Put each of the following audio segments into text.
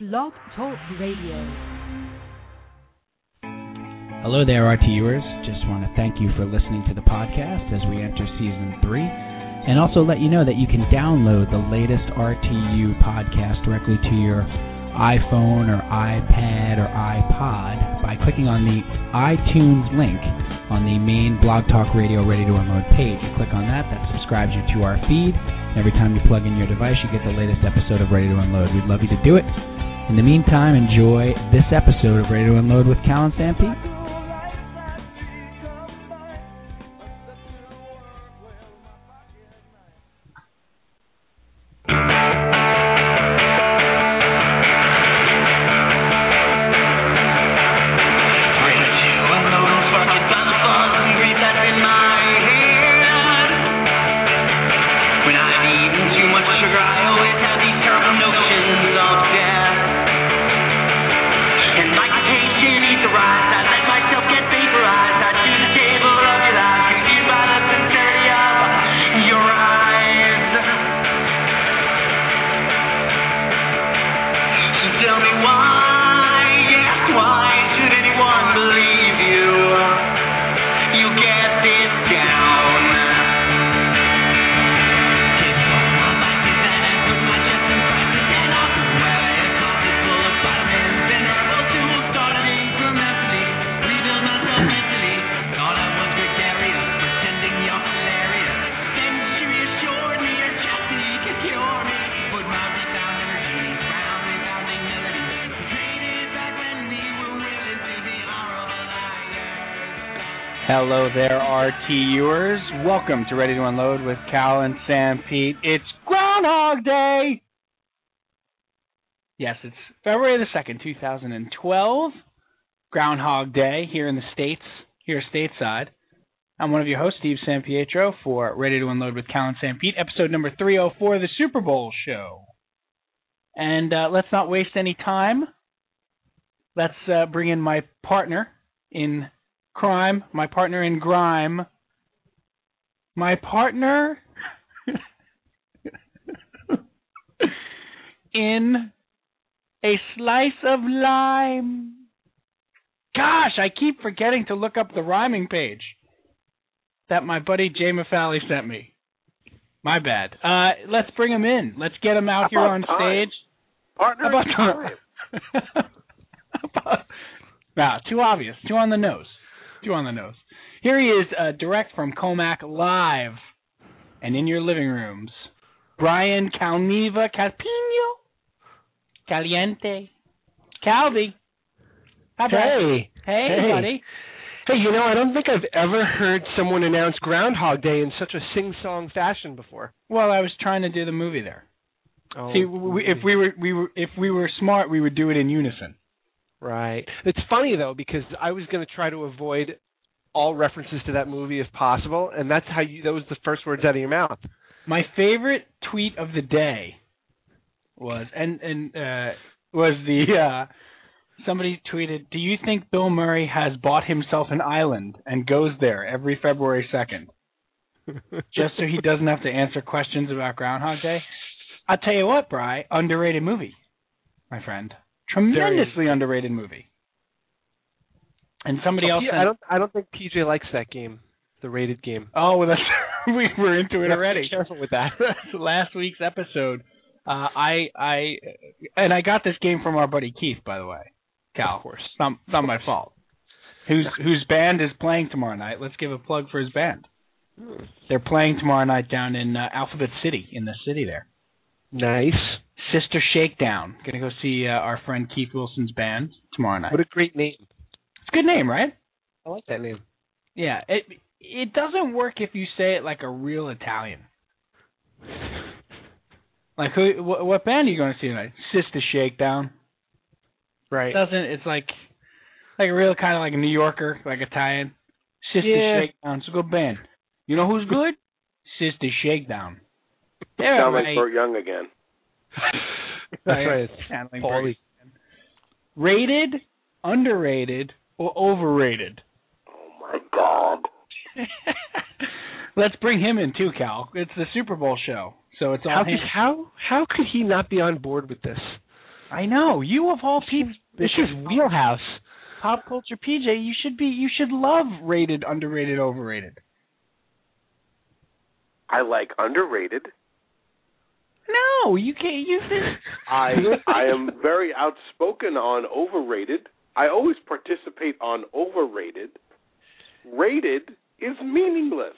Blog Talk Radio. Hello there, RTUers. Just want to thank you for listening to the podcast as we enter season three, and also let you know that you can download the latest RTU podcast directly to your iPhone or iPad or iPod by clicking on the iTunes link on the main Blog Talk Radio Ready to Unload page. You click on that, that subscribes you to our feed. And every time you plug in your device, you get the latest episode of Ready to Unload. We'd love you to do it. In the meantime, enjoy this episode of Ready to Unload with Cal and Stampede. When I'm eating too much sugar, I always have these terrible notions of death. And like taking etherized, I let myself get vaporized. I to the table of your lies, confused by the sincerity of your eyes. So tell me why, yes, why should anyone believe you? You get this down. Hello there, RTUers. Welcome to Ready to Unload with Cal and Sam Pete. It's Groundhog Day! Yes, it's February the 2nd, 2012. Groundhog Day here in the States, here stateside. I'm one of your hosts, Steve San Pietro, for Ready to Unload with Cal and Sam Pete, episode number 304, the Super Bowl show. And uh, let's not waste any time. Let's uh, bring in my partner in crime, my partner in grime, my partner in a slice of lime. Gosh, I keep forgetting to look up the rhyming page that my buddy Jay Mafally sent me. My bad. Uh, let's bring him in. Let's get him out here About on time. stage. Partner About in time. About- wow, too obvious. Too on the nose. Too on the nose. Here he is, uh, direct from Comac Live and in your living rooms. Brian Calneva Calpino Caliente Calvi. Hi, Brian. Hey. Hey, Hey. buddy. Hey, you know, I don't think I've ever heard someone announce Groundhog Day in such a sing-song fashion before. Well, I was trying to do the movie there. Oh, See, we, if we were we were if we were smart, we would do it in unison. right. It's funny though because I was going to try to avoid all references to that movie if possible, and that's how you that was the first words out of your mouth. My favorite tweet of the day was and and uh was the uh somebody tweeted, "Do you think Bill Murray has bought himself an island and goes there every February 2nd just so he doesn't have to answer questions about Groundhog Day?" I tell you what, Bry, underrated movie, my friend. Tremendously underrated movie. And somebody else Oh, I don't I don't think PJ likes that game, the rated game. Oh, well, that's we were into it already. Careful with that. last week's episode. Uh, I I and I got this game from our buddy Keith, by the way. Cal, of course. It's not, it's not my fault. Whose whose band is playing tomorrow night? Let's give a plug for his band. They're playing tomorrow night down in uh, Alphabet City, in the city there. Nice. Sister Shakedown. Gonna go see uh, our friend Keith Wilson's band tomorrow night. What a great name. It's a good name, right? I like that name. Yeah, it it doesn't work if you say it like a real Italian. Like who? What, what band are you going to see tonight? Sister Shakedown. It Right. doesn't. It's like like a real kind of like a New Yorker, like Italian. Sister Yeah. Shakedown. It's a good band. You know who's good? Sister Shakedown. They're Sound like alright. Burt Young again. That's right. Sound like Paulie. Bert. Rated, underrated, or overrated? Oh my God. Let's bring him in too, Cal. It's the Super Bowl show, so it's all How him. could, how how could he not be on board with this? I know you of all people. This This is is wheelhouse. pop culture, PJ. You should be. You should love rated, underrated, overrated. I like underrated. No, you can't. You think I I am very outspoken on overrated. I always participate on overrated. Rated is meaningless.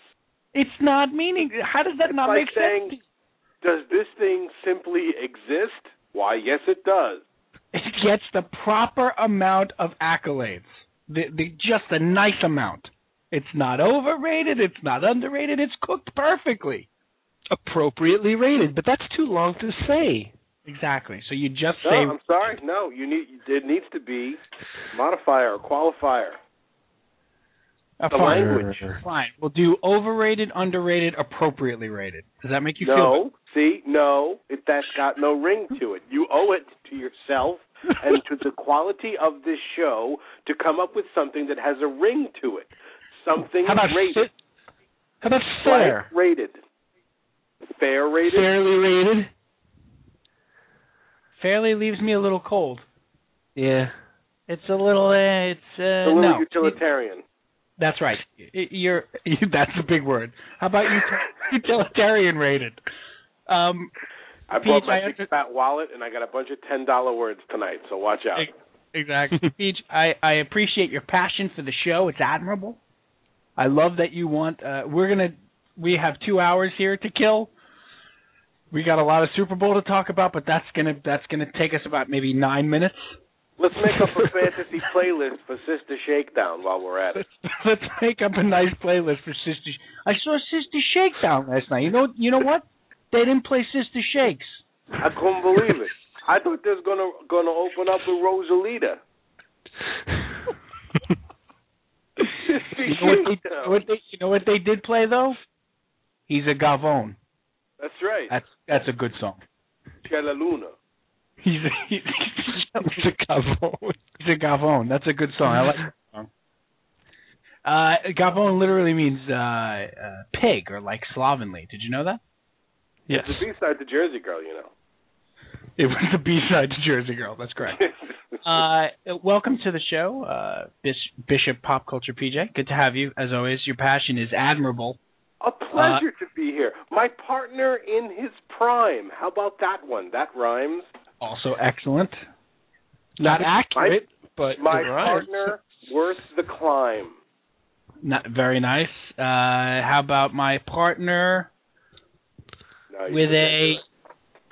it's not meaning. How does that It's not like make saying- sense? Does this thing simply exist? Why, yes, it does. It gets the proper amount of accolades. The, the just a nice amount. It's not overrated. It's not underrated. It's cooked perfectly. Appropriately rated, but that's too long to say. Exactly. So you just No, say I'm sorry. No, you need it needs to be modifier or qualifier. a The fine. language. Fine. We'll do overrated, underrated, appropriately rated. Does that make you no, see, no, it, that's got no ring to it. You owe it to yourself feel? and to the quality of this show to come up with something that has a ring to it. Something How about rated. fit- How about Fair fair? rated. Fair rated. Fairly rated. Fairly leaves me a little cold. Yeah. It's a little. Uh, it's a uh, little no. utilitarian. That's right. Y- y- You're. that's a big word. How about util- utilitarian rated? Um, I brought Peach, my I big under- fat wallet and I got a bunch of ten dollar words tonight, so watch out. Ex- Exactly. Peach, I, I appreciate your passion for the show. It's admirable. I love that you want uh we're gonna we have two hours here to kill. We got a lot of Super Bowl to talk about, but that's gonna that's gonna take us about maybe nine minutes. Let's make up a fantasy playlist for Sister Shakedown while we're at it. Let's, let's make up a nice playlist for Sister. Sh- I saw Sister Shakedown last night. You know you know what? They didn't play Sister Shakes. I couldn't believe it. I thought this was gonna gonna open up with Rosalita. Sister You know what they, Shakedown. what they, you know what they did play though? He's a Gavone. That's right. That's that's a good song. Chela Luna. He's a, he's a Gavone. He's a Gavone. That's a good song. I like that song. Uh, Gavone literally means uh, uh, pig or like slovenly. Did you know that? Yes. It's a B side to Jersey Girl, you know. It was the B-side to Jersey Girl. That's correct. uh, welcome to the show, uh, Bis- Bishop Pop Culture PJ. Good to have you. As always, your passion is admirable. a pleasure uh, to be here. My partner in his prime. How about that one? That rhymes. Also excellent. Not accurate, but My it rhymes. partner worth the climb. Not very nice. Uh, how about my partner? No, you With still can't a do it.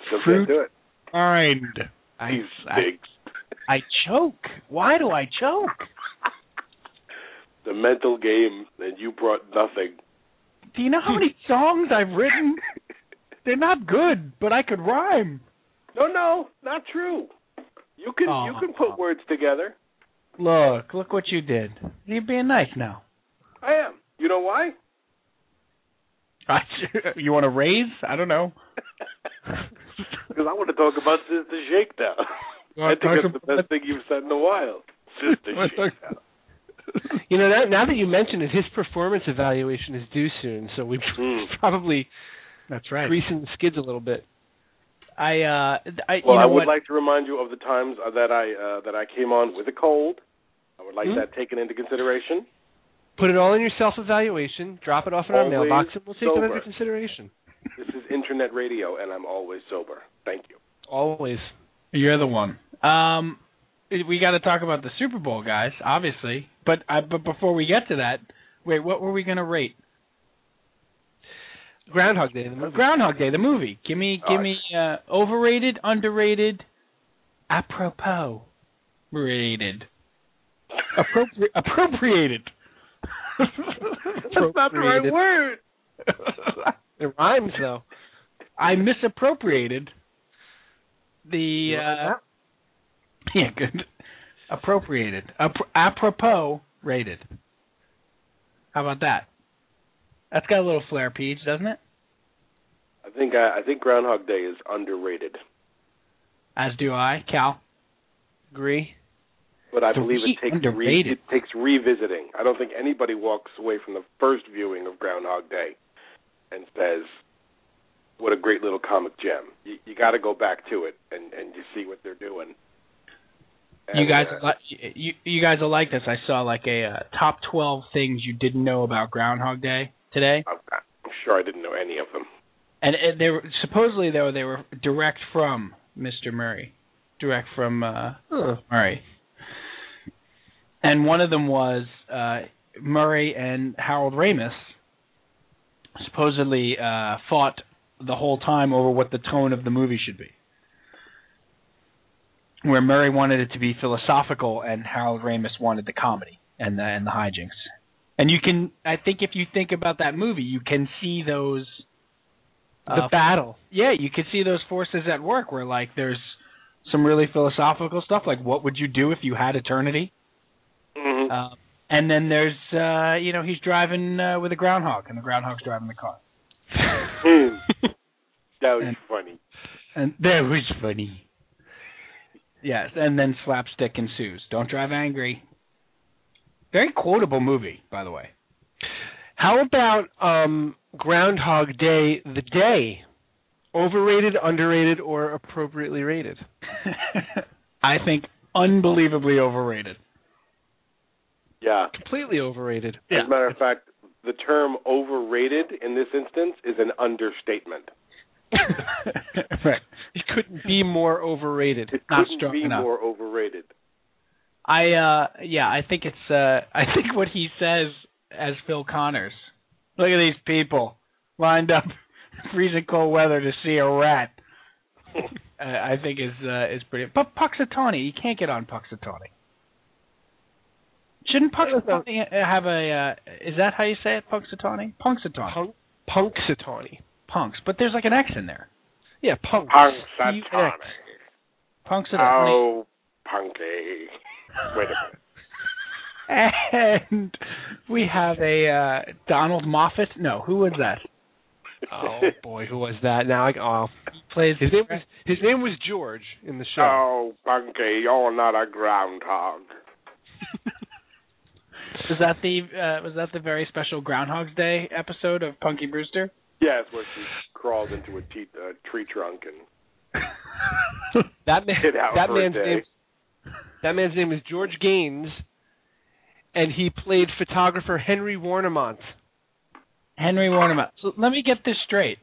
Still can't fruit- do it. Mind. I, He's I big. I choke. Why do I choke? The mental game, and you brought nothing. Do you know how many songs I've written? They're not good, but I could rhyme. No, no, not true. You can you Aw. can put words together. Look, look what you did. You're being nice now. I am. You know why? you want to raise? I don't know. Because I want to talk about Sister Shakedown. You I wanna think talk it's the about- best thing you've said in a while. Sister You wanna talk- Shakedown. You know, that, now that you mention it, his performance evaluation is due soon, so we Hmm. probably That's right. greasing the skids a little bit. I uh, I Well, you know I would what? like to remind you of the times uh, that I uh, that I came on with a cold. I would like Hmm? that taken into consideration. Put it all in your self evaluation, drop it off in our Always mailbox, and we'll take it sober. under consideration. This is internet radio, and I'm always sober. Thank you. Always. You're the one. Um, we got to talk about the Super Bowl, guys. Obviously, but I, but before we get to that, wait, what were we gonna rate? Groundhog Day, the movie. Oh, Groundhog Day, the movie. Give me, give Alright. me uh, overrated, underrated, apropos, rated, Appropri- appropriated. That's not the right Appropriated. word. It rhymes, though. I misappropriated the. Uh, yeah, good. Appropriated, Appro- apropos, rated. How about that? That's got a little flair, Peach, doesn't it? I think uh, I, I think Groundhog Day is underrated, As do I, Cal. Agree. but I Three believe it takes re- underrated. it takes revisiting. I don't think anybody walks away from the first viewing of Groundhog Day and says, what a great little comic gem. You, you got to go back to it and and you see what they're doing. you And, guys, uh, will li- you you guys will like this. I saw like a uh, top twelve things you didn't know about Groundhog Day today, I'm, I'm sure I didn't know any of them. and, and they were supposedly though they were direct from Mr. Murray, direct from uh, Murray. And one of them was uh, Murray and Harold Ramis supposedly uh, fought the whole time over what the tone of the movie should be. Where Murray wanted it to be philosophical and Harold Ramis wanted the comedy and the and the hijinks. And you can I think if you think about that movie, you can see those the uh, battle. yeah, you could see those forces at work where like there's some really philosophical stuff like what would you do if you had eternity? Mhm. Uh, and then there's uh you know he's driving uh, with a groundhog and the groundhog's driving the car. Hmm. that was and- funny. And that was funny. Yes, and then slapstick ensues. Don't drive angry. Very quotable movie, by the way. How about um Groundhog Day the day? Overrated, underrated, or appropriately rated? I think unbelievably overrated. Yeah. Completely overrated. As a matter of fact, the term overrated in this instance is an understatement. right. It couldn't be more overrated. It Not couldn't strong be enough. more overrated. I uh yeah, I think it's uh I think what he says as Phil Connors. Look at these people lined up freezing cold weather to see a rat. uh, I think is uh, is pretty but Puxatawny, you can't get on Puxatawny. Shouldn't Puxatawny have a uh, is that how you say it, Punxsutawney? Punxsutawney. Punk Punxsutawney. Punks, but there's like an X in there. Yeah, punk. Punxsutawney. Punxsutawney. Oh, punky. Wait a minute. And we have a uh, Donald Moffat. No, who was that? Oh boy, who was that? Now I oh, plays his name was his name was George in the show. Oh, punky, you're not a groundhog. was that the uh, was that the very special Groundhog's Day episode of Punky Brewster? Yes, where she crawled into a te- uh, tree trunk and That man Get out that for a man's day. name that man's name is George Gaines and he played photographer Henry Warnemont. Henry Warnemouth. So let me get this straight.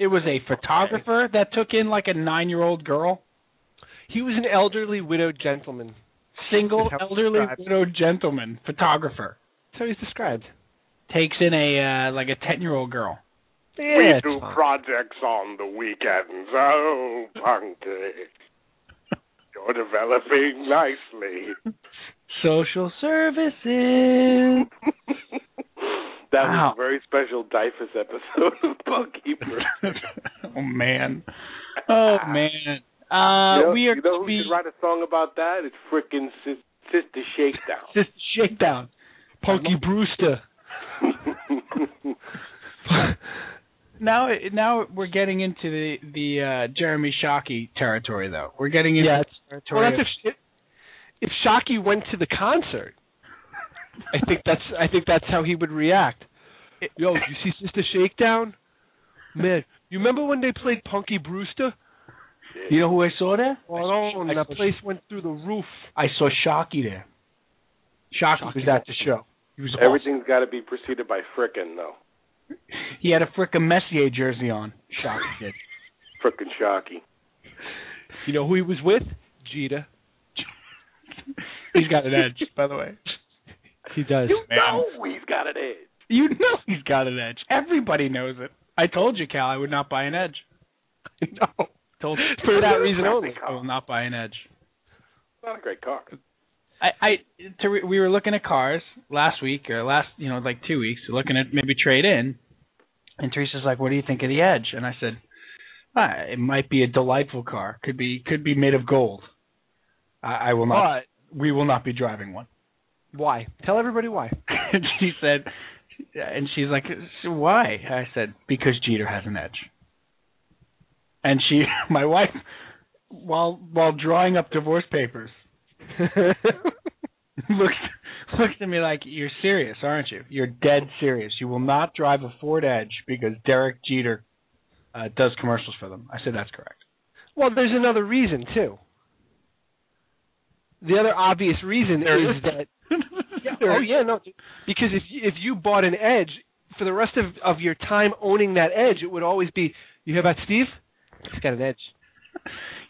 It was a photographer that took in like a nine year old girl, He was an elderly widowed gentleman. single That's how it's elderly described. widowed gentleman photographer That's how he's described. takes in a uh, like a ten year old girl. Yeah, we do it's fine. projects on the weekends. Oh, punky, you're developing nicely. Social services. That Wow. was a very special Dyfus episode of Punky Brewster. oh man. Oh man. Uh, you know, we are you know to who be should write a song about that? It's frickin' Sis- Sister Shakedown. just shakedown. Punky Brewster. now now we're getting into the the uh Jeremy Shockey territory though. We're getting into Yeah, the territory. Well, of- that's if, if Shockey went to the concert, I think that's I think that's how he would react. Yo, you see Sister Shakedown? Man, you remember when they played Punky Brewster? you know who I saw there? Oh, and that place went through the roof. I saw Shockey there. Shockey, was at the show. He was awesome. Everything's got to be preceded by frickin' though. He had a frickin' Messier jersey on. Shockey did. Frickin' Shocky. You know who he was with? Jita. He's got an edge, by the way. He does. You man. know he's got an edge. You know he's got an edge. Everybody knows it. I told you, Cal, I would not buy an edge. no. Told you. For that reason only. I will not buy an edge. It's not a great car. I, I to re- we were looking at cars last week or last you know like two weeks looking at maybe trade in, and Teresa's like, "What do you think of the Edge?" And I said, ah, "It might be a delightful car. Could be could be made of gold. I, I will not. But we will not be driving one." why? Tell everybody why. and she said, and she's like, "So "Why?" I said, "Because Jeter has an edge." And she, my wife, while while drawing up divorce papers, looked looked at me like, "You're serious, aren't you? You're dead serious. You will not drive a Ford Edge because Derek Jeter uh, does commercials for them. I said that's correct. Well, there's another reason too. The other obvious reason There is that oh yeah no because if you, if you bought an edge for the rest of of your time owning that edge, it would always be you hear about Steve? He's got an edge.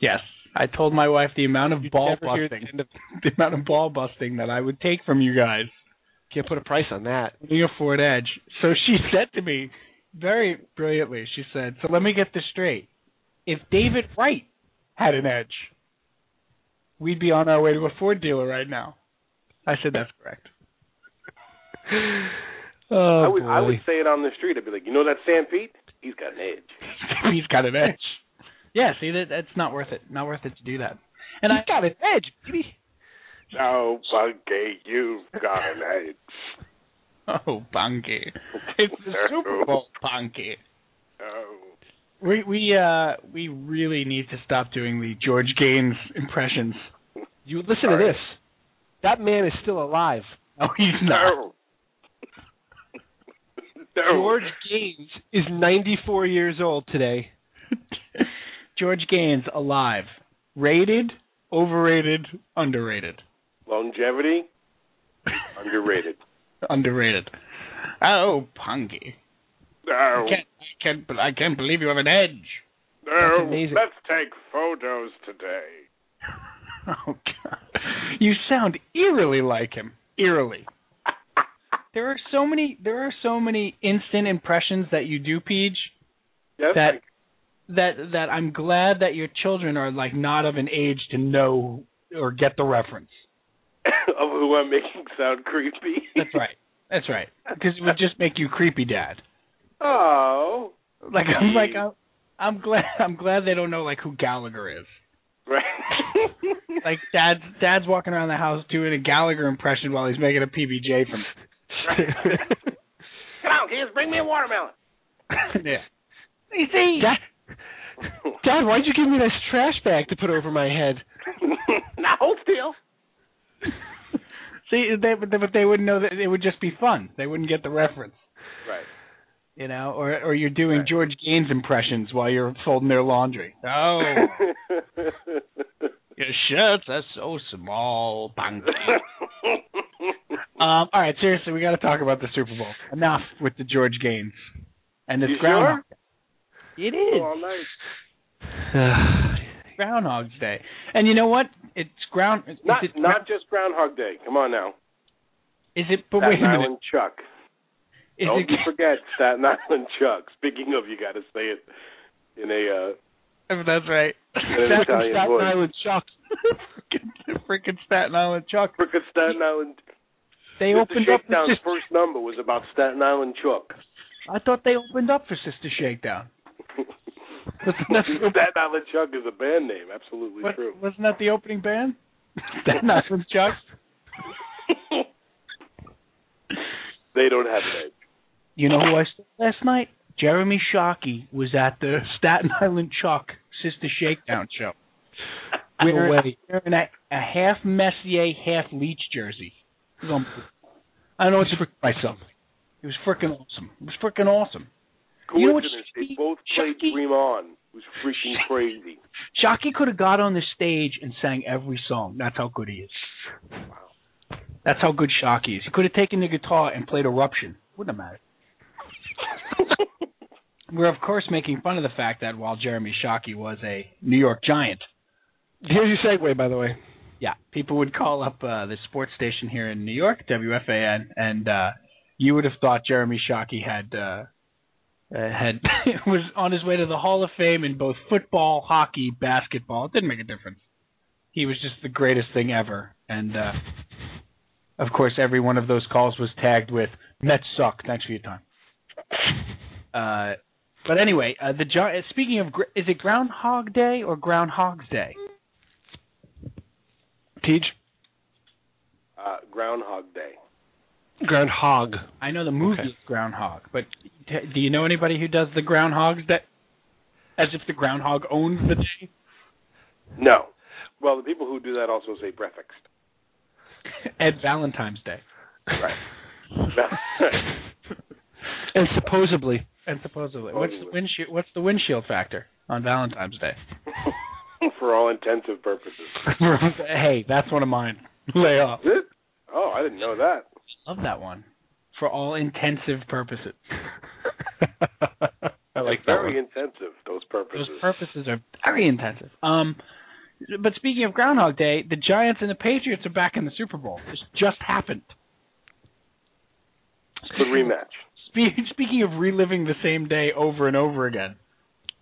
Yes. I told my wife the amount of You'd ball never hear the busting, end of- the amount of ball busting that I would take from you guys. Can't put a price on that. Looking for an edge. So she said to me, very brilliantly, she said, "So let me get this straight. If David Wright had an edge, we'd be on our way to a Ford dealer right now." I said, "That's correct." Uh, Oh I would I would boy. say it on the street. I'd be like, you know that Sam Pete? He's got an edge. He's got an edge. Yeah, see, that that's not worth it. Not worth it to do that. And I He's got an edge, baby. Oh, Bungay, you've got an edge. oh, Bunky, it's the Super Bowl, Bunky. Oh. We we uh we really need to stop doing the George Gaines impressions. You listen All to right. this. That man is still alive. No, he's not. No. no. George Gaines is 94 years old today. George Gaines alive. Rated, overrated, underrated. Longevity, underrated. underrated. Oh, Punky. No. I can't, I can't, but I can't believe you have an edge. no. That's amazing. Let's take photos today. Oh God! You sound eerily like him. Eerily. There are so many. There are so many instant impressions that you do, Peach. Yes, That- thank- That that I'm glad that your children are like not of an age to know or get the reference. of who I'm making sound creepy. That's right. That's right. Because it would just make you creepy, Dad. Oh. Like I'm like I'm, I'm glad I'm glad they don't know like who Gallagher is. Right. Like dad's dad's walking around the house doing a Gallagher impression while he's making a PBJ from. Come on, kids, bring me a watermelon. yeah. Dad, Dad, why'd you give me this trash bag to put over my head? now hold still. See, they, but they- but they wouldn't know that it would just be fun. They wouldn't get the reference, Right. you know. Or or you're doing Right. George Gaines impressions while you're folding their laundry. Oh, your shirts are so small, Bunky. Um, all right, seriously, we got to talk about the Super Bowl. Enough with the George Gaines and this You Groundhog. Day. It is All night. Groundhog's Day, and you know what? It's ground. Is Not it, not just Groundhog Day. Come on now. Is it? But wait Staten a minute. Island Chuck. Is Don't it? you forget Staten Island Chuck. Speaking of, you got to say it in a. Uh, That's right. an Staten- Italian Staten voice. Island Chuck. Frickin' frickin' Staten Island Chuck. look at Staten Island. They Mr. opened up. For Shakedown's Sister, first number was about Staten Island Chuck. I thought they opened up for Sister Shakedown. Staten Island Chuck is a band name. Absolutely What, true. wasn't that the opening band? Staten Island Chuck. They don't have an edge. You know who I saw last night? Jeremy Shockey was at the Staten Island Chuck Sister Shakedown show. No Wearing- way. Wearing a, a half Messier, half Leach jersey. It was unbelievable. I don't know what to do with myself. It was freaking awesome. It was freaking awesome. You know what Coincidence. they Shaky- both played Shaky- Dream On. It was freaking Shaky- crazy. Shockey could have got on the stage and sang every song. That's how good he is. That's how good Shockey is. He could have taken the guitar and played Eruption. Wouldn't have mattered. We're of course making fun of the fact that while Jeremy Shockey was a New York Giant, Here's your segue, by the way. yeah, people would call up uh, the sports station here in New York, WFAN, and uh, you would have thought Jeremy Shockey had uh, uh, had was on his way to the Hall of Fame in both football, hockey, basketball. It didn't make a difference. He was just the greatest thing ever, and uh, of course, every one of those calls was tagged with "Mets suck." Thanks for your time. Uh, but anyway, uh, the Gi- uh, speaking of, gr- is it Groundhog Day or Groundhog's Day? Teach Uh, Groundhog Day. Groundhog. I know the movie Okay. is Groundhog, but t- do you know anybody who does the groundhogs that as if the groundhog owns the day? No. Well, the people who do that also say breakfast. Ed Valentine's Day. Right. and supposedly, and supposedly. Oh, What's you the would. windshield? What's the windshield factor on Valentine's Day? for all intents and purposes. hey, that's one of mine. Lay off. Is it? Oh, I didn't know that. Love that one. For all intensive purposes. I It's very intensive. Those purposes. Those purposes are very intensive. Um, but speaking of Groundhog Day, the Giants and the Patriots are back in the Super Bowl. This just happened. It's the rematch. Spe- Speaking of reliving the same day over and over again.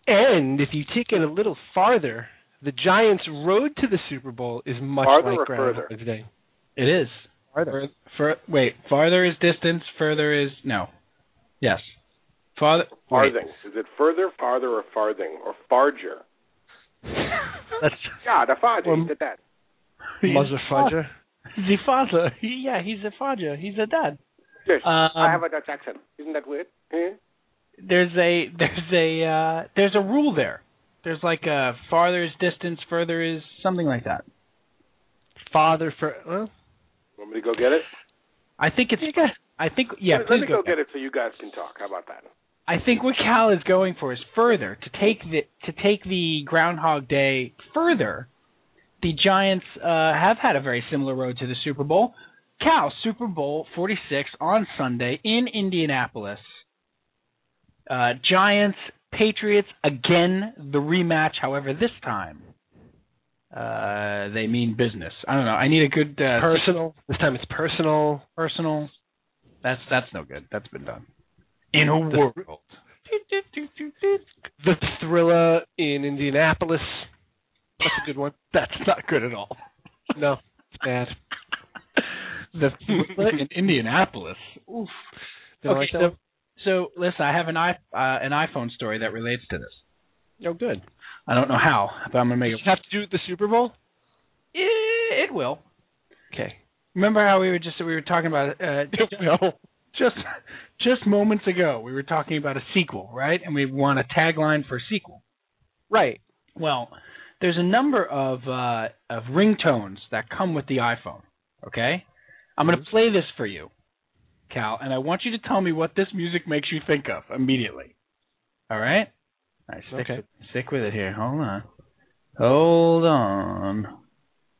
And if you take it a little farther, the Giants' road to the Super Bowl is much Farther or like further? Groundhog Day. It is. Farther. Fur- wait, farther is distance, further is no. Yes. Farther wait. Farthing. Is it further, farther, or farthing, or farger? That's God, a farger. Um, he did that. Motherfucker. He's a father. He- yeah, he's a father. He's a dad. Yes, Um, I have a Dutch accent. Isn't that weird? Hmm? there's a there's a uh, there's a rule there. There's like a farther is distance, further is something like that. Father for well, Want me to go get it? I think it's. I think yeah. let, please let me go get it so you guys can talk. How about that? I think what Cal is going for is further to take the to take the Groundhog Day further. The Giants uh, have had a very similar road to the Super Bowl. Cal Super Bowl 46 on Sunday in Indianapolis. Uh, Giants Patriots again the rematch. However, this time uh, they mean business. I don't know. I need a good uh, personal. This time it's personal. personal. That's that's no good. That's been done. In a world. The thriller in Indianapolis. That's a good one. That's not good at all. No, it's bad. The in Indianapolis. Oof. Didn't okay, like that so, so listen, I have an i uh, an iPhone story that relates to this. one? Oh, good. I don't know how, but I'm gonna make You it. have to do it the Super Bowl. It, it will. Okay. Remember how we were just we were talking about uh, no. just just moments ago we were talking about a sequel, right? And we want a tagline for a sequel. Right. Well, there's a number of uh, of ringtones that come with the iPhone. Okay, I'm going to Mm-hmm. play this for you, Cal, and I want you to tell me what this music makes you think of immediately. All right. All right. Stick, Okay. with, stick with it here. Hold on. Hold on.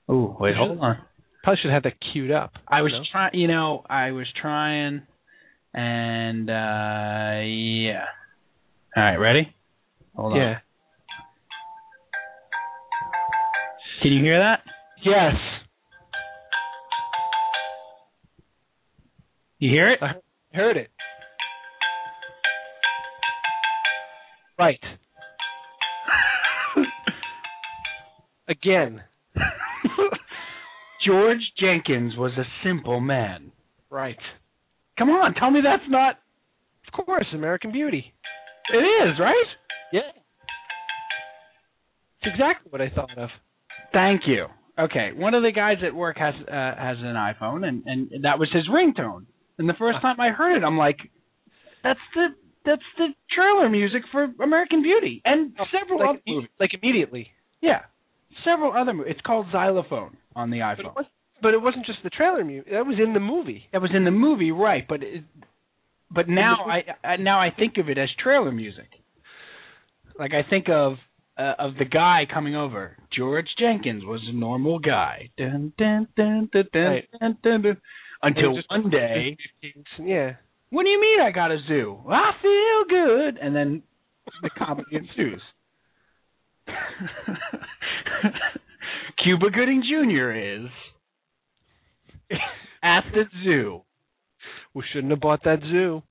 Oh, wait. Hold on. Probably should have that queued up. I was No? trying, you know, I was trying, and uh, yeah. All right, ready? Hold on. Yeah. Can you hear that? Yes. You hear it? I heard it. Right. Again. George Jenkins was a simple man. Right. Come on, tell me that's not. Of course, American Beauty. It is, right? Yeah. It's exactly what I thought of. Thank you. Okay, one of the guys at work has uh, has an iPhone, and and that was his ringtone. And the first time I heard it, I'm like, that's the that's the trailer music for American Beauty and several like, other movies. like immediately. Yeah, several other movies. It's called Xylophone on the But it, iPhone. was, but it wasn't just the trailer music. That was in the movie. That was in the movie, right? But it, but now the- I, I now I think of it as trailer music. Like I think of uh, of the guy coming over. George Jenkins was a normal guy. Dun, dun, dun, dun, dun, Right. dun, dun, dun. Until And just- one day, Yeah. what do you mean I got a zoo? I feel good, and then the comedy ensues. Cuba Gooding Jr. is at the zoo. We shouldn't have bought that zoo.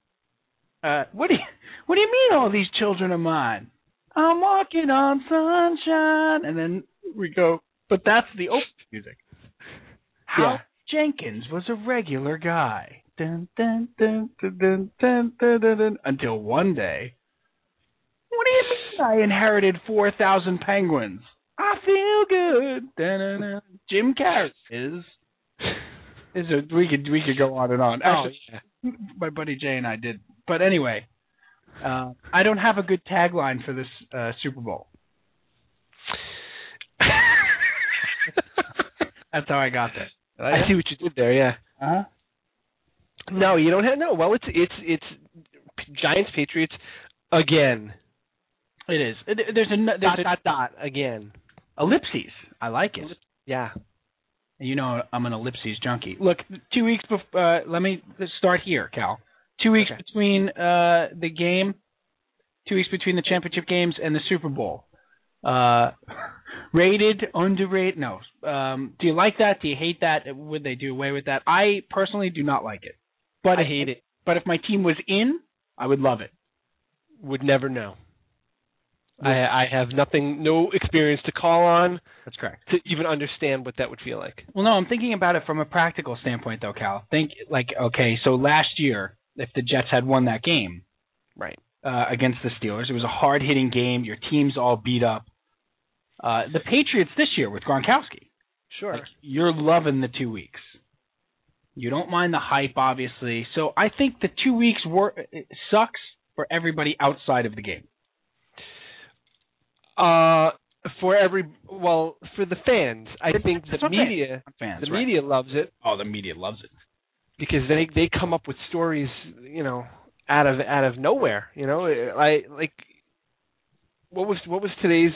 Uh, what do you What do you mean all these children are mine? I'm walking on sunshine, and then we go. But that's the opening music. How Jenkins was a regular guy. Dun, dun, dun, dun, dun, dun, dun, dun, dun, until one day. What do you mean I inherited four thousand penguins? I feel good. Dun, dun, dun. Jim Carrey is is a, we could we could go on and on. Actually, yeah. my buddy Jay and I did. But anyway, uh, I don't have a good tagline for this uh, Super Bowl. That's how I got there. I see what you did there. Yeah. Uh-huh. No, you don't have no. Well, it's it's it's Giants Patriots Again. It is. It- There's a n- there's Dot a, dot dot. Again. ellipses. I like it. Yeah. You know I'm an ellipses junkie. Look, two weeks before. Uh, let me let's start here, Cal. Two weeks Okay. between uh, the game, two weeks between the championship games and the Super Bowl. Uh, rated, underrated. No. Um, do you like that? Do you hate that? Would they do away with that? I personally do not like it. But I if- hate it. But if my team was in, I would love it. Would never know. I I have nothing, no experience to call on That's correct. to even understand what that would feel like. Well, no, I'm thinking about it from a practical standpoint, though, Cal. Think like, okay, so last year, if the Jets had won that game, Right. uh, against the Steelers, it was a hard-hitting game. Your team's all beat up. Uh, the Patriots this year with Gronkowski, Sure. like, you're loving the two weeks. You don't mind the hype, obviously. So I think the two weeks were it sucks for everybody outside of the game. uh, for every well, for the fans, I That's- think that's what the I'm saying. media, Fans, the right? media loves it Oh, the media loves it. because they they come up with stories, you know, out of out of nowhere. You know, I like what was what was today's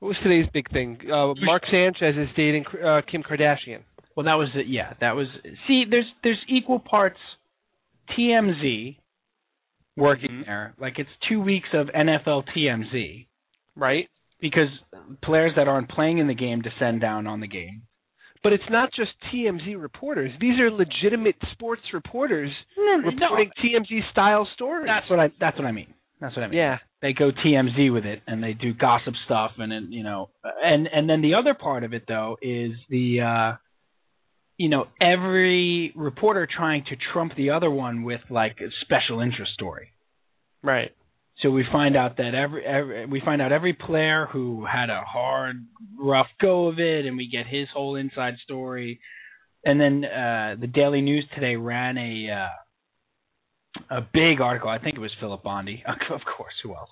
what was today's big thing? Uh, Mark Sanchez is dating uh, Kim Kardashian. Well, that was it. Yeah, that was. See, there's there's equal parts TMZ working there. Like it's two weeks of NFL TMZ Right. because players that aren't playing in the game descend down on the game. But it's not just TMZ reporters. These are legitimate sports reporters reporting TMZ style stories. that's what I that's what I mean. That's what I mean. yeah. They go TMZ with it and they do gossip stuff and then you know and and then the other part of it though is the uh you know every reporter trying to trump the other one with like a special interest story. Right. So we find out that every, every we find out every player who had a hard, rough go of it, and we get his whole inside story. And then uh, the Daily News today ran a uh, a big article. I think it was Philip Bondi, of course. Who else?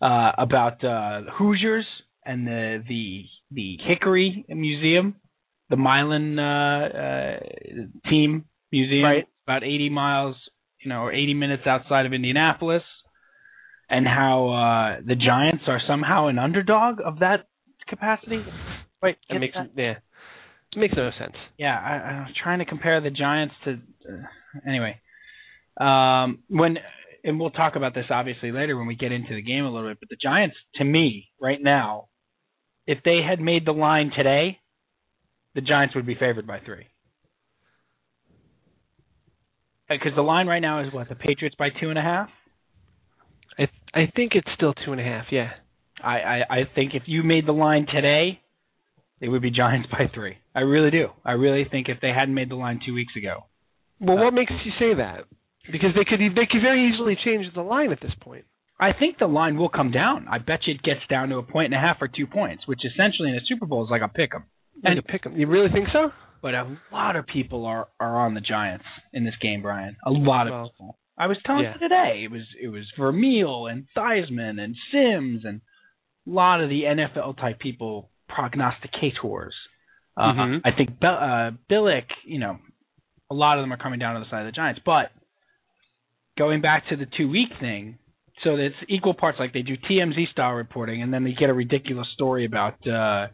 Uh, about uh, Hoosiers and the the the Hickory Museum, the Milan uh, uh, team museum, Right. about 80 miles, you know, or 80 minutes outside of Indianapolis and how uh, the Giants are somehow an underdog of that capacity. Wait, It makes yeah. It makes no sense. yeah, I, I'm trying to compare the Giants to uh, anyway. Um, when and we'll talk about this obviously later when we get into the game a little bit. But the Giants, to me, right now, if they had made the line today, the Giants would be favored by three. Because Uh, the line right now is what the Patriots by two and a half. I I think it's still two and a half. Yeah. I, I, I think if you made the line today, it would be Giants by three. I really do. I really think if they hadn't made the line two weeks ago. Well, Uh, what makes you say that? Because they could e- they could very easily change the line at this point. I think the line will come down. I bet you it gets down to a point and a half or two points, which essentially in a Super Bowl is like a pick 'em. Like And- a pick 'em. You really think so? But a lot of people are, are on the Giants in this game, Brian. A lot of Well, people. I was telling yeah. you today, it was it was Vermeil and Theismann and Sims and a lot of the NFL type people, prognosticators. Uh, Mhm. I think Be- uh, Billick, you know, a lot of them are coming down to the side of the Giants. But going back to the two week thing, so it's equal parts. Like they do TMZ style reporting, and then they get a ridiculous story about uh,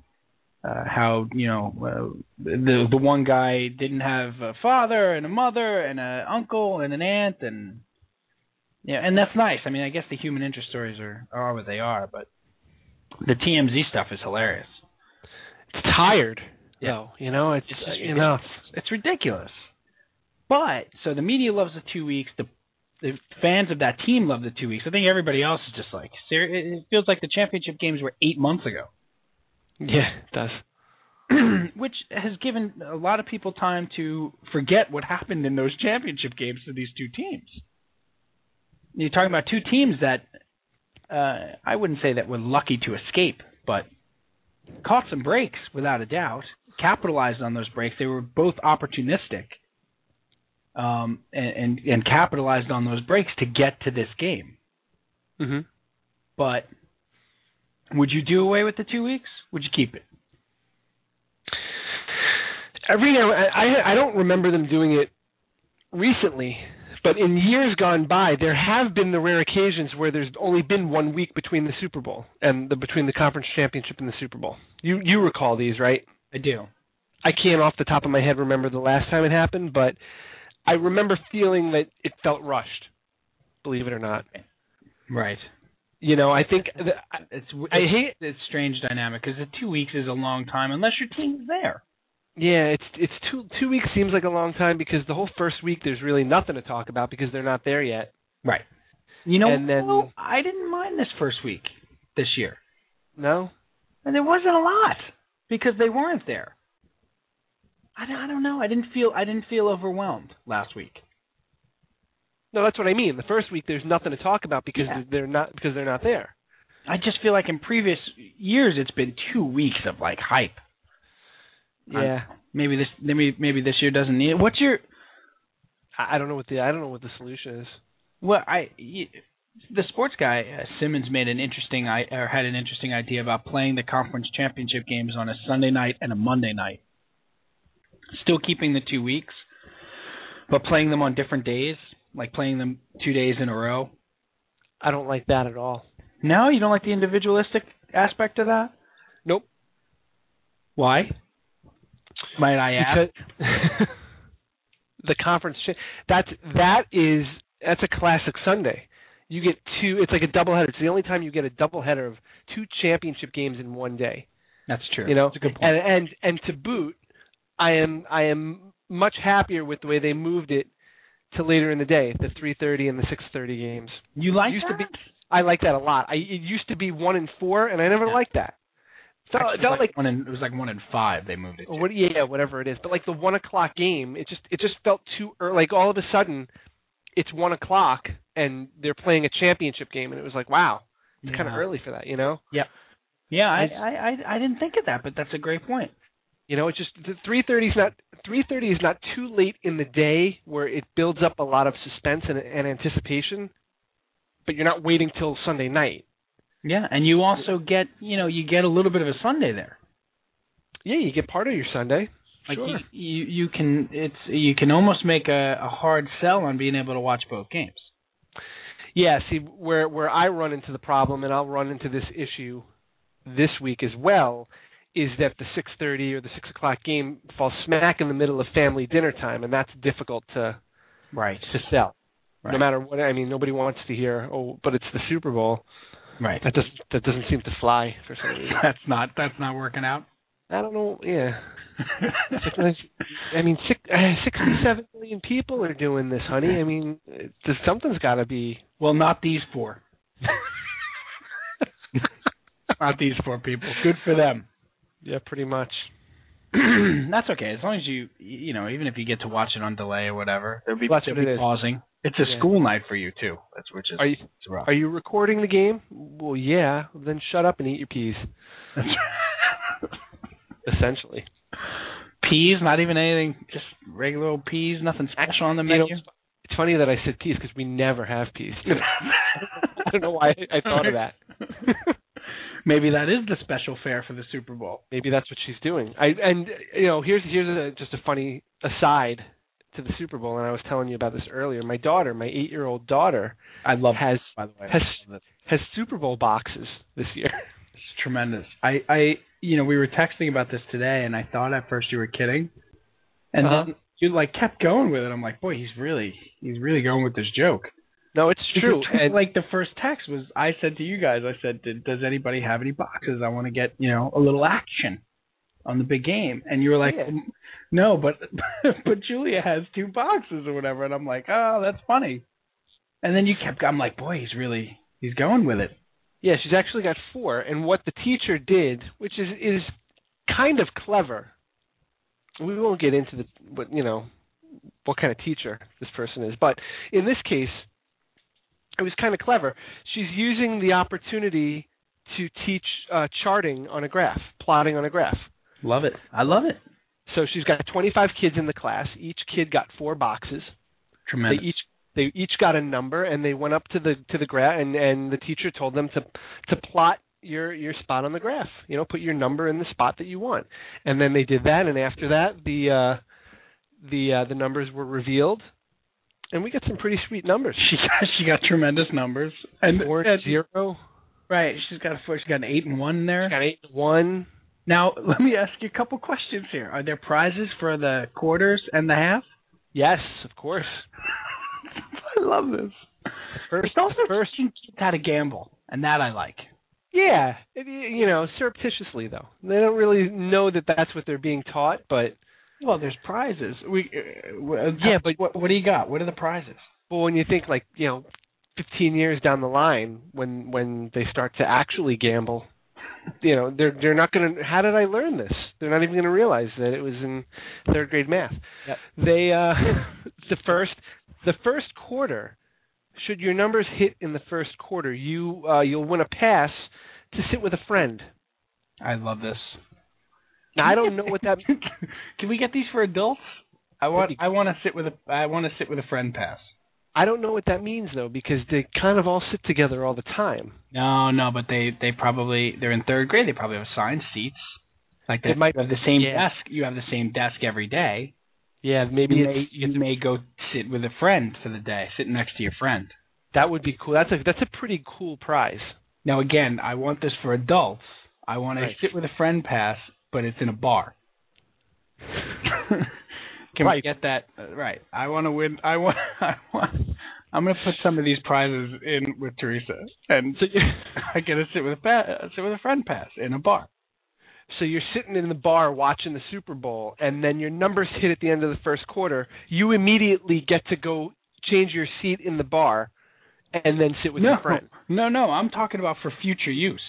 uh, how you know uh, the the one guy didn't have a father and a mother and an uncle and an aunt and yeah, and that's nice. I mean, I guess the human interest stories are are what they are, but the TMZ stuff is hilarious. It's tired. Yeah. Though, you know, it's, It's uh, just enough. It's ridiculous. But so the media loves the two weeks. The the fans of that team love the two weeks. I think everybody else is just like ser- it it feels like the championship games were eight months ago, Yeah, it does. which has given a lot of people time to forget what happened in those championship games to these two teams. You're talking about two teams that uh, I wouldn't say that were lucky to escape, but caught some breaks without a doubt. Capitalized on those breaks. They were both opportunistic, um, and, and and capitalized on those breaks to get to this game. Mm-hmm. Mhm. But would you do away with the two weeks? Would you keep it? Every now I I- I don't remember them doing it recently, But in years gone by, there have been the rare occasions where there's only been one week between the Super Bowl and the between the conference championship and the Super Bowl. You you recall these, right? I do. I can't off the top of my head remember the last time it happened, but I remember feeling that it felt rushed. Believe it or not, Right. you know, I think the, I- It's w- I it's, hate- it's strange dynamic because two weeks is a long time unless your team's there. yeah, it's it's two two weeks seems like a long time because the whole first week there's really nothing to talk about because they're not there yet. Right. You know, And then- though, I didn't mind this first week this year, No, and there wasn't a lot because they weren't there. I don't, I don't know. I didn't feel I didn't feel overwhelmed last week. no, that's what I mean. The first week there's nothing to talk about because Yeah. they're not because they're not there. I just feel like in previous years it's been two weeks of like hype. I- Yeah, Maybe this maybe maybe this year doesn't need it. What's your I, I don't know what the I don't know what the solution is. Well, I y- the sports guy uh, Simmons made an interesting I or had an interesting idea about playing the conference championship games on a Sunday night and a Monday night. Still keeping the two weeks, but playing them on different days, like playing them two days in a row. I don't like that at all. No, you don't like the individualistic aspect of that. Nope. Why? Might I ask? Because the conference cha- that's that is that's a classic Sunday. You get two. It's like a doubleheader. It's the only time you get a doubleheader of two championship games in one day. That's true. You know, That's a good point. and and and to boot, I am I am much happier with the way they moved it to later in the day, the 3:30 and the 6:30 games. you like used to that? be- I like that a lot. I it used to be one and four, and I never Yeah. liked that. So Actually, it felt like one in, it was like one in five. They moved it. to. or what yeah whatever it is but like the one o'clock game it just it just felt too early like all of a sudden it's one o'clock and they're playing a championship game and it was like wow it's kind of Yeah. early for that you know Yeah, I, I- I I I didn't think of that, but that's a great point. you know it's just the three thirty is not three thirty is not too late in the day where it builds up a lot of suspense and, and anticipation but you're not waiting till sunday night Yeah, and you also get you know you get a little bit of a Sunday there. yeah you get part of your sunday Like Sure. you, you you can it's you can almost make a, a hard sell on being able to watch both games. Yeah, see where where I run into the problem and I'll run into this issue this week as well is that the six thirty or the six o'clock game falls smack in the middle of family dinner time and that's difficult to Right. to sell. No Right. matter what I mean, nobody wants to hear, oh but it's the Super Bowl. Right. That doesn't that doesn't seem to fly for some reason. That's not that's not working out. I don't know yeah. I mean six, uh, sixty seven million people are doing this, honey. I mean it- something's gotta be well, not these four. not these four people. Good for them. Yeah, pretty much. that's okay as long as you you know even if you get to watch it on delay or whatever there'll be, Well, that's there'll what be it is. pausing. It's a Yeah. school night for you too. That's which is Are you it's rough. Are you recording the game? Well, yeah. Then shut up and eat your peas. That's right. Essentially, peas, not even anything, just regular old peas, nothing special on the You know, menu. it's funny that I said peas because we never have peas. I don't know why I thought of that. Maybe that is the special fare for the Super Bowl. Maybe that's what she's doing. I and you know here's here's a, just a funny aside to the Super Bowl, and I was telling you about this earlier. My daughter, my eight year old daughter, I love has by the way. has I love has Super Bowl boxes this year. It's tremendous. I, I, you know, we were texting about this today, and I thought at first you were kidding, and Uh-huh. then you like kept going with it. I'm like, boy, he's really, he's really going with this joke. No, it's true. Because, And like the first text was, I said to you guys, I said, "Did- does anybody have any boxes? I want to get you know a little action on the big game, and you were like, "Mm, Yeah. no, but but Julia has two boxes or whatever, and I'm like, oh, that's funny. And then you kept, I'm like, boy, he's really he's going with it. Yeah, she's actually got four. And what the teacher did, which is is kind of clever. We won't get into the what you know what kind of teacher this person is, but in this case, it was kind of clever. She's using the opportunity to teach uh, charting on a graph, plotting on a graph. Love it. I love it. So she's got 25 kids in the class. Each kid got four boxes Tremendous. they each they each got a number and they went up to the to the graph and and the teacher told them to to plot your your spot on the graph you know put your number in the spot that you want and then they did that and after that the uh the uh the numbers were revealed and we got some pretty sweet numbers. She got she got tremendous numbers. And, Four and- zero. right, she's got a four. She got an eight and one there. Got eight to one. Now let me ask you a couple questions here. Are there prizes for the quarters and the half? Yes, of course. I love this. First, it's also first, teaching kids how to gamble, and that I like. yeah. It- you know, surreptitiously though, they don't really know that that's what they're being taught, but Well, there's prizes. We uh, w- Yeah, but- what, what do you got? What are the prizes? Well, when you think like you know, 15 years down the line, when when they start to actually gamble, you know, they're they're not going to. How did I learn this? They're not even going to realize that it was in third grade math. Yep. They uh, the first the first quarter, should your numbers hit in the first quarter, you uh, you'll win a pass to sit with a friend. I love this. Now I don't know what that. Can we get these for adults? I want. I want to sit with a. I want to sit with a friend. Pass. I don't know what that means though, because they kind of all sit together all the time. No, no, but they they probably they're in third grade. They probably have assigned seats. Like they It might- you have the same yeah. desk. You have the same desk every day. Yeah, maybe You it's, may you may go sit with a friend for the day. Sit next to your friend. that would be cool. That's a that's a pretty cool prize. Now again, I want this for adults. I want Right. to sit with a friend pass, but it's in a bar. Can we Right. get that uh, right? I want to win. I want. I want. I'm gonna put some of these prizes in with Teresa, and So you I get to sit with a pa- uh, sit with a friend pass in a bar. so you're sitting in the bar watching the Super Bowl, and then your numbers hit at the end of the first quarter. You immediately get to go change your seat in the bar, and then sit with no, your friend. no, no. I'm talking about for future use.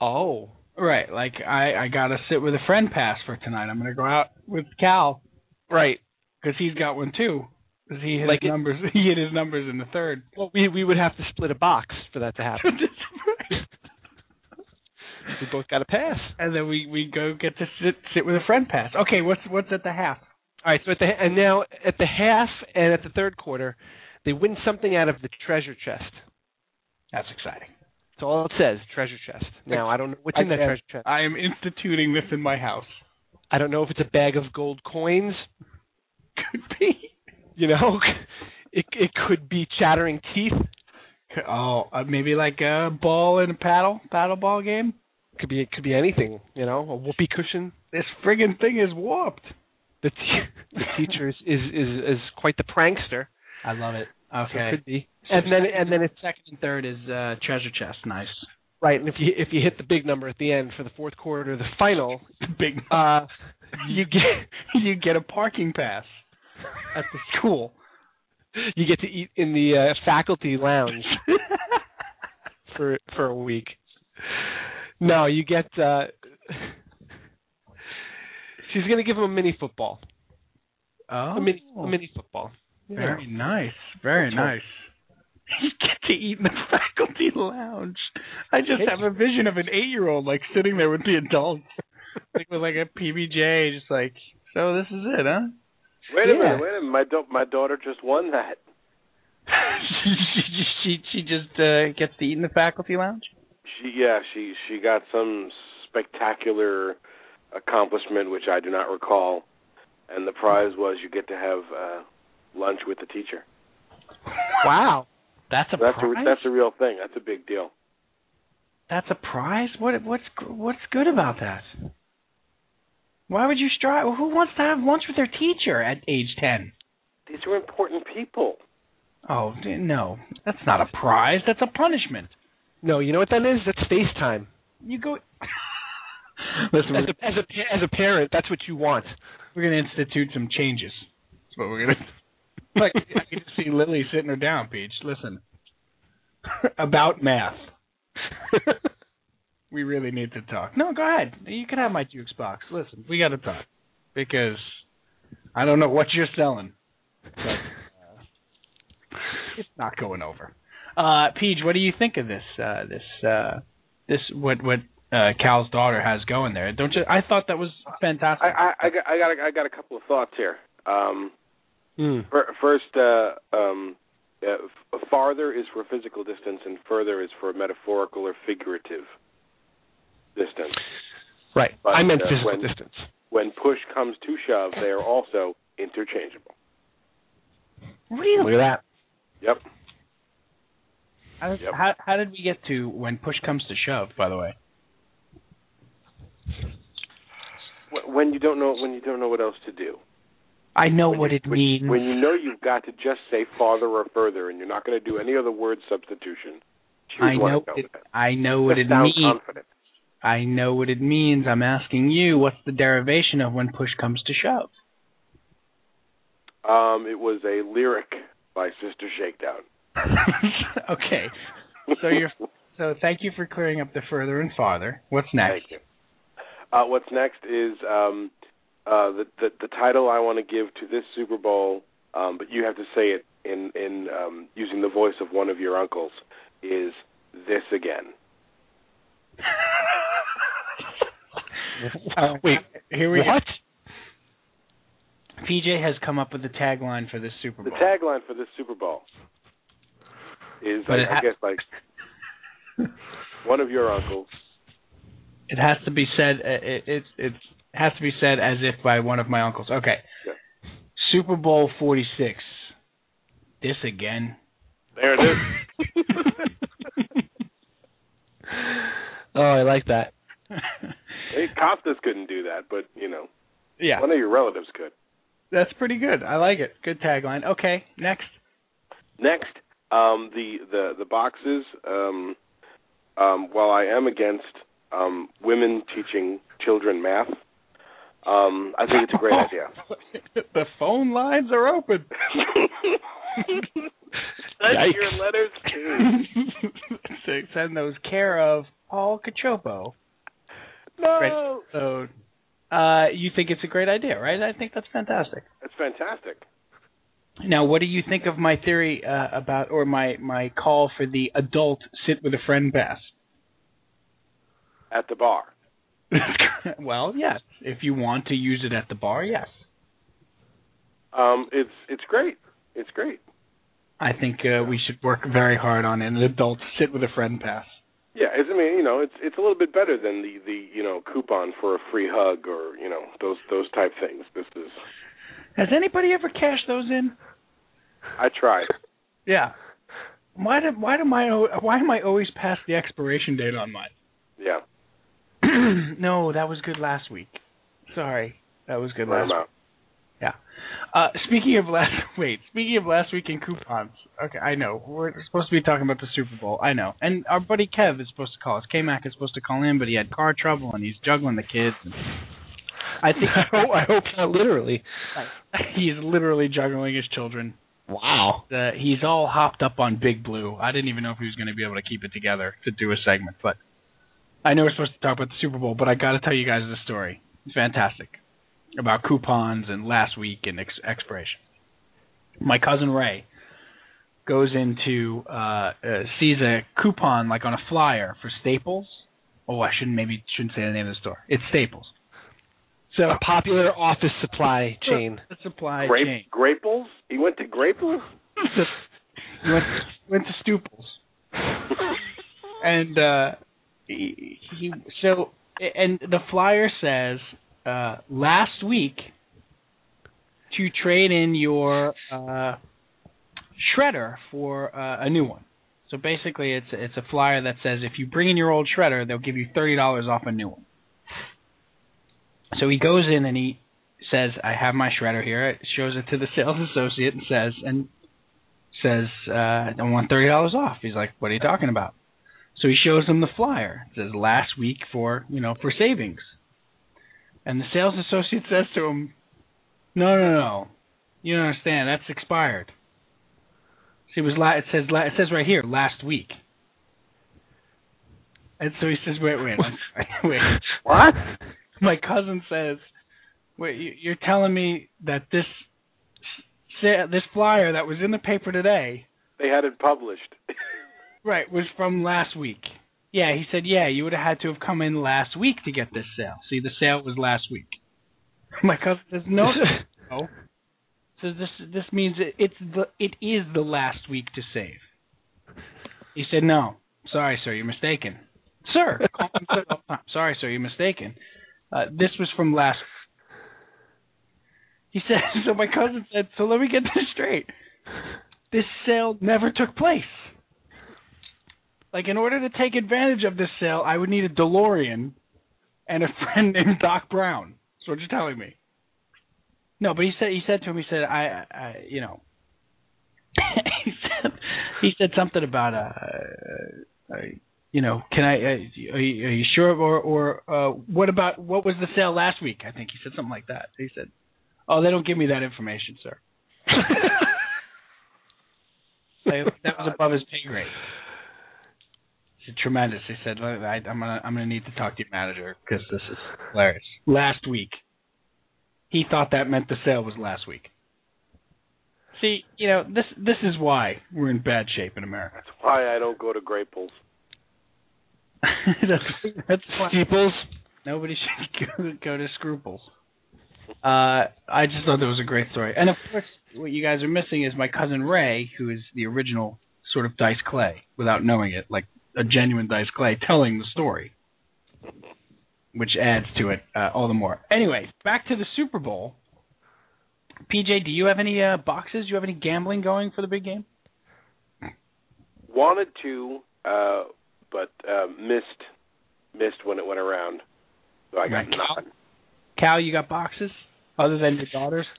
Oh, Right. Like I, I gotta sit with a friend pass for tonight. I'm gonna go out with Cal right. because he's got one too. 'Cause he hit Like it- his numbers. he hit his numbers in the third. Well, we we would have to split a box for that to happen. we both got a pass. and then we we go get to sit sit with a friend pass. Okay, what's what's at the half? All right. So at the and now at the half and at the third quarter, they win something out of the treasure chest. That's exciting. That's all it says, treasure chest. Now I don't know what's in that I- treasure chest. I am instituting this in my house. I don't know if it's a bag of gold coins. Could be. You know, it it could be chattering teeth. Could- Oh, uh, maybe like a ball and a paddle paddle ball game. Could be it could be anything. You know, a whoopee cushion. This friggin' thing is warped. The, te- the teacher is, is is is quite the prankster. I love it. So it Okay. could be. And then and then it's second and third is uh, treasure chest. Nice. right. And if you if you hit the big number at the end for the fourth quarter, the final, Big. uh, you get you get a parking pass at the school. you get to eat in the uh, faculty lounge for for a week. No, you get. uh She's gonna give him a mini football. oh, a mini, a mini football. Very nice. Very That's right. nice. You get to eat in the faculty lounge. I just have a vision of an eight-year-old like sitting there with the adults, like with like a PBJ, just like. So this is it, huh? Wait a Yeah. minute, wait a minute. My da- my daughter just won that. she, she she she just uh, gets to eat in the faculty lounge. She yeah, she she got some spectacular accomplishment which I do not recall, and the prize was you get to have uh lunch with the teacher. Wow. That's a That's prize. a that's a real thing. That's a big deal. That's a prize. What what's what's good about that? Why would you strive? Who wants to have lunch with their teacher at age ten? These are important people. Oh d- no, that's not a prize. That's a punishment. No, you know what that is? That's face time. You go. Listen, As a as a pa- as a parent, that's what you want. we're gonna institute some changes. That's what we're gonna. like I can just see Lily sitting her down, Peach. Listen, about math. we really need to talk. No, go ahead. You can have my jukebox. box. Listen, we got to talk because I don't know what you're selling. But, uh, it's not going over. Uh, Peach, what do you think of this? Uh, this uh, this what what uh, Cal's daughter has going there? Don't you? I thought that was fantastic. I I I got I got a, I got a couple of thoughts here. Um Hmm. fir- first uh um uh, f- farther is for physical distance and further is for metaphorical or figurative distance. Right. But, I meant uh, physical when- distance. When push comes to shove, they are also interchangeable. Really? Look at Yep. How, Yep. how, how did we get to when push comes to shove? By the way, Wh- When you don't know when you don't know what else to do. I know When what you- it when- means. When you know you've got to just say farther or further, and you're not going to do any other word substitution. Choose I one know and go it- with it. I know what Just it sound means. confident. I know what it means. I'm asking you, what's the derivation of when push comes to shove? Um, it was a lyric by Sister Shakedown. okay. So you're- So thank you for clearing up the further and farther. What's next? Thank you. Uh, what's next is um, uh, the, the the title I want to give to this Super Bowl, um, but you have to say it in in um, using the voice of one of your uncles. Is this again? that. Uh, Wait, Here we what? go. PJ has come up with a tagline for this Super The Bowl. tagline for this Super Bowl is, But I, it I ha- guess, like one of your uncles. it has to be said. uh, It it it has to be said as if by one of my uncles. Okay. Yeah. Super Bowl forty six. This again. There it is. Oh, I like that. Hey, Costas couldn't do that, but you know, yeah, one of your relatives could. that's pretty good. I like it. Good tagline. Okay, next. Next, um, the the the boxes. Um, um, while I am against um, women teaching children math, um, I think it's a great idea. the phone lines are open. Send your letters to. so send those care of Paul Cachopo. No, So, uh, you think it's a great idea, right? I think that's fantastic. that's fantastic. Now, what do you think of my theory uh, about, or my my call for the adult sit with a friend pass? At the bar, well, yes. If you want to use it at the bar, yes. um, it's it's great. It's great. I think uh, we should work very hard on an adult sit with a friend pass. Yeah, it's, I mean, you know, it's it's a little bit better than the the you know coupon for a free hug or you know those those type things. This is Has anybody ever cashed those in? I tried. Yeah. Why do why do my why am I always past the expiration date on Yeah, mine? no, that was good last week. Sorry, that was good last I'm week. out. Uh, speaking of last wait, speaking of last week in coupons. Okay, I know we're supposed to be talking about the Super Bowl. I know, and our buddy Kev is supposed to call us. K Mac is supposed to call in, but he had car trouble and he's juggling the kids. And I think I hope, I hope not literally. he's literally juggling his children. Wow. uh, he's all hopped up on Big Blue. I didn't even know if he was going to be able to keep it together to do a segment, but I know we're supposed to talk about the Super Bowl, but I got to tell you guys the story. It's fantastic about coupons and last week and ex- expiration. My cousin Ray goes into uh, uh sees a coupon like on a flyer for Staples. Oh, I shouldn't maybe shouldn't say the name of the store. It's Staples. So A popular office supply chain. the supply chain. Grape, Graples? He went to Graples? he went, went to Stuples. and uh he, he so and the flyer says uh last week to trade in your uh shredder for uh, a new one. So basically it's it's a flyer that says if you bring in your old shredder, they'll give you $30 off a new one. So he goes in and he says, "I have my shredder here." Shows it to the sales associate and says and says, uh, "I want thirty dollars off." He's like, "What are you talking about?" So he shows him the flyer. It says last week for you know for savings. And the sales associate says to him, "No, no, no, you don't understand. That's expired." So it was la- it says la- it says right here last week. And so he says, "Wait, wait, I'm sorry, wait." What? my cousin says, "Wait, you- you're telling me that this sa- this flyer that was in the paper today, They had it published. right, was from last week?" Yeah, he said, "Yeah, you would have had to have come in last week to get this sale. See, the sale was last week." My cousin says, "No, no." So this this means it, it's the it is the last week to save. He said, "No, sorry, sir, you're mistaken." Sir, call him sir all the time. Sorry, sir, you're mistaken. Uh, this was from last. He said. So my cousin said. So let me get this straight. this sale never took place. Like, in order to take advantage of this sale, I would need a DeLorean and a friend named Doc Brown. That's what you're telling me. No, but he said he said to him, he said, I, I I- you know, he said he said something about uh, uh you know, can I? Uh, are, you, are you sure? Or or uh, what about what was the sale last week? I think he said something like that. He said, "Oh, they don't give me that information, sir." Like, that was above his pay grade. He said, Tremendous. He said, "Look, I, "I'm gonna I'm gonna need to talk to your manager because this is hilarious." Last week, he thought that meant the sale was last week. See, you know, this this is why we're in bad shape in America. That's why I don't go to Grapels. that's, that's why Steeples. Nobody should go, go to scruples. Uh, I just thought that was a great story. And of course, what you guys are missing is my cousin Ray, who is the original sort of Dice Clay, without knowing it, like a genuine Dice Clay, telling the story, which adds to it uh, all the more. Anyway, back to the Super Bowl. PJ, do you have any uh, boxes? Do you have any gambling going for the big game? Wanted to, uh, but uh, missed missed when it went around. So I got Right. nothing. Cal, you got boxes other than your daughter's?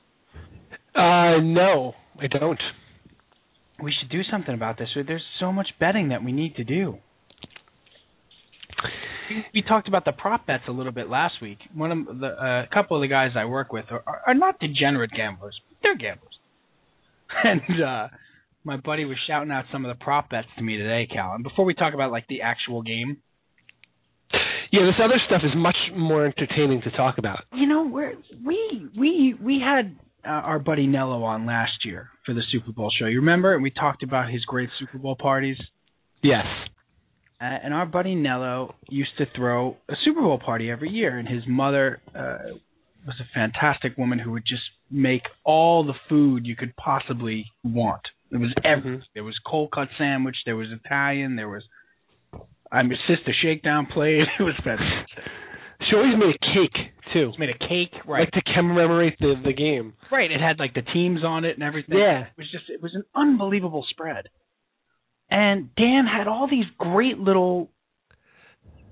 Uh, no, I don't. We should do something about this. There's so much betting that we need to do. We talked about the prop bets a little bit last week. One of the uh, a couple of the guys I work with are, are, are not degenerate gamblers. But they're gamblers. And uh my buddy was shouting out some of the prop bets to me today, Cal. And before we talk about like the actual game, Yeah, this other stuff is much more entertaining to talk about. you know we're, we we we had uh, our buddy Nello on last year for the Super Bowl show. You remember? And we talked about his great Super Bowl parties. Yes. Uh, and our buddy Nello used to throw a Super Bowl party every year, and his mother uh, was a fantastic woman who would just make all the food you could possibly want. There was everything. Mm-hmm. There was cold cut sandwich. There was Italian. There was, I mean, sister shakedown played. It was fantastic. She always made a cake too, Made a cake, like to commemorate the the game. Right. It had like the teams on it and everything. Yeah. It was just it was an unbelievable spread. And Dan had all these great little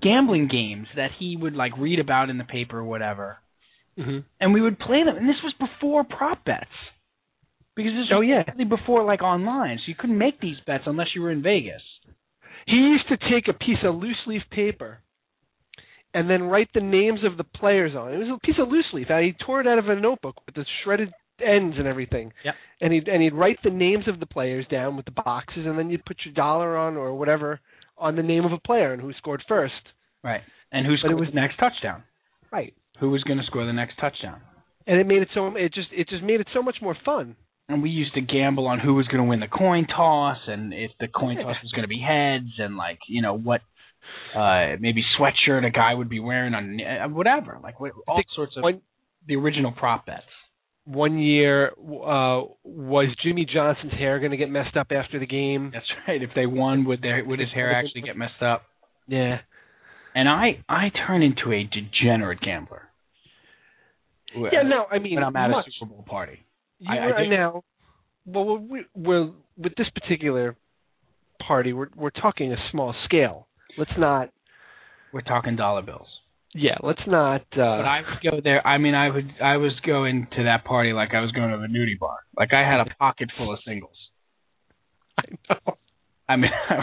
gambling games that he would like read about in the paper or whatever. Mm-hmm. And we would play them. And this was before prop bets. Because this Oh was yeah. really before like online. So you couldn't make these bets unless you were in Vegas. He used to take a piece of loose leaf paper and then write the names of the players on it. It was a piece of loose leaf. and He tore it out of a notebook with the shredded ends and everything. Yep. And he'd and he'd write the names of the players down with the boxes, and then you'd put your dollar on or whatever on the name of a player and who scored first. Right. And who scored was- the next touchdown? Right. Who was going to score the next touchdown? And it made it so it just it just made it so much more fun. and we used to gamble on who was going to win the coin toss and if the coin toss was going to be heads and like you know what uh maybe sweatshirt a guy would be wearing on uh, whatever like what, all think sorts of one- the original prop bets One year uh was Jimmy Johnson's hair going to get messed up after the game? that's right if they won would their would his hair actually get messed up Yeah. and i i turn into a degenerate gambler Yeah, no, I mean when i'm at a much. super bowl party You I- I are do- now. Well, we, we're with this particular party. We're we're talking a small scale. Let's not. we're talking dollar bills Yeah, let's not. Uh, But I would go there. I mean, I would. I was going to that party like I was going to a nudie bar. Like I had a pocket full of singles. I know. I mean, I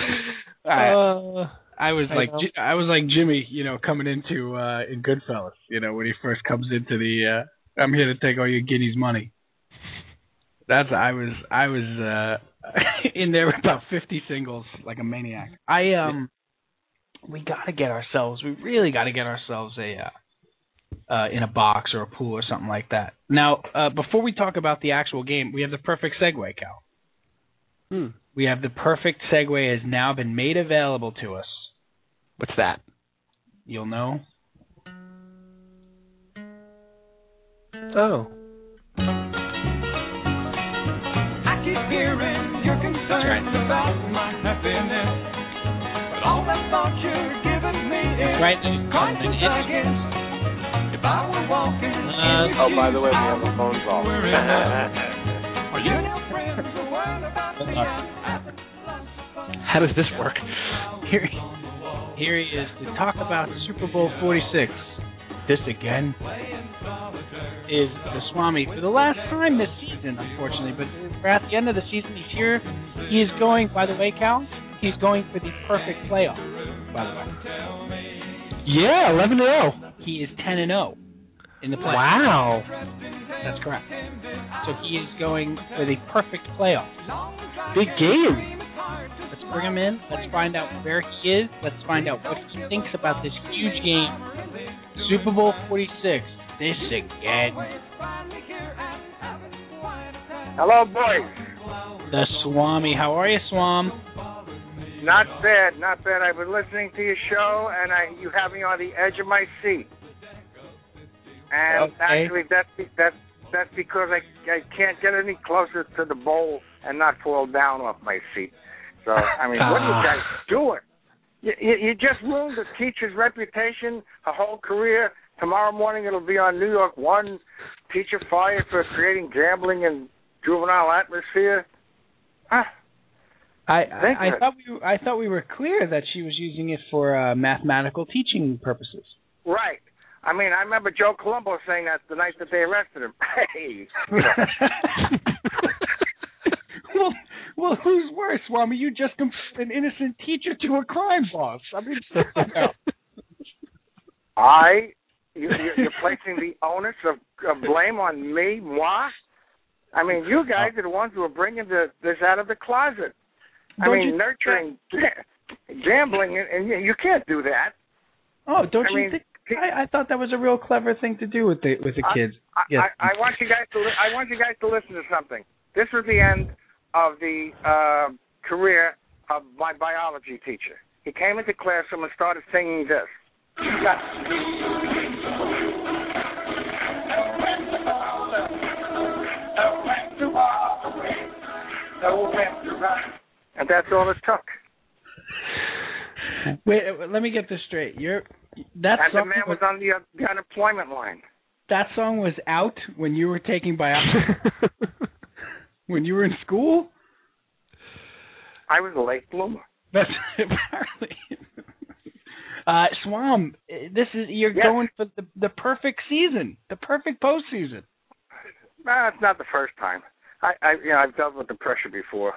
was, I, Uh, I was I like, know. Ji- I was like Jimmy, you know, coming into uh in Goodfellas, you know, when he first comes into the, uh I'm here to take all your guineas money. That's I was I was uh in there with about 50 singles like a maniac. I um, we gotta get ourselves, we really gotta get ourselves a. uh uh, in a box or a pool or something like that. Now, uh, before we talk about the actual game, we have the perfect segue, Cal hmm, we have the perfect segue has now been made available to us. what's that? You'll know. Oh, I keep hearing your concerns about my happiness. But all the thought you're giving me is Right. conscience, I guess. If I were walking in your Uh, Oh, by the way, shoes, we I have a would phone be call. wearing mine. Well, your new friends are worried about Uh, How does this work? Here, here he is to talk about Super Bowl 46. This again is the Swami for the last time this season, unfortunately. But we're at the end of the season. He's here. He is going. By the way, Cal, he's going for the perfect playoff. By the way, Yeah, eleven to zero. he is 10 and 0 in the playoffs. Wow. That's correct. So he is going for the perfect playoff. Big game. Let's bring him in. Let's find out where he is. Let's find out what he thinks about this huge game. Super Bowl 46. This again. Hello, boys. The Swami. How are you, Swam? Not bad, not bad. I've been listening to your show, and I you have me on the edge of my seat. And Okay. actually, that's be- that's that's because I I can't get any closer to the bowl and not fall down off my seat. So I mean, what are you guys doing? You, you, you just ruined the teacher's reputation, her whole career. Tomorrow morning it'll be on New York One. Teacher fired for creating gambling and juvenile atmosphere. Ah, I, Thank I, I you. thought we were, I thought we were clear that she was using it for uh, mathematical teaching purposes. Right. I mean, I remember Joe Colombo saying that the night that they arrested him. Hey, well, well, who's worse, Swami? You just compared an innocent teacher to a crime boss. I mean, I, you, you're, you're placing the onus of, of blame on me, moi. I mean, you guys are the ones who are bringing the, this out of the closet. I Don't mean, you- nurturing ga- gambling, and, and you, you can't do that. oh, don't I you mean, think? I, I thought that was a real clever thing to do with the with the I- kids. I, Yes. I, I want you guys to li- I want you guys to listen to something. This was the end of the uh, career of my biology teacher. He came into classroom and started singing this. And that's all it took. Wait, uh, let me get this straight. You're that And the song man was was, on the, uh, the unemployment line. that song was out when you were taking biology when you were in school. I was a late bloomer. That's apparently. Uh, Swam, uh, this is you're Yes. going for the the perfect season, the perfect postseason. Nah, it's not the first time. I, I you know, I've dealt with the pressure before.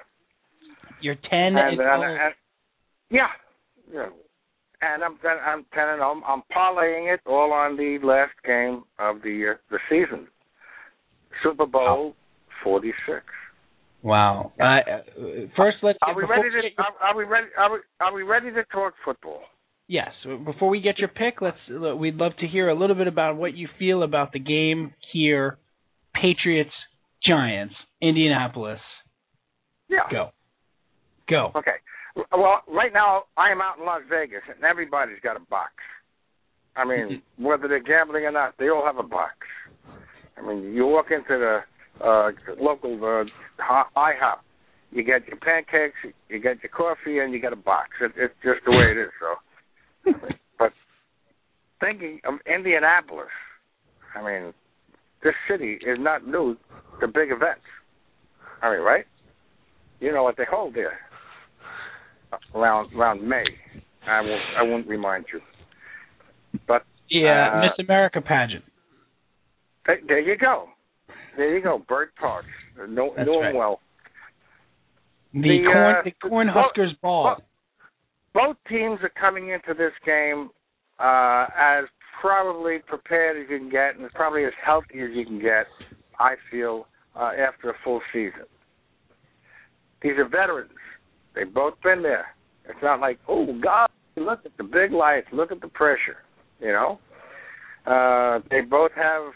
You're ten and, and, oh. and, and, yeah, yeah. And I'm ten, I'm ten and I'm, I'm parlaying it all on the last game of the year, the season, Super Oh. Bowl forty six. Wow. Uh, uh, first, let's. Are we before ready we get to your- are, are we ready are we, are we ready to talk football? yes. Before we get your pick, let's. We'd love to hear a little bit about what you feel about the game here. Patriots, Giants, Indianapolis. Yeah. Go. Go. Okay. Well, right now I am out in Las Vegas, and everybody's got a box. I mean, Mm-hmm. whether they're gambling or not, they all have a box. I mean, you walk into the uh local uh, ho- IHOP, you get your pancakes, you get your coffee, and you get a box. It, it's just the way it is. So, but thinking of Indianapolis, I mean, this city is not new to big events. I mean, right? You know what they hold there around around May. I won't I won't remind you. But Yeah. Uh, Miss America pageant. th- there you go, there you go. Bird Park, know, That's know right. 'em well. The, the, corn. uh, the corn huskers ball. well- Both teams are coming into this game uh, as probably prepared as you can get, and as probably as healthy as you can get. I feel uh, after a full season. These are veterans. They've both been there. It's not like, oh God, look at the big lights, look at the pressure. You know, uh, they both have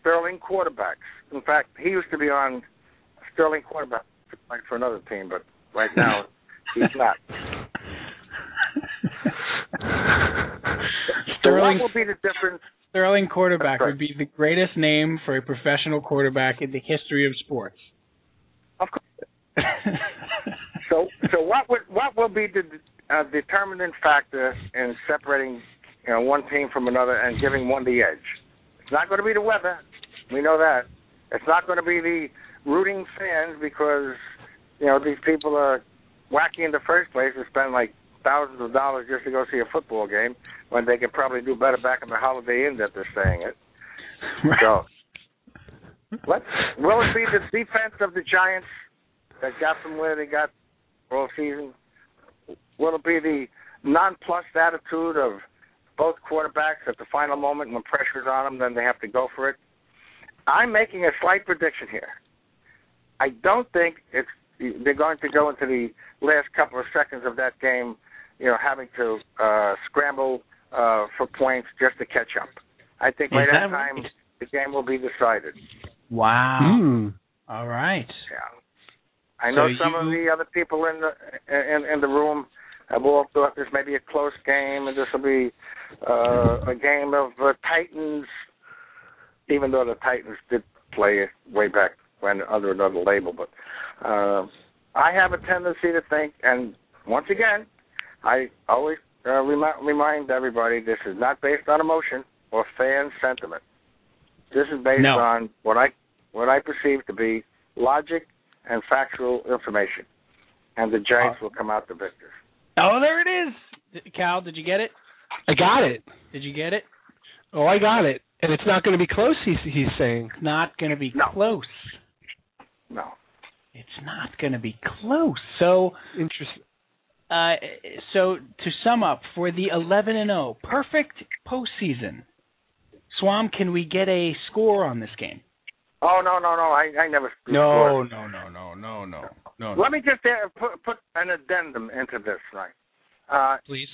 sterling quarterbacks. In fact, he used to be on sterling quarterback like for another team, but right now he's not. So what Sterling will be the difference? Sterling quarterback That's right. would be the greatest name for a professional quarterback in the history of sports. Of course. So, so what would what will be the uh, determinant factor in separating you know, one team from another and giving one the edge? It's not going to be the weather. We know that. It's not going to be the rooting fans because you know, these people are wacky in the first place to spend like thousands of dollars just to go see a football game when they could probably do better back in the Holiday Inn that they're staying at. So, what will it be the defense of the Giants that got them where they got all season? Will it be the nonplussed attitude of both quarterbacks at the final moment when pressure's on them, then they have to go for it? I'm making a slight prediction here. I don't think it's they're going to go into the last couple of seconds of that game, you know, having to uh, scramble uh, for points just to catch up. I think by Is that that time right? the game will be decided. Wow. Hmm. All right. Yeah. I know So some of you- the other people in the in, in the room have all thought this may be a close game and this will be uh, a game of uh, Titans, even though the Titans did play way back when under another label. But uh, I have a tendency to think, and once again, I always uh, remind, remind everybody this is not based on emotion or fan sentiment. This is based No. on what I what I perceive to be logic and factual information, and the Giants will come out the victors. Oh, there it is. Cal, did you get it? I got it. Did you get it? Oh, I got it. And it's not going to be close. He's he's saying. It's not going to be No. close. No, It's not going to be close. So, Interesting. uh, so to sum up, for the 11 and 0, perfect postseason. Swam, can we get a score on this game? oh no, no, no! I I never. No, no, no, no, no, no, no. Let me just uh, put put an addendum into this, right? Uh, Please.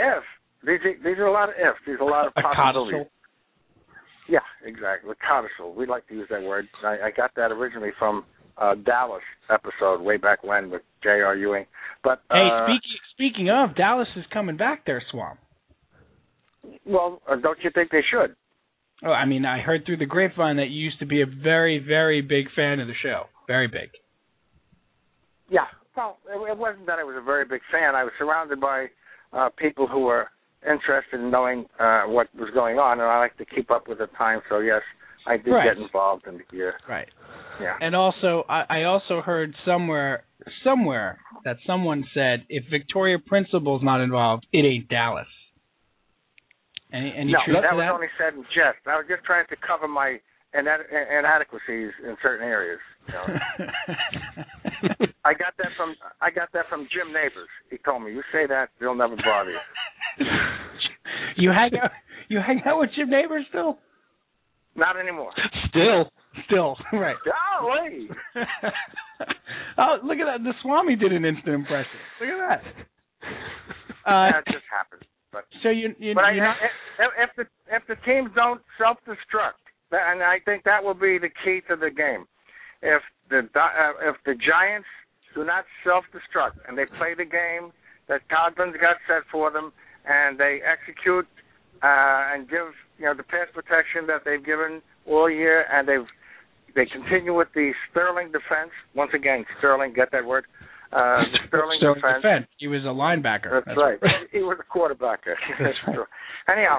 if these are, these are a lot of ifs, these are a lot of A possibilities. codicil. Yeah, exactly. Codicil. We like to use that word. I, I got that originally from uh Dallas episode way back when with J.R. Ewing. But Hey, uh, speaking speaking of, Dallas is coming back there, Swam. well, uh, don't you think they should? Oh, I mean, I heard through the grapevine that you used to be a very, very big fan of the show. Very big. Yeah. Well, it, it wasn't that I was a very big fan. I was surrounded by uh, people who were interested in knowing uh, what was going on, and I like to keep up with the time. So yes, I did Right. get involved in the gear. Right. Yeah. And also, I, I also heard somewhere, somewhere that someone said if Victoria Principal's not involved, it ain't Dallas. Any, any no, truth that to was that? only said in jest. I was just trying to cover my inad- inadequacies in certain areas. You know. I got that from I got that from Jim Neighbors. He told me, "You say that, they'll never bother you." you hang out, you hang out with Jim Neighbors still? Not anymore. Still, still. Right. Golly! oh, look at that! The Swami did an instant impression. Look at that. Uh, that just happened. But so you, you, but I, you're not- if, if the if the teams don't self-destruct, tha- and I think that will be the key to the game. If the Di- uh, if the Giants do not self-destruct and they play the game that Coughlin's got set for them, and they execute uh, and give you know the pass protection that they've given all year, and they've they continue with the Sterling defense once again. Sterling, get that word? Uh, the Sterling so defense. defense. He was a linebacker. That's, right. he was a quarterback. That's, right. true. Anyhow,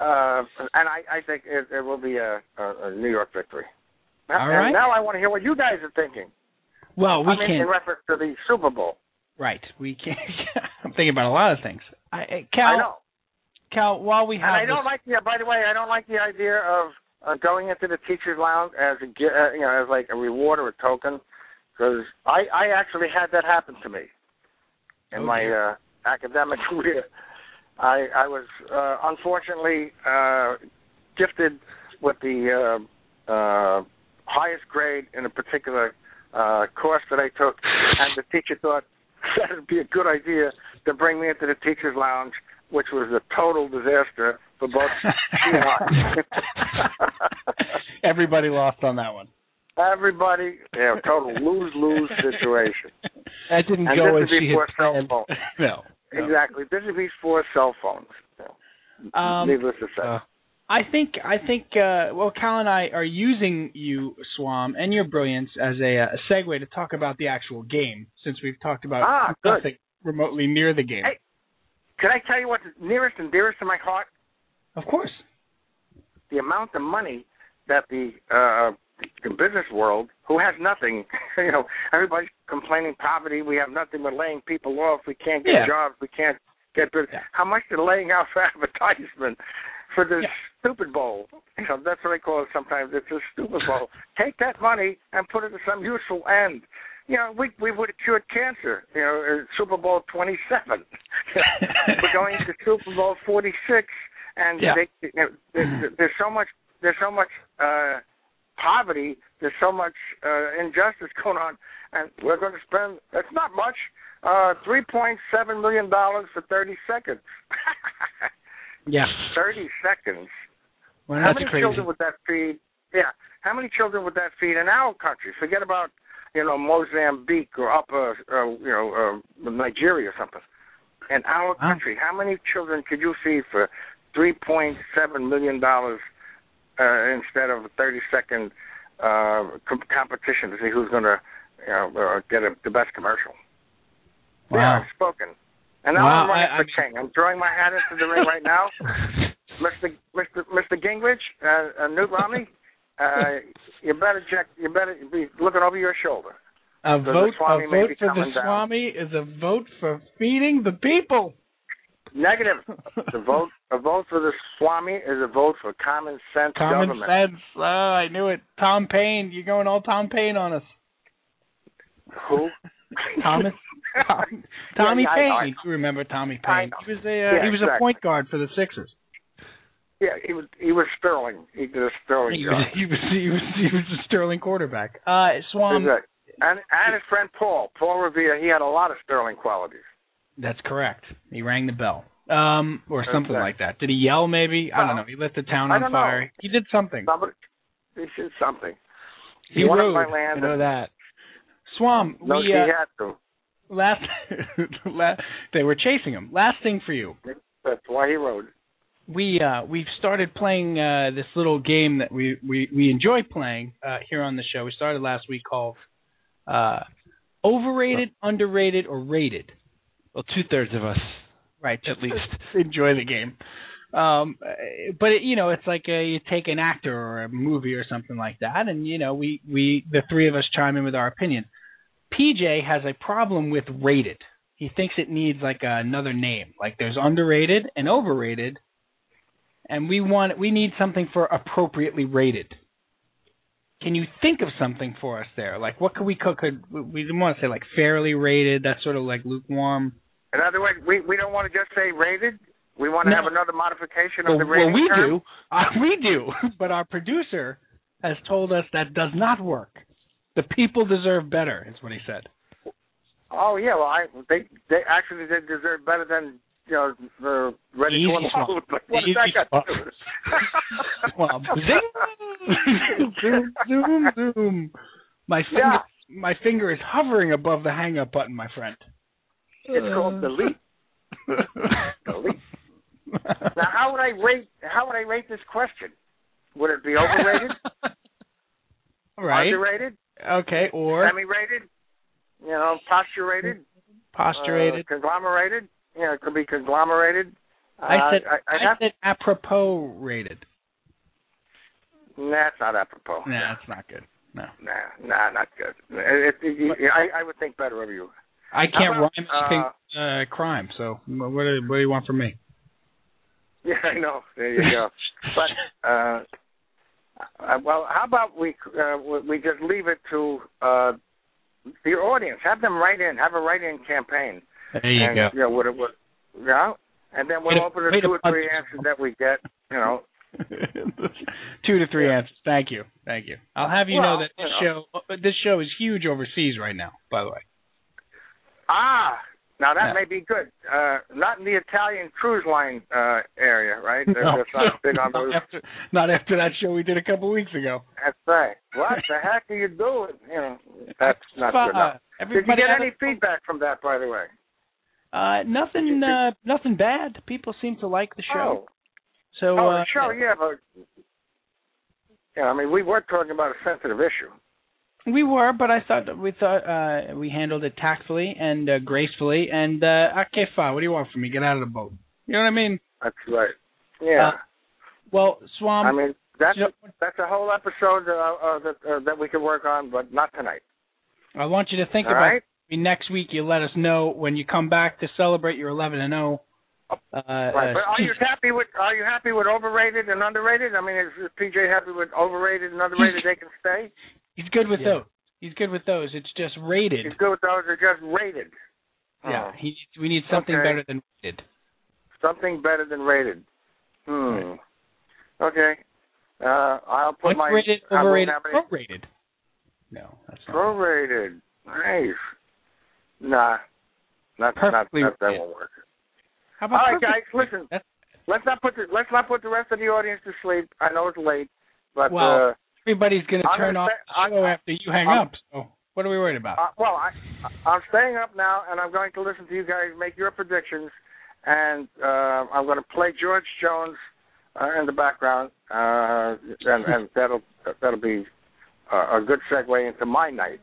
uh, and I, I think it, it will be a, a, a New York victory. All All and right. Now I want to hear what you guys are thinking. Well, we I mean, can't. in reference to the Super Bowl. Right. We can't. I'm thinking about a lot of things. I, I- I Cal, know, Cal, while we and I have don't this, like the. By the way, I don't like the idea of uh, going into the teachers' lounge as a gi- uh, you know as like a reward or a token, because I I actually had that happen to me in my uh, academic career. I I was uh, unfortunately uh, gifted with the uh, uh, highest grade in a particular uh, course that I took, and the teacher thought that would be a good idea to bring me into the teachers' lounge, which was a total disaster for both she and I. everybody lost on that one. Everybody, yeah, total lose lose situation. That didn't And go as this would be she had for cell planned. phone. No. Exactly. This is before cell phones. Um, Needless to say. uh, I think I think uh, well, Cal and I are using you, Swam, and your brilliance as a, uh, a segue to talk about the actual game, since we've talked about Ah, good. nothing remotely near the game. Hey. Can I tell you what's nearest and dearest to my heart? Of course. The amount of money that the uh, the business world who has nothing. you know, everybody's complaining poverty. We have nothing. We're laying people off. We can't get Yeah. jobs. We can't get good. Yeah. How much they're laying out for advertisement for this Yeah. stupid bowl? You know, that's what they call it sometimes. It's a stupid bowl. Take that money and put it to some useful end. You know, we we would have cured cancer. You know, uh, Super Bowl twenty seven. We're going to Super Bowl forty six, and Yeah. they, you know, there, there's so much there's so much uh, poverty, there's so much uh, injustice going on, and we're going to spend that's not much uh, three point seven million dollars for thirty seconds. yeah. thirty seconds. Well, How that's many crazy. children would that feed? Yeah, how many children would that feed in our country? Forget about you know Mozambique or upper uh, you know uh, Nigeria or something. In our country, how many children could you feed for three point seven million dollars uh, instead of a thirty second uh, com- competition to see who's going to you know, uh, get a, the best commercial? Wow. Yeah, I've spoken. And now Wow, I'm running I- I for mean- king. I'm throwing my hat into the ring right now. Mr. Mr. Mr. Gingrich, uh, uh, Newt Romney, uh, you better check. You better be looking over your shoulder. A the vote, Swami a may vote be for the coming down. Swami is a vote for feeding the people. Negative. The vote, a vote for the Swami is a vote for common sense Common government. sense. Oh, I knew it. Tom Paine, you're going all Tom Paine on us. Who? Thomas- Tom- Tommy Yeah, I- Payne. I- you remember Tommy I Payne? know. He was a uh, Yeah, he was a exactly. point guard for the Sixers. yeah, he was. He was Sterling. He did a Sterling He job. was, he was he was he was a sterling quarterback. Uh, Swam. Exactly. and and his friend Paul, Paul Revere, he had a lot of Sterling qualities. That's correct. He rang the bell, um, or something Okay. like that. Did he yell? Maybe I don't know. Well, He lit the town I on don't know. fire. He did something. Somebody, this is something. He he wanted rode. my land I know and- that. Swam. No, we, she uh, had to. last, la- they were chasing him. Last thing for you. That's why he wrote. it. we uh we've started playing uh this little game that we we we enjoy playing uh here on the show. We started last week called uh overrated, underrated, or rated. Well, two thirds of us Right, at least. enjoy the game. Um, uh, but it, you know, it's like uh you take an actor or a movie or something like that, and you know, we we the three of us chime in with our opinion. PJ has a problem with rated. He thinks it needs like another name. Like there's underrated and overrated, and we want we need something for appropriately rated. Can you think of something for us there? Like what could we cook? Could we didn't want to say like fairly rated? That's sort of like lukewarm. In other words, we we don't want to just say rated. We want to No. have another modification well, of the well, rating we term. do. Uh, we do. But our producer has told us that does not work. The people deserve better, is what he said. Oh yeah, well, I they they actually they deserve better than you know the ready Easy to unload. swap. But what Easy does that got to do swap. with it? Well, zing, zoom, zoom, zoom. My finger, Yeah. my finger is hovering above the hang up button, my friend. It's called delete. Delete. Now, how would I rate? How would I rate this question? Would it be overrated, right. underrated, Okay. Or semi-rated, you know, posturated, posturated. uh, conglomerated? You know, it could be conglomerated. I said. uh, I, I, I said apropos rated. Nah, that's not apropos. Nah, that's not good. No. Nah, nah, not good. It, it, it, I, I would think better of you. I can't about, rhyme anything uh, crime. So wh- what do, what do you want from me? Yeah, I know. There you go. but uh, uh, well, how about we uh, we- we just leave it to uh, the audience? Have them write in. Have a write-in campaign. There you and, go. You know, what it was. Yeah. And then we'll Way to- open it way to to two or punch three yourself. answers that we get. You know. Two to three answers. Thank you. Thank you. I'll have you know Well, that this you show uh, this show is huge overseas right now. By the way. Ah, now that Yeah. may be good. Uh, not in the Italian cruise line uh, area, right? They're- No. they're not big on those. Not after, not after that show we did a couple weeks ago. That's right. What the heck are you doing? You know, that's not Fuck. good enough. Did you Everybody get out any of- feedback from that, by the way? Uh, nothing. Did- did- Uh, nothing bad. People seem to like the show. Oh, So oh, uh, the show, yeah, but yeah, I mean, we were talking about a sensitive issue. We were, but I thought that we thought uh, we handled it tactfully and uh, gracefully. And uh, okay, fine. What do you want from me? Get out of the boat. You know what I mean? That's right. Yeah, Well, Swam, I mean, That's Yep. that's a whole episode uh, uh, that uh, that we could work on, but not tonight. I want you to think All about right? I mean, next week. You let us know when you come back to celebrate your 11 and 0. Uh, Oh, Right. uh, But are you happy with are you happy with overrated and underrated? I mean, is, is PJ happy with overrated and underrated? They can stay. he's good with Yeah. those. He's good with those. It's just rated. He's good with those. Are just rated. Yeah, Hmm. he, we need something Okay. better than rated. Something better than rated. Hmm. Okay. Uh, I'll put What's my rated, I will overrated, nominate- prorated? No, that's not. Prorated. Nice. Nah. Not, not, Perfectly not that rated. won't work. How All about right, perfect? guys, listen. That's- Let's not put the let's not put the rest of the audience to sleep. I know it's late, but Well, uh, Everybody's going to I'm turn gonna off say- the I'm- show after you hang I'm- up. So what are we worried about? uh, well, I I'm staying up now, and I'm going to listen to you guys make your predictions, and uh, I'm going to play George Jones uh, in the background, uh, and, and that'll that'll be uh, a good segue into my night.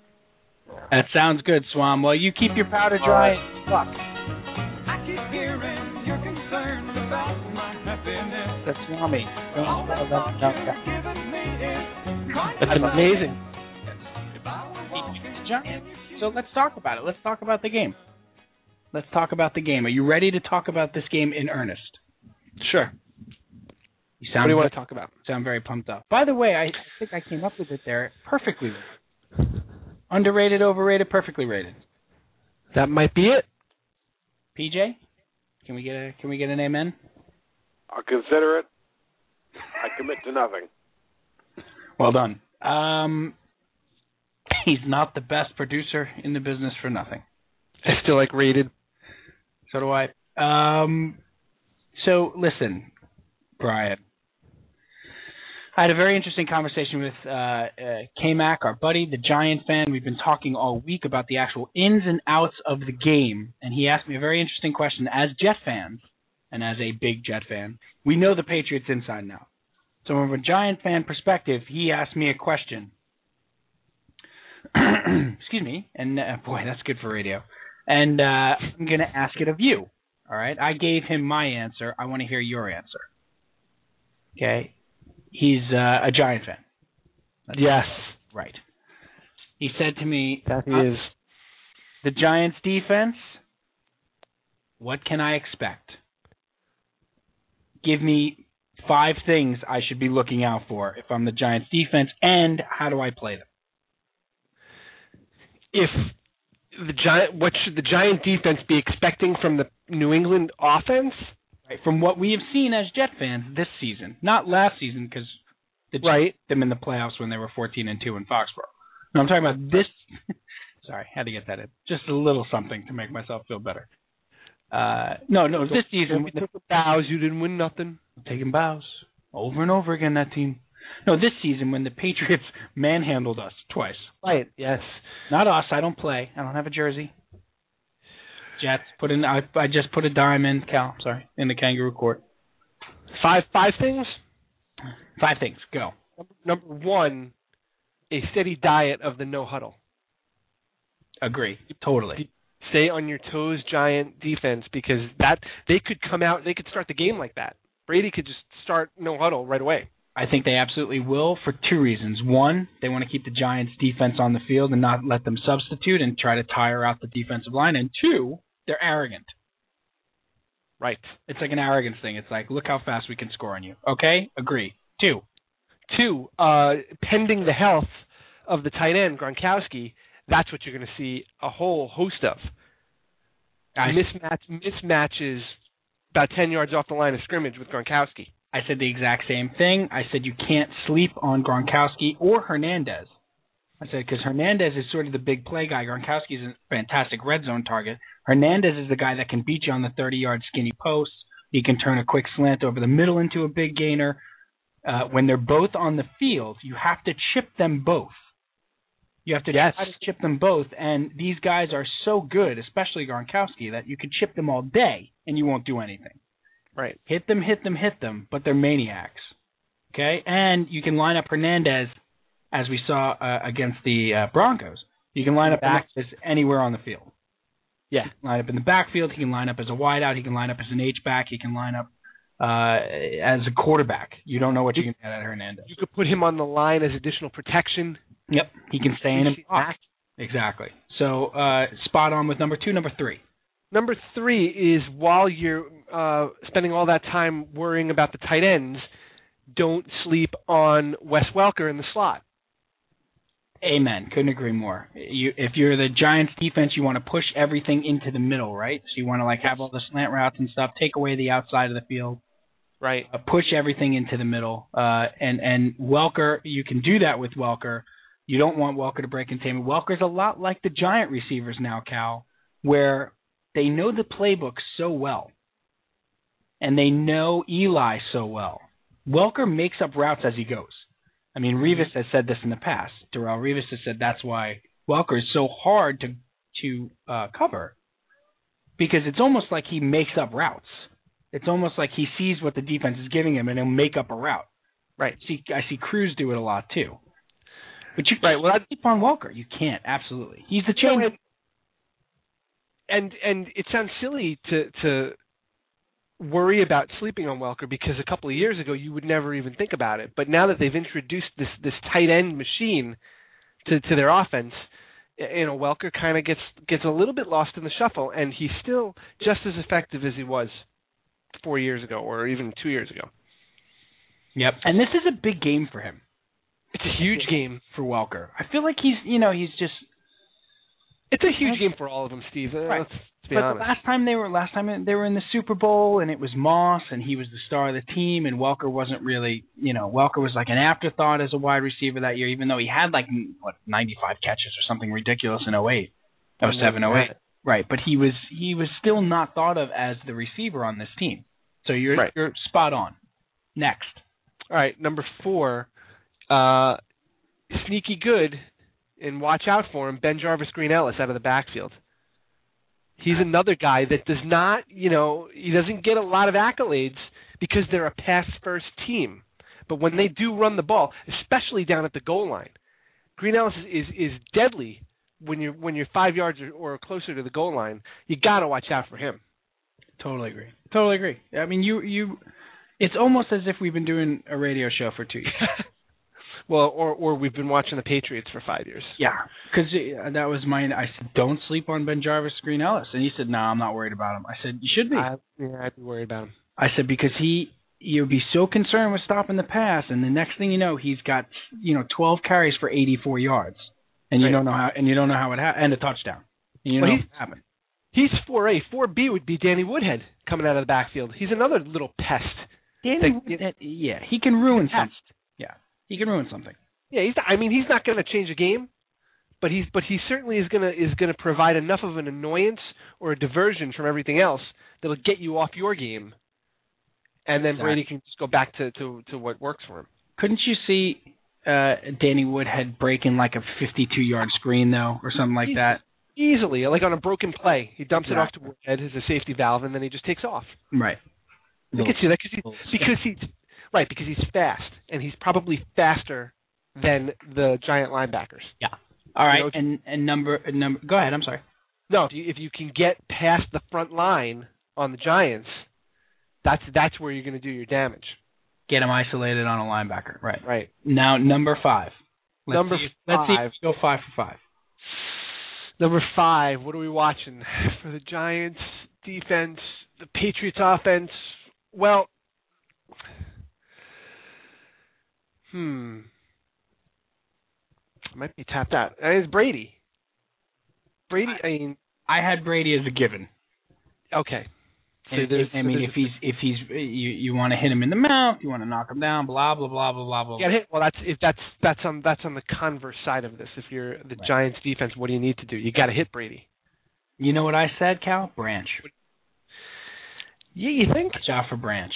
that sounds good, Swam. Well, you keep your powder dry. and Fuck. I keep hearing your concerns about my happiness. That's Swami. But all the thought you're giving me is That's amazing. If I were walking in your shoes, So let's talk about it. Let's talk about the game. Let's talk about the game. Are you ready to talk about this game in earnest? Sure. You What sound do you want to talk about? sound very pumped up. By the way, I, I think I came up with it there perfectly. Underrated, overrated, perfectly rated. That might be it. PJ, can we get a can we get an amen? I'll consider it. I commit to nothing. Well done. Um, he's not the best producer in the business for nothing. I still like rated. So do I. Um, so listen, Brian. I had a very interesting conversation with uh, uh, K-Mac, our buddy, the Giant fan. We've been talking all week about the actual ins and outs of the game, and he asked me a very interesting question. As Jet fans, and as a big Jet fan, we know the Patriots inside now. So from a Giant fan perspective, he asked me a question. Excuse me, and uh, boy, that's good for radio and uh, I'm going to ask it of you. All right. I gave him my answer. I want to hear your answer. Okay. He's uh, a Giant fan. Yes, Right. He said to me, that Uh, is. the Giants defense, what can I expect? Give me five things I should be looking out for if I'm the Giants defense, and how do I play them? if the giant what should the giant defense be expecting from the New England offense? Right. From what we have seen as Jet fans this season, not last season because the Giants Right. them in the playoffs when they were 14 and 2 in Foxborough. No, I'm talking about this. Sorry, had to get that in. Just a little something to make myself feel better. Uh, no, no, this season with the Bows, you didn't win nothing. taking bows over and over again. That team. No, this season when the Patriots manhandled us twice. Right. Yes. Not us. I don't play. I don't have a jersey. Jets put in. I, I just put a dime in Cal. Sorry, in the kangaroo court. Five five things. Five things. Go. Number one, a steady diet of the no huddle. Agree. Totally. Stay on your toes, giant defense, because that they could come out. They could start the game like that. Brady could just start no huddle right away. I think they absolutely will for two reasons. One, they want to keep the Giants defense on the field and not let them substitute and try to tire out the defensive line. And two, they're arrogant. Right. It's like an arrogance thing. It's like, look how fast we can score on you. Okay? Agree. Two. Two, uh, pending the health of the tight end Gronkowski, that's what you're going to see a whole host of. I, mismatch mismatches about ten yards off the line of scrimmage with Gronkowski. I said the exact same thing. I said you can't sleep on Gronkowski or Hernandez. I said because Hernandez is sort of the big play guy. Gronkowski is a fantastic red zone target. Hernandez is the guy that can beat you on the 30 yard skinny post. He can turn a quick slant over the middle into a big gainer. Uh, when they're both on the field, you have to chip them both. You have to Yes. try to chip them both, and these guys are so good, especially Gronkowski, that you could chip them all day and you won't do anything. Right. Hit them, hit them, hit them, but they're maniacs. Okay? And you can line up Hernandez, as we saw uh, against the uh, Broncos. You can line up Back. Hernandez anywhere on the field. Yeah. He can line up in the backfield. He can line up as a wideout. He can line up as an H back. He can line up uh, as a quarterback. You don't know what you can get out of Hernandez. You could put him on the line as additional protection. Yep, he can stay in and block. Back. Exactly. So uh, spot on with number two, number three. Number three is while you're uh, spending all that time worrying about the tight ends, don't sleep on Wes Welker in the slot. Amen. Couldn't agree more. You, if you're the Giants defense, you want to push everything into the middle, right? So you want to like have all the slant routes and stuff, take away the outside of the field, Right. uh, push everything into the middle. Uh, and and Welker, you can do that with Welker. You don't want Welker to break containment. Welker's a lot like the Giant receivers now, Cal, where they know the playbook so well, and they know Eli so well. Welker makes up routes as he goes. I mean, Revis has said this in the past. Darrell Revis has said that's why Welker is so hard to to uh, cover because it's almost like he makes up routes. It's almost like he sees what the defense is giving him and he'll make up a route. Right. See, I see Cruz do it a lot too. But you can't Right, well, keep on Welker. You can't. Absolutely. He's the No, change. and- and and it sounds silly to to worry about sleeping on Welker because a couple of years ago you would never even think about it. But now that they've introduced this this tight end machine to to their offense, y- you know Welker kind of gets gets a little bit lost in the shuffle, and he's still just as effective as he was four years ago or even two years ago. Yep. And this is a big game for him It's a huge game. for Welker. I feel like he's you know he's just. It's a huge game for all of them, Steve. Uh, Right. Let's, let's be but honest. the last time they were last time they were in the Super Bowl and it was Moss and he was the star of the team and Welker wasn't really you know Welker was like an afterthought as a wide receiver that year even though he had like n- what 95 catches or something ridiculous in 08. That was I remember 7 08. Right, but he was he was still not thought of as the receiver on this team. So you're Right. you're spot on. Next. All right, number four, uh, sneaky good, and watch out for him. Ben Jarvis Green Ellis out of the backfield. He's another guy that does not, you know, he doesn't get a lot of accolades because they're a pass first team. But when they do run the ball, especially down at the goal line, Green Ellis is is, is deadly when you're when you're five yards or, or closer to the goal line. You got to watch out for him. Totally agree. Totally agree. I mean you you it's almost as if we've been doing a radio show for 2 years. well, or or we've been watching the Patriots for five years. Yeah, because that was mine. I said, "Don't sleep on Ben Jarvis Green Ellis," and he said, "No, I'm not worried about him." I said, "You should be." I, I, yeah, I'd be worried about him. said because he you'd be so concerned with stopping the pass, and the next thing you know, he's got you know 12 carries for 84 yards, and you Right. don't know how and you don't know how it happened, and a touchdown. And you Well, know he's- what happened. He's 4A. 4B would be Danny Woodhead coming out of the backfield. He's another little pest. Danny, They- Wood- yeah, he can ruin Pest. something. He can ruin something. Yeah, he's. I mean, he's not going to change a game, but he's. But he certainly is going to is going to provide enough of an annoyance or a diversion from everything else that'll get you off your game, and then Exactly. Brady can just go back to to to what works for him. Couldn't you see uh Danny Woodhead breaking like a 52 yard screen though, or something like He's- that? Easily, like on a broken play, he dumps Exactly. it off to Woodhead as a safety valve, and then he just takes off. Right. I can see that because little he's because he's right because he's fast, and he's probably faster than the giant linebackers. All right, You know, and and number and number. Go ahead. I'm sorry. No, if you, if you can get past the front line on the Giants, that's that's where you're going to do your damage. Get him isolated on a linebacker. Right. Right. Now number five. Number see, Let's see. if five. you Go five for five. Number five. What are we watching for the Giants defense, the Patriots offense? Well, hmm, I might be tapped out. Uh, It's Brady. Brady. I mean, I had Brady as a given. okay. So And- there's- I mean, there's- if he's if he's you you want to hit him in the mouth, you want to knock him down, blah blah blah blah blah blah. get hit. Well, that's if that's that's on that's on the converse side of this. If you're the Giants defense, what do you need to do? You got to hit Brady. You know what I said, Cal? Branch. Yeah, you think? Watch out for Branch.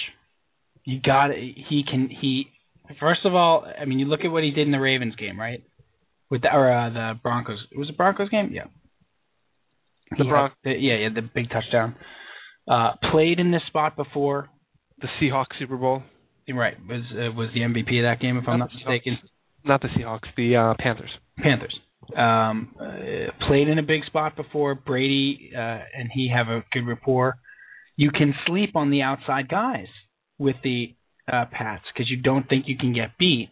You got to He can. He first of all, I mean, you look at what he did in the Ravens game, right? With the or uh, the Broncos. It was a Broncos game. Yeah. The He Bron- had- yeah, yeah, the big touchdown. Uh, played in this spot before. The Seahawks Super Bowl, Right, was uh, was the MVP of that game, if I'm not mistaken. not the Seahawks, the uh, Panthers. Panthers. Um, uh, played in a big spot before. Brady uh, and he have a good rapport. You can sleep on the outside guys. with the uh, Pats because you don't think you can get beat.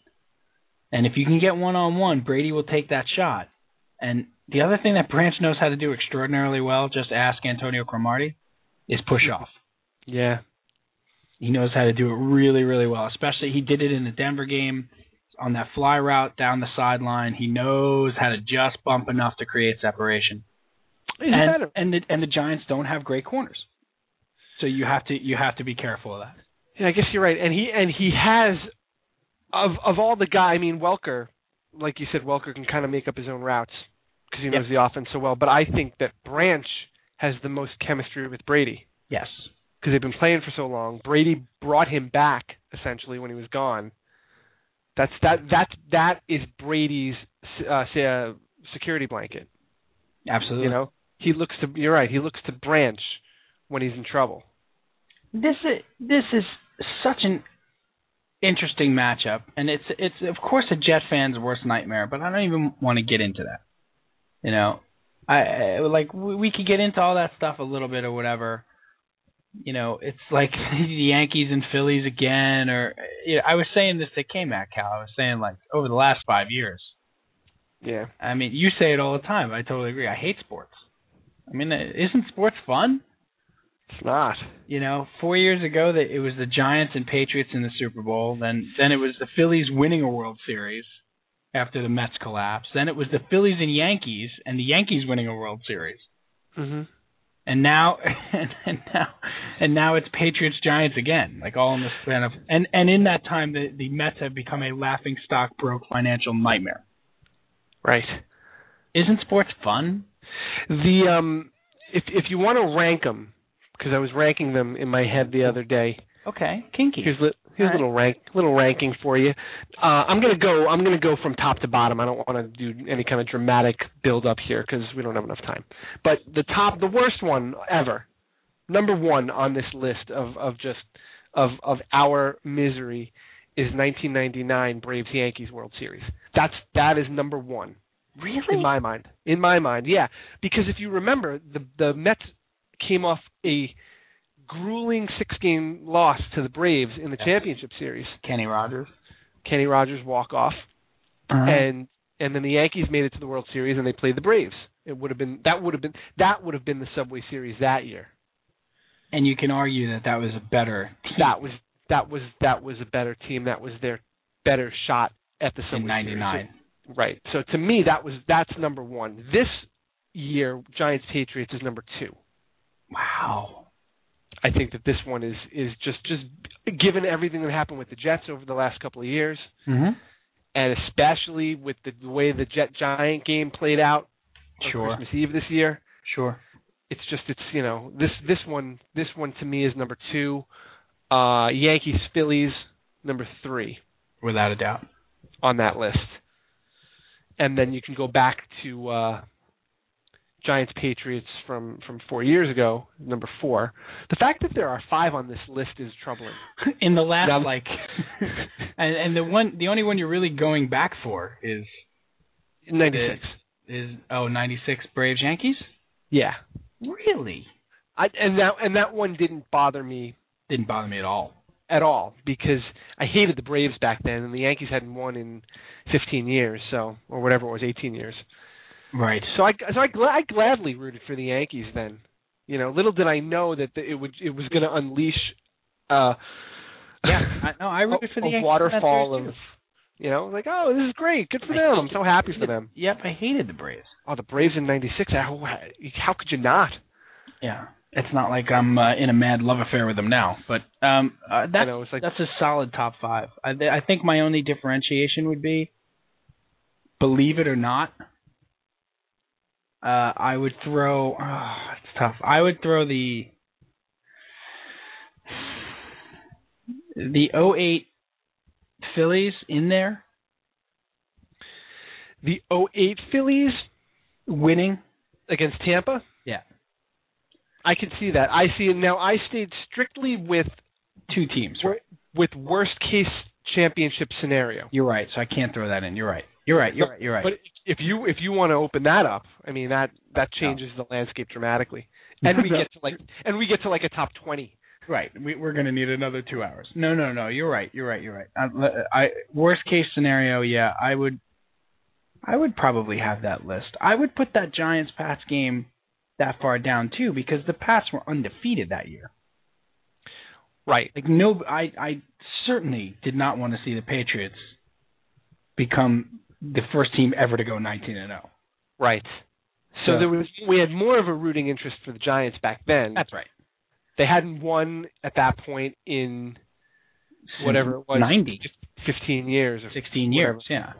And if you can get one on one, Brady will take that shot. And the other thing that Branch knows how to do extraordinarily well, just ask Antonio Cromartie, is push off. Yeah. He knows how to do it really, really well. Especially he did it in the Denver game on that fly route down the sideline. He knows how to just bump enough to create separation. He's and, better. and the and the Giants don't have great corners, so you have to you have to be careful of that. Yeah, I guess you're right. And he and he has of of all the guy. I mean, Welker, like you said, Welker can kind of make up his own routes because he knows the offense so well. But I think that Branch has the most chemistry with Brady Yes. because they've been playing for so long. Brady brought him back essentially when he was gone. That's that that that is Brady's uh, se- uh, security blanket. Absolutely. You know, he looks to you're right. He looks to Branch when he's in trouble. this is this is such an interesting matchup, and it's it's of course a Jet fan's worst nightmare. But I don't even want to get into that. You know, I, I like we, we could get into all that stuff a little bit or whatever. You know, it's like the Yankees and Phillies again, or you know, I was saying this to K-Mac, Cal. I was saying like over the last five years, Yeah. I mean, you say it all the time. I totally agree. I hate sports. I mean, isn't sports fun? It's not. you know, four years ago that it was the Giants and Patriots in the Super Bowl. Then then it was the Phillies winning a World Series after the Mets collapse. Then it was the Phillies and Yankees and the Yankees winning a World Series. Mhm. And now and now and now it's Patriots Giants again, like all in the span of and and in that time the the Mets have become a laughing stock broke financial nightmare. Right. Isn't sports fun? The um, if if you want to rank them, because I was ranking them in my head the other day. Okay, kinky. Here's li- here's a little rank little ranking for you. Uh, I'm gonna go I'm gonna go from top to bottom. I don't want to do any kind of dramatic build up here because we don't have enough time. But the top the worst one ever, number one on this list of of just of of our misery is 1999 Braves Yankees World Series. That's that is number one. In Really? my mind. In my mind, yeah. Because if you remember, the the Mets came off a grueling six game loss to the Braves in the Yeah. championship series. Kenny Rogers. Kenny Rogers walk off Uh, Uh-huh. and and then the Yankees made it to the World Series and they played the Braves. It would have been that would have been that would have been the Subway Series that year. and you can argue that that was a better team That was that was that was a better team. That was their better shot at the Subway in '99. Series. Right. So to me, that was that's number one. This year, Giants Patriots is number two. Wow. I think that this one is is just just given everything that happened with the Jets over the last couple of years, Mm-hmm. and especially with the, the way the Jet Giant game played out on Sure. Christmas Eve this year, Sure. it's just it's you know this this one this one to me is number two, uh, Yankees Phillies number three Without a doubt. on that list, and then you can go back to uh, Giants Patriots from from four years ago number four. The fact that there are five on this list is troubling. In the last Now- like and and the one the only one you're really going back for is 96. is oh ninety six Braves Yankees? Yeah. Really? I and that and that one didn't bother me Didn't bother me at all. at all because I hated the Braves back then and the Yankees hadn't won in 15 years, so or whatever it was, 18 years. Right. So I so I, gla- I gladly rooted for the Yankees then. You know, little did I know that the, it would it was going to unleash uh Yeah. I, no, I a, rooted for the a Yankees waterfall in of that series, you know, like oh, this is great. Good for I them. I'm so happy too. for them. Yep, I hated the Braves. Oh, the Braves in 96. How, how could you not? Yeah. It's not like I'm uh, in a mad love affair with them now, but um uh, You that's know, it's like that's a solid top five. I, th- I think my only differentiation would be, believe it or not, uh, I would throw. Oh, it's tough. I would throw the the 08 Phillies in there the 08 Phillies winning. against Tampa. Yeah. I can see that. I see it now. I stayed strictly with Two teams. Right. with worst case championship scenario. You're right. So I can't throw that in. You're right. You're right. You're right. You're right. But if you if you want to open that up, I mean that that changes the landscape dramatically, and we get to like and we get to like a top 20 Right. We, we're going to need another two hours. No, no, no. You're right. You're right. You're right. I, I worst case scenario, yeah, I would, I would probably have that list. I would put that Giants pass game that far down too because the Pats were undefeated that year. Right. Like no, I I certainly did not want to see the Patriots become the first team ever to go 19 and oh. 0. Right. So Yeah. there was we had more of a rooting interest for the Giants back then. That's right. They hadn't won at that point in whatever it was, 90, 15 years or 16 whatever. years, yeah.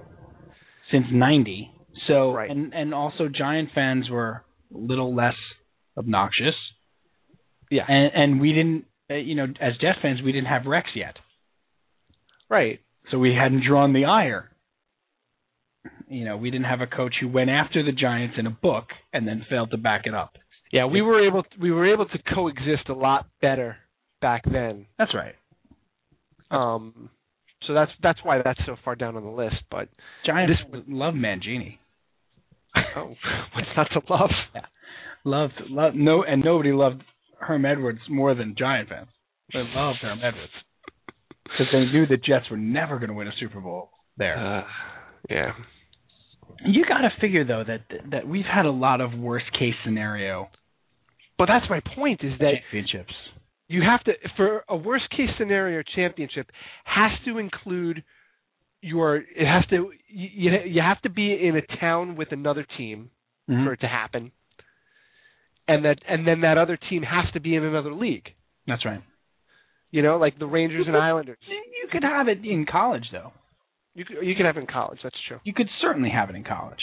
Since 90. So Right. and and also Giant fans were a little less obnoxious. Yeah. And and we didn't uh, you know as Jet fans we didn't have Rex yet. right. So we hadn't drawn the ire. You know, we didn't have a coach who went after the Giants in a book and then failed to back it up. Yeah, we were able we were able to coexist a lot better back then. That's right. Um, so that's that's why that's so far down on the list. But Giants This love Mangini. oh, what's not to love? Loved loved no and nobody loved Herm Edwards more than Giant fans. They loved Herm Edwards. Because they knew the Jets were never going to win a Super Bowl there. Uh, yeah. you got to figure though that that we've had a lot of worst case scenario But that's my point is that championships. you have to for a worst case scenario championship has to include your it has to you you have to be in a town with another team Mm-hmm. Mm-hmm. for it to happen. And that and then that other team has to be in another league. That's right. You know, like the Rangers and Islanders. You could have it in college though. You could, you can have it in college, that's true. You could certainly have it in college.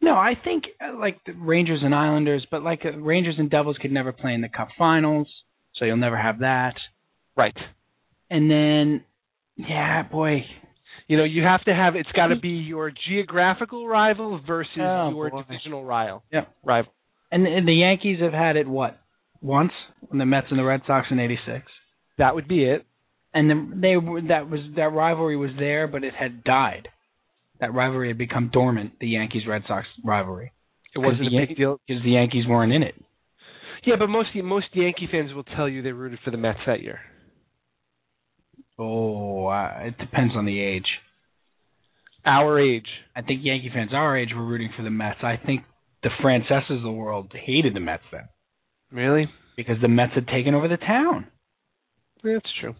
No, I think uh, like the Rangers and Islanders, but like uh, Rangers and Devils could never play in the Cup Finals, so you'll never have that. Right. And then, yeah, boy, You know, you have to have it's got to be your geographical rival versus Oh, your boy. divisional rival. Yeah. Rival. and, and the Yankees have had it what once when the Mets and the Red Sox in '86, That would be it. and then they were that was that rivalry was there, but it had died. That rivalry had become dormant. The Yankees Red Sox rivalry It wasn't a the big deal. because the Yankees weren't in it. Yeah, but most most Yankee fans will tell you they rooted for the Mets that year. Oh, uh, it depends on the age. Our age. I think Yankee fans our age were rooting for the Mets. I think the Franceses of the world hated the Mets then Really? because the Mets had taken over the town. That's true.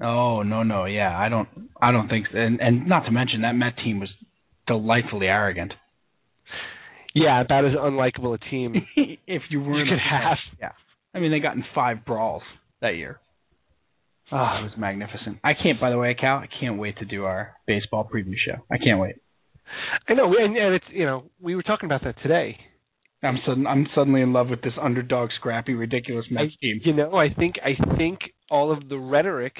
Oh no no yeah I don't I don't think and and not to mention that Met team was delightfully arrogant. Yeah, about as unlikable a team. if you were You could have. yeah I mean they got in five brawls that year. Oh, it was magnificent. I can't by the way Cal I can't wait to do our baseball preview show. I can't wait. I know, and, and it's you know we were talking about that today. I'm sudden I'm suddenly in love with this underdog scrappy ridiculous Mets team. You know, I think I think all of the rhetoric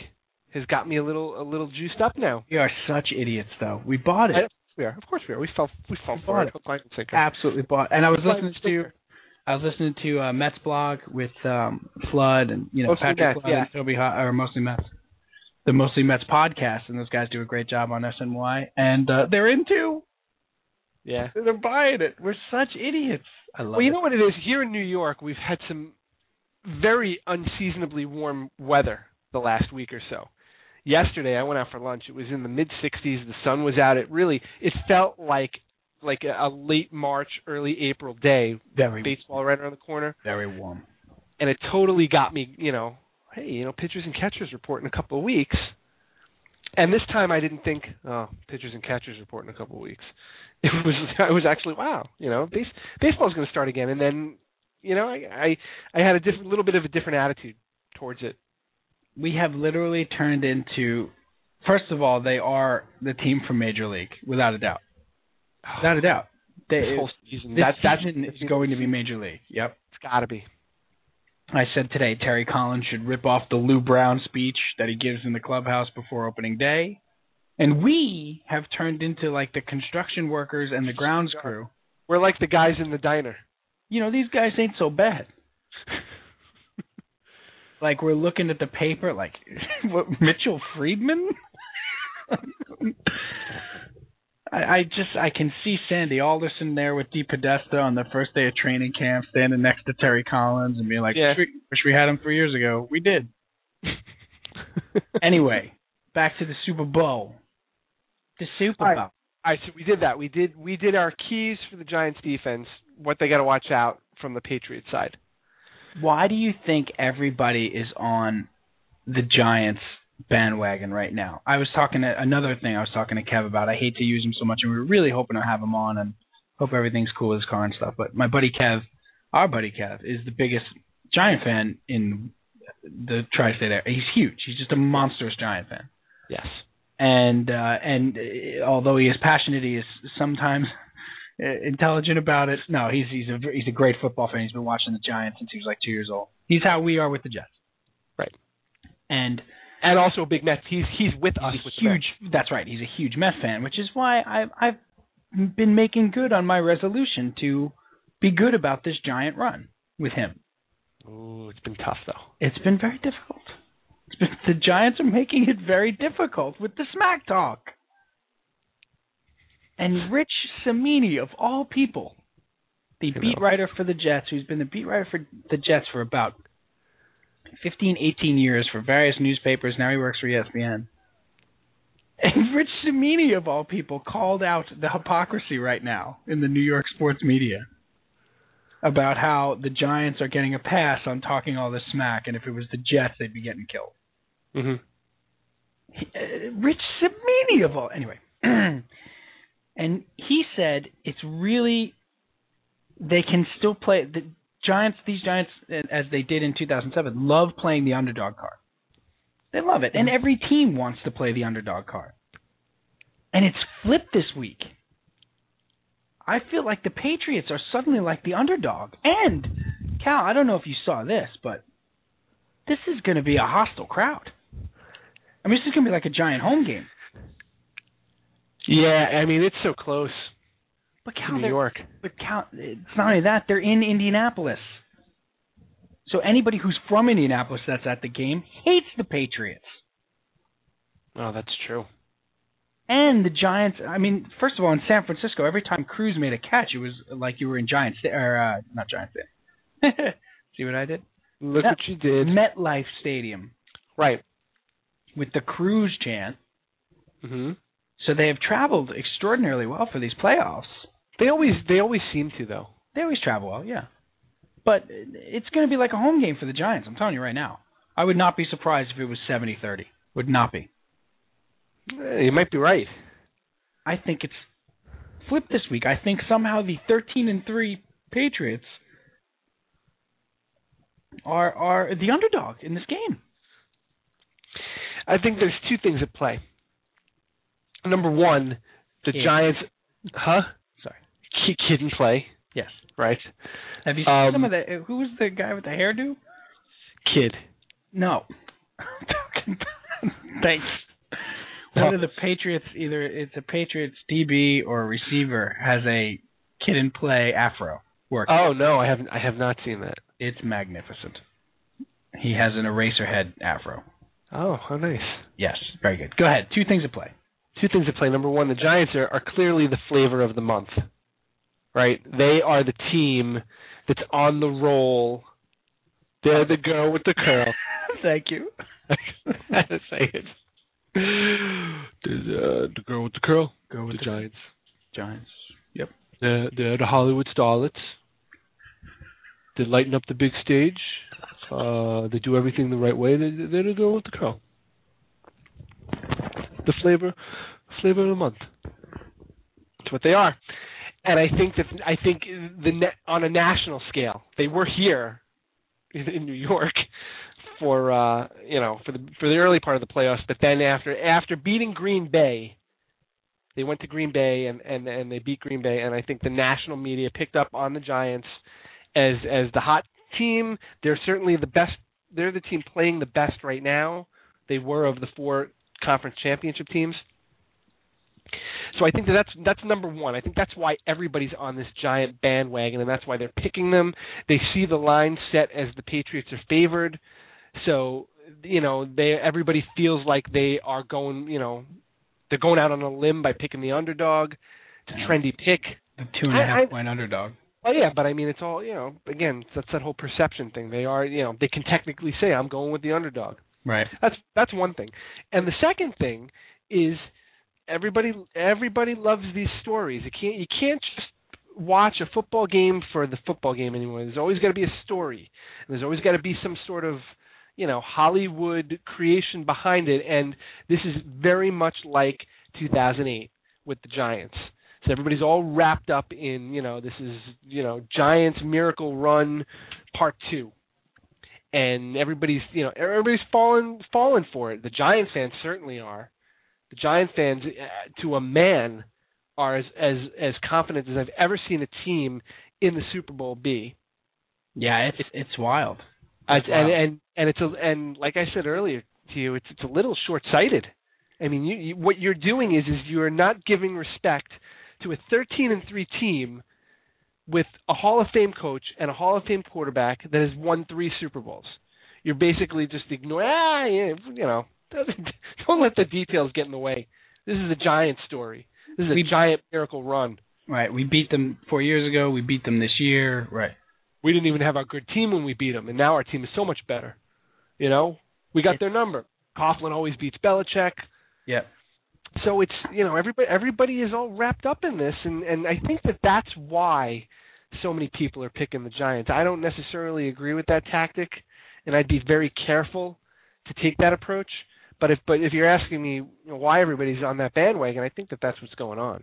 has got me a little a little juiced up now. We are such idiots, though. We bought it. I- we are, of course, we are. We fell we fell for it. Hook, line, and sinker. Absolutely bought. And I was Hook, line, listening and to sinker. I was listening to uh, Mets blog with um, Flood and you know Mostly Patrick Mets, Flood yeah. and Toby Ho- or mostly Mets, the mostly Mets podcast, and those guys do a great job on SNY, and uh, they're into Yeah. they're buying it. We're such idiots. I love Well, you it. know what it is. Here in New York, we've had some very unseasonably warm weather the last week or so. Yesterday, I went out for lunch. It was in the mid 60s. The sun was out. It really it felt like like a, a late March, early April day. very Baseball right around the corner. very warm. and it totally got me, you know, hey, you know, pitchers and catchers report in a couple of weeks. And this time I didn't think, oh, pitchers and catchers report in a couple of weeks. It was I was actually wow, you know, base, baseball's going to start again and then, you know, I I, I had a diff- little bit of a different attitude towards it. we have literally turned into first of all they are the team from major league without a doubt without a doubt they this whole season. Oh, this That that season is going to be major league yep it's got to be. i said today terry collins should rip off the lou brown speech that he gives in the clubhouse before opening day and we have turned into like the construction workers and the grounds crew We're like the guys in the diner. you know these guys ain't so bad like we're looking at the paper like what mitchell friedman I, I just I can see Sandy Alderson there with Dee Podesta on the first day of training camp, standing next to Terry Collins and being like, Yeah. "Wish we- "Wish we had him three years ago. We did." Anyway, back to the Super Bowl. The Super All right. Bowl. All right, so we did that. We did we did our keys for the Giants defense. What they got to watch out from the Patriots side. Why do you think everybody is on the Giants bandwagon right now? I was talking to another thing I was talking to Kev about. I hate to use him so much, and we were really hoping to have him on and hope everything's cool with his car and stuff. But my buddy Kev, our buddy Kev, is the biggest Giant fan in the tri-state area. He's huge. He's just a monstrous Giant fan Yes. and uh, and uh, although he is passionate, he is sometimes uh, intelligent about it. No, he's he's a he's a great football fan. He's been watching the Giants since he was like two years old. He's how we are with the Jets, Right. And And also a big Mets. He's he's with us he's with a the huge. That's right. He's a huge Mets fan, which is why I, I've been making good on my resolution to be good about this Giant run with him. Mets. Ooh, it's been tough though. It's been very difficult. It's been, the Giants are making it very difficult with the smack talk. And Rich Samini, of all people, the know. beat writer for the Jets, who's been the beat writer for the Jets for about 15, 18 years for various newspapers. Now he works for E ESPN. And Rich Samini, of all people, called out the hypocrisy right now in the New York sports media about how the Giants are getting a pass on talking all this smack, and if it was the Jets, they'd be getting killed. Mm-hmm. He- uh, Rich Samini of all, anyway. and he said it's really they can still play the Giants. These Giants, a- as they did in 2007, love playing the underdog card. They love it, and every team wants to play the underdog card. And it's flipped this week. I feel like the Patriots are suddenly like the underdog. And Cal, I don't know if you saw this, but this is going to be a hostile crowd. I mean, this is going to be like a giant home game. Yeah, I mean it's so close But to Cal, New they're- York. But Cal, it's not only that; they're in Indianapolis. So anybody who's from Indianapolis that's at the game hates the Patriots Oh, that's true. and the Giants. I mean, first of all, in San Francisco, every time Cruz made a catch, it was like you were in Giants Sta- or uh, not Giants Stadium. See what I did? Look Yeah. what you did. MetLife Stadium Right. with the Cruz chant. hmm So they have traveled extraordinarily well for these playoffs. They always they always seem to though. They always travel well, yeah. But it's going to be like a home game for the Giants. I'm telling you right now. I would not be surprised if it was 70-30. Would not be. Eh, You might be right. I think it's flipped this week. I think somehow the 13 and 3 Patriots are are the underdog in this game. I think there's two things at play. Number one, the Yeah. Giants, huh? Sorry. Ki- Kid and play, Yes. right? Have you seen Um, some of the who was the guy with the hairdo? Kid. No. Thanks. One of the Patriots, either it's a Patriots DB or a receiver, has a kid in play afro work. Oh no, I haven't. I have not seen that. It's magnificent. He has an eraser head afro. Oh, how nice. Yes, very good. Go ahead. Two things at play. Two things at play. Number one, the Giants are, are clearly the flavor of the month, right? They are the team that's on the roll. They're the girl with the curl. Thank you. I had to say it. The, uh, the girl with the curl. Girl with the, Giants. Giants. They're, they're the Hollywood starlets. They lighten up the big stage. Uh, they do everything the right way. They, they're the girl with the curl. The flavor, flavor of the month. That's what they are. And I think that I think the na- on a national scale, they were here in, in New York for uh, you know for the for the early part of the playoffs. But then after after beating Green Bay, they went to Green Bay and and and they beat Green Bay and I think the national media picked up on the Giants as as the hot team. They're certainly the best. They're the team playing the best right now. They were of the four conference championship teams. So I think that that's that's number one. I think that's why everybody's on this giant bandwagon, and that's why they're picking them. They see the line set as the Patriots are favored, so you know they everybody feels like they are going. You know They're going out on a limb by picking the underdog. It's a trendy pick. The two and a half I- I- point underdog. Oh yeah, but I mean, it's all you know. Again, it's- that's that whole perception thing. They are, you know, they can technically say I'm going with the underdog. Right. That's that's one thing. And the second thing is everybody everybody loves these stories. You can't you can't just watch a football game for the football game anymore. There's always got to be a story. And there's always got to be some sort of you know Hollywood creation behind it. And this is very much like 2008 with the Giants. So everybody's all wrapped up in you know this is you know Giants miracle run part two and everybody's you know everybody's fallen fallen for it. The Giant fans certainly are. The Giant fans, uh, to a man, are as as as confident as I've ever seen a team in the Super Bowl be. Yeah, it's it's wild. As, and Wow. and and it's a, and like I said earlier to you, it's it's a little short sighted. I mean, you, you what you're doing is is you are not giving respect to a 13 and three team with a Hall of Fame coach and a Hall of Fame quarterback that has won three Super Bowls. You're basically just ignoring. Ah, yeah, you know, doesn't- don't let the details get in the way. This is a giant story. This is a We- giant miracle run. Right. We beat them four years ago. We beat them this year. Right. we didn't even have our good team when we beat them, and now our team is so much better. You know, we got their number. Coughlin always beats Belichick. Yep. So it's you know everybody everybody is all wrapped up in this, and and I think that that's why so many people are picking the Giants. I don't necessarily agree with that tactic, and I'd be very careful to take that approach. But if but if you're asking me you know, why everybody's on that bandwagon, I think that that's what's going on.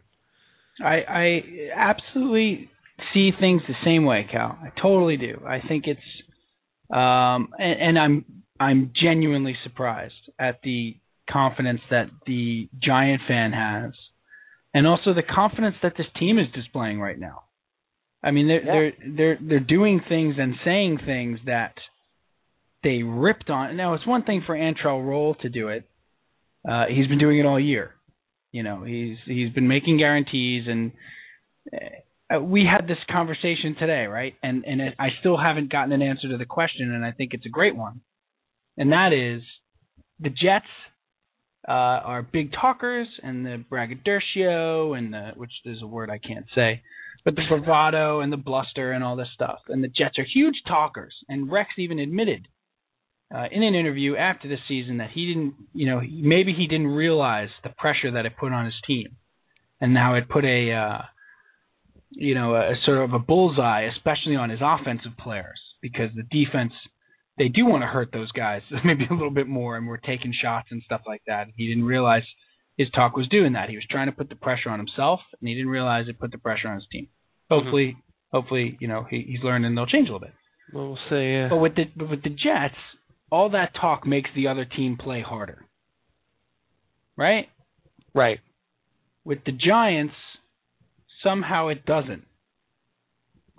I I absolutely see things the same way, Cal. I totally do. I think it's um and, and I'm I'm genuinely surprised at the confidence that the Giant fan has and also the confidence that this team is displaying right now. I mean they're Yeah. they're they're they're doing things and saying things that they ripped on now it's one thing for Antrell Roll to do it. Uh he's been doing it all year. You know, he's he's been making guarantees, and uh, we had this conversation today, right? And and it, I still haven't gotten an answer to the question, and I think it's a great one, and that is the Jets uh, are big talkers, and the braggadocio, and the which is a word I can't say. But the bravado and the bluster and all this stuff, and the Jets are huge talkers. And Rex even admitted uh, in an interview after the season that he didn't, you know, he- maybe he didn't realize the pressure that it put on his team, and how it put a, uh, you know, a, a sort of a bullseye, especially on his offensive players, because the defense they do want to hurt those guys maybe a little bit more, and we're taking shots and stuff like that. He didn't realize his talk was doing that. He was trying to put the pressure on himself, and he didn't realize it put the pressure on his team. Hopefully, hopefully, you know, he, he's learned and they'll change a little bit. Well, we'll say uh, But with the but with the Jets, all that talk makes the other team play harder. Right? right. With the Giants, somehow it doesn't.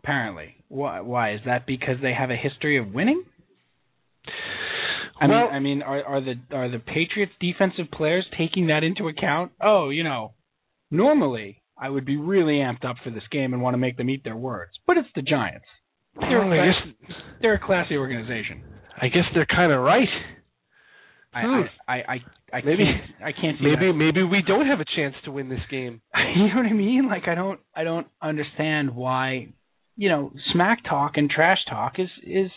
Apparently. Why why is that because they have a history of winning? I Well- mean I mean are are the are the Patriots defensive players taking that into account? Oh, you know, normally I would be really amped up for this game and want to make them eat their words, but it's the Giants. They're a, Well, I class, guess they're a classy organization. I guess they're kind of right. I, Hmm. I, I, I, I Maybe- can't, I can't see Maybe that. maybe we don't have a chance to win this game. you know what I mean? Like I don't, I don't understand why, you know, smack talk and trash talk is is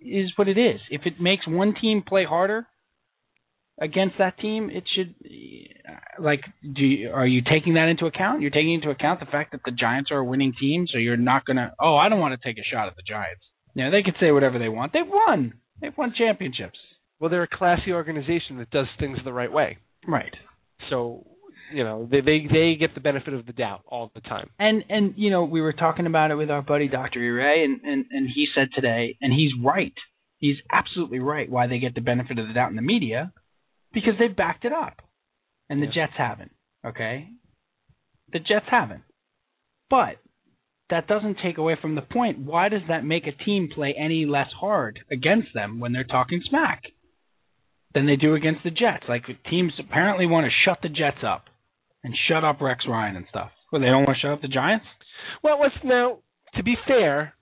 is what it is. If it makes one team play harder against that team, it should. Like, do you, are you taking that into account? You're taking into account the fact that the Giants are a winning team, so you're not gonna. Oh, I don't want to take a shot at the Giants. You know, they could say whatever they want. They've won. They've won championships. Well, they're a classy organization that does things the right way. Right. So, you know, they they they get the benefit of the doubt all the time. and and you know we were talking about it with our buddy Dr. Ray and and and he said today and he's right. He's absolutely right why they get the benefit of the doubt in the media because they've backed it up. And the Yeah. Jets haven't, okay? The Jets haven't. But that doesn't take away from the point why does that make a team play any less hard against them when they're talking smack than they do against the Jets? Like teams apparently want to shut the Jets up and shut up Rex Ryan and stuff. Well, they don't want to shut up the Giants. Well, let's now to be fair,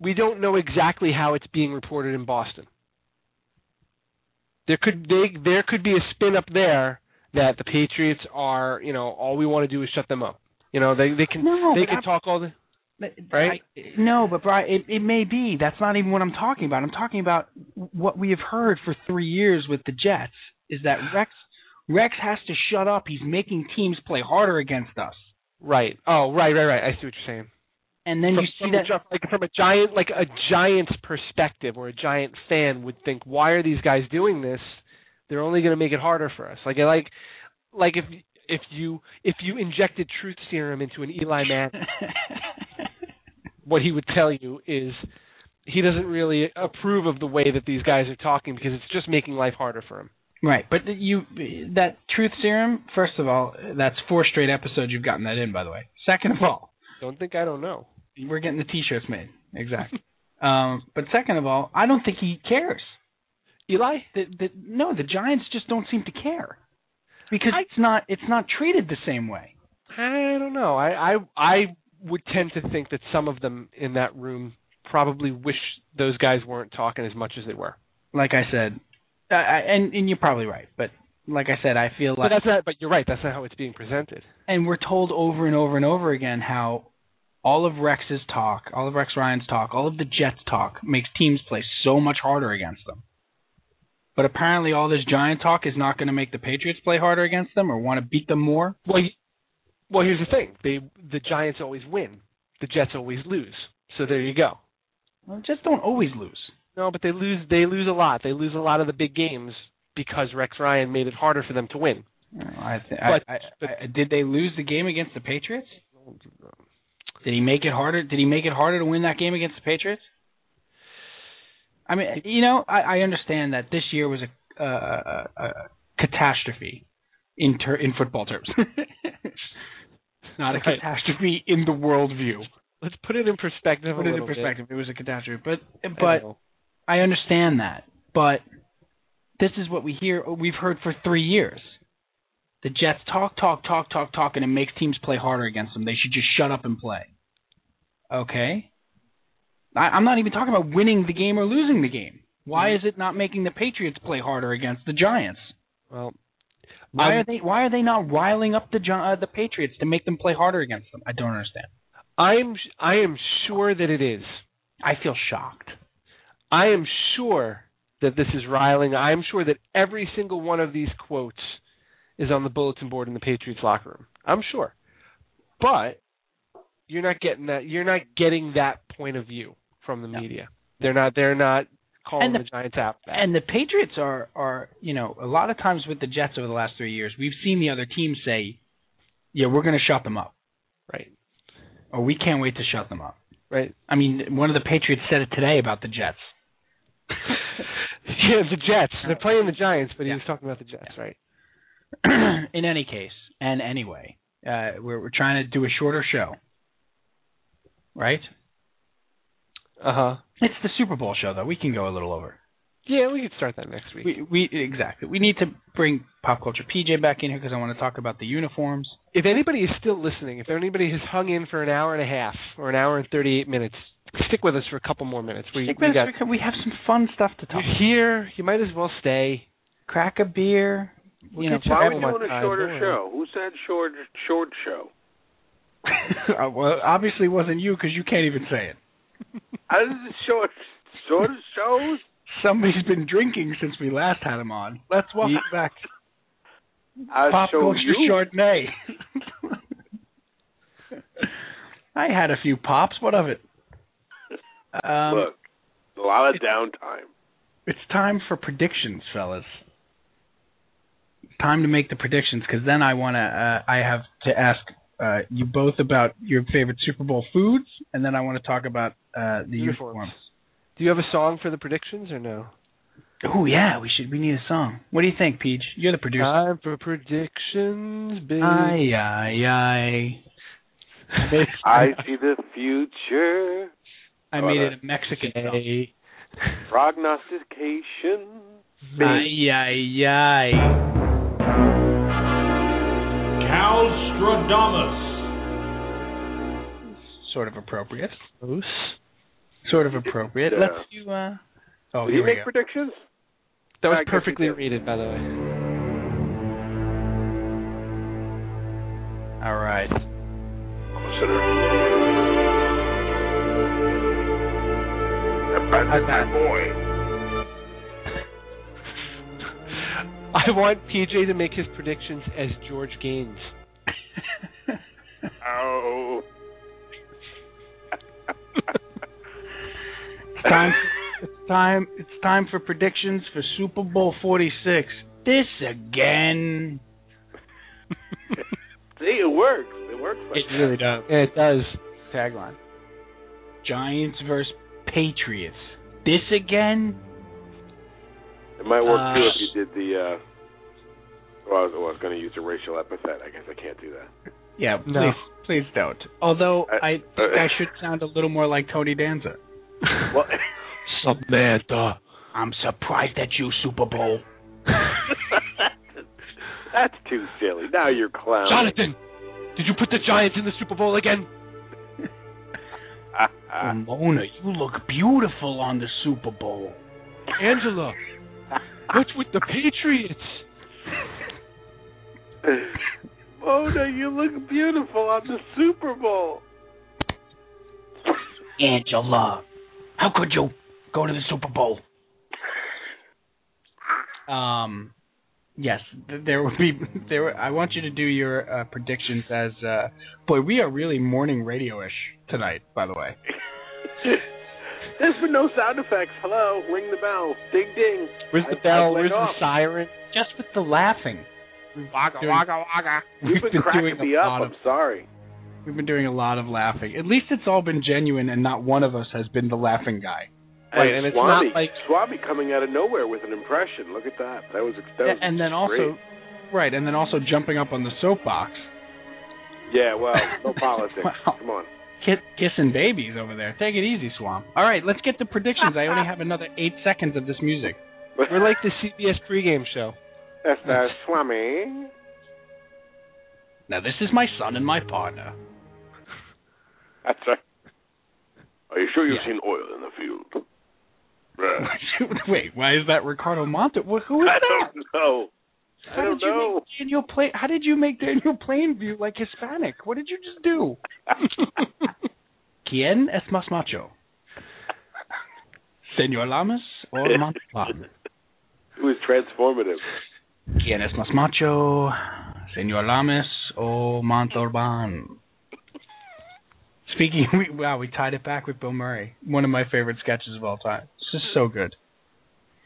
we don't know exactly how it's being reported in Boston. There could they, there could be a spin up there that the Patriots are, you know, all we want to do is shut them up. You know, they they can No, they but can I'm- talk all the But- Right? I- no, but Brian, it, it may be. That's not even what I'm talking about. I'm talking about what we have heard for three years with the Jets is that Rex Rex has to shut up. He's making teams play harder against us. right. Oh, right, right, right. I see what you're saying. And then from, you see from a that gi- like from a giant like a giant's perspective or a giant fan would think why are these guys doing this they're only going to make it harder for us like I like like if if you if you injected truth serum into an Eli Mann what he would tell you is he doesn't really approve of the way that these guys are talking because it's just making life harder for him Right, but th- you that truth serum. First of all, that's four straight episodes you've gotten that in. By the way, second of all, don't think I don't know we're getting the t-shirts made. Exactly. um, but second of all, I don't think he cares. Eli The, the, no, the Giants just don't seem to care because I- it's not it's not treated the same way. I don't know. I I I would tend to think that some of them in that room probably wish those guys weren't talking as much as they were. Like I said, I, I, and and you're probably right. But like I said, I feel like But that's not. But you're right. That's not how it's being presented. and we're told over and over and over again how all of Rex's talk, all of Rex Ryan's talk, all of the Jets talk makes teams play so much harder against them. But apparently, all this giant talk is not going to make the Patriots play harder against them or want to beat them more. Well, you, well, here's the thing. They the Giants always win. The Jets always lose. So there you go. Well, Jets don't always lose. No, but they lose. They lose a lot. They lose a lot of the big games because Rex Ryan made it harder for them to win. I, th- But- I, I, I, did they lose the game against the Patriots? Did he make it harder? Did he make it harder to win that game against the Patriots? I mean, you know, I, I understand that this year was a, uh, a, a catastrophe in ter- in football terms. Not a Right. catastrophe in the world view. Let's put it in perspective. Put a it in little bit. perspective. It was a catastrophe, but I but know. I understand that, but this is what we hear. We've heard for three years. The Jets talk, talk, talk, talk, talk, and it makes teams play harder against them. They should just shut up and play. Okay. I, I'm not even talking about winning the game or losing the game. Why is it not making the Patriots play harder against the Giants? well, Why I'm- are they Why are they not riling up the Gi- uh, the Patriots to make them play harder against them? I don't understand. I'm I am sure that it is. I feel shocked. I am sure that this is riling. I am sure that every single one of these quotes is on the bulletin board in the Patriots locker room. I'm sure. But you're not getting that you're not getting that point of view from the No. media. They're not they're not calling And the, the- Giants out for that. And the Patriots are are you know a lot of times with the Jets over the last three years, we've seen the other team say, "Yeah, we're going to shut them up," right. or "We can't wait to shut them up." Right. I mean, one of the Patriots said it today about the Jets. yeah, the Jets. They're playing the Giants, but he was talking about the Jets, right? In any case, and anyway, uh, we're we're trying to do a shorter show, right? Uh-huh. It's the Super Bowl show though. We can go a little over. Yeah, we could start that next week. We we exactly. We need to bring pop culture PJ back in here because I want to talk about the uniforms. if anybody is still listening, if anybody has hung in for an hour and a half or an hour and 38 minutes, stick with us for a couple more minutes. We, Stick we with us got, because we have some fun stuff to talk. you're here. You might as well stay. crack a beer. You know, get you Why are Oh we my doing a God, shorter Lord. show? Who said short short show? Uh, well, obviously it wasn't you because you can't even say it. How does it short short shows? Somebody's been drinking since we last had him on. Let's welcome back I Pop show Culture you. Chardonnay. I had a few pops. What of it? Um, Look, a lot of downtime. it's time for predictions, fellas. Time to make the predictions because then I want to. Uh, I have to ask uh, you both about your favorite Super Bowl foods, and then I want to talk about uh, the Uniforms. uniforms. Do you have a song for the predictions or no? Oh yeah, we should. We need a song. What do you think, Peach? You're the producer. Time for predictions, baby. aye, aye, aye. I see the future. I made it a Mexican song. Hey. Prognostication. Aye, aye, aye. Calstradamus. Sort of appropriate. Close. Sort of appropriate. Yeah. Let's do. Uh... Oh, Did he here we make go. predictions? That I was guess we perfectly did. rated, by the way. All right. Consider. I want PJ to make his predictions as George Gaines. Oh. time, it's time, it's time for predictions for Super Bowl 46. This again. See, it works. It works. Like that. does. It does. Tagline: Giants versus Patriots. This again. It might work too Uh, if you did the. Uh, well, Oh, I was, well, I was going to use a racial epithet. I guess I can't do that. Yeah, please, No. please don't. Although I- I, think I should sound a little more like Tony Danza. Uh, Well, Samantha. I'm surprised at you, Super Bowl. that's too silly. Now you're clowning. Jonathan, did you put the Giants in the Super Bowl again? Ramona, Uh, you look beautiful on the Super Bowl. Angela, what's with the Patriots? Mona, you look beautiful on the Super Bowl. Angela, how could you go to the Super Bowl? Um, yes, th- there would be there. I want you to do your uh, predictions as. Uh, boy, we are really morning radio-ish tonight. By the way, There's been no sound effects. Hello, ring the bell. Ding ding. Where's the I- bell? I Where's went the off. siren? just with the laughing. Waka waka waka. You've been, cracking me up. I'm sorry. We've been doing a lot of laughing. At least it's all been genuine, and not one of us has been the laughing guy. Right, and it's not Swami, like- Swami coming out of nowhere with an impression. Look at that. That was that was and then great. also, right, and then also jumping up on the soapbox, Yeah, well, no politics. Wow. Come on. Kiss, kissing babies over there. Take it easy, Swamp. All right, let's get to predictions. I only have another eight seconds of this music. We're like the CBS pregame show. That's uh, Swami. Now this is my son and my partner. That's right. Are you sure you've Yeah. seen oil in the field? Bruh. Wait, why is that Ricardo Monte? Wh- Who is I that? don't know. How I don't did you know. make Daniel Pla- How did you make Daniel Plainview like Hispanic? What did you just do? ¿Quién es más macho? Señor Lamas or Monte Plum? It was transformative. ¿Quién es más macho? Señor Lamas o Montalban? Speaking, we, wow, we tied it back with Bill Murray. One of my favorite sketches of all time. It's just so good.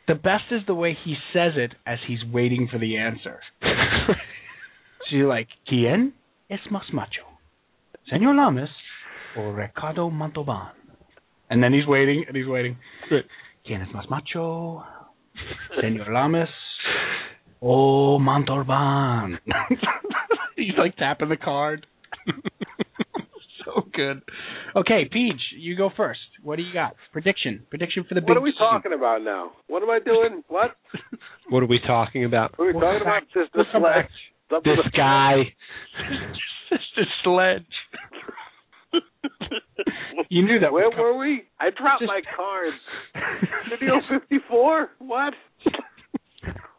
The best is the way he says it as he's waiting for the answer. so you're like, ¿Quién es más macho? Señor Lamas o Ricardo Montalban? And then he's waiting and he's waiting. ¿Quién es más macho? Señor Lamas Oh, Montalban. He's like tapping the card. so good. Okay, Peach, you go first. What do you got? Prediction. Prediction for the big What are we talking about now? What am I doing? What? What are we talking about? What are we We'll talking come back. about? Sister We'll come Sledge. back. Something This with- guy. Sister Sledge. You knew that. Where would come- were we? I dropped Just- my cards. Video 54? What?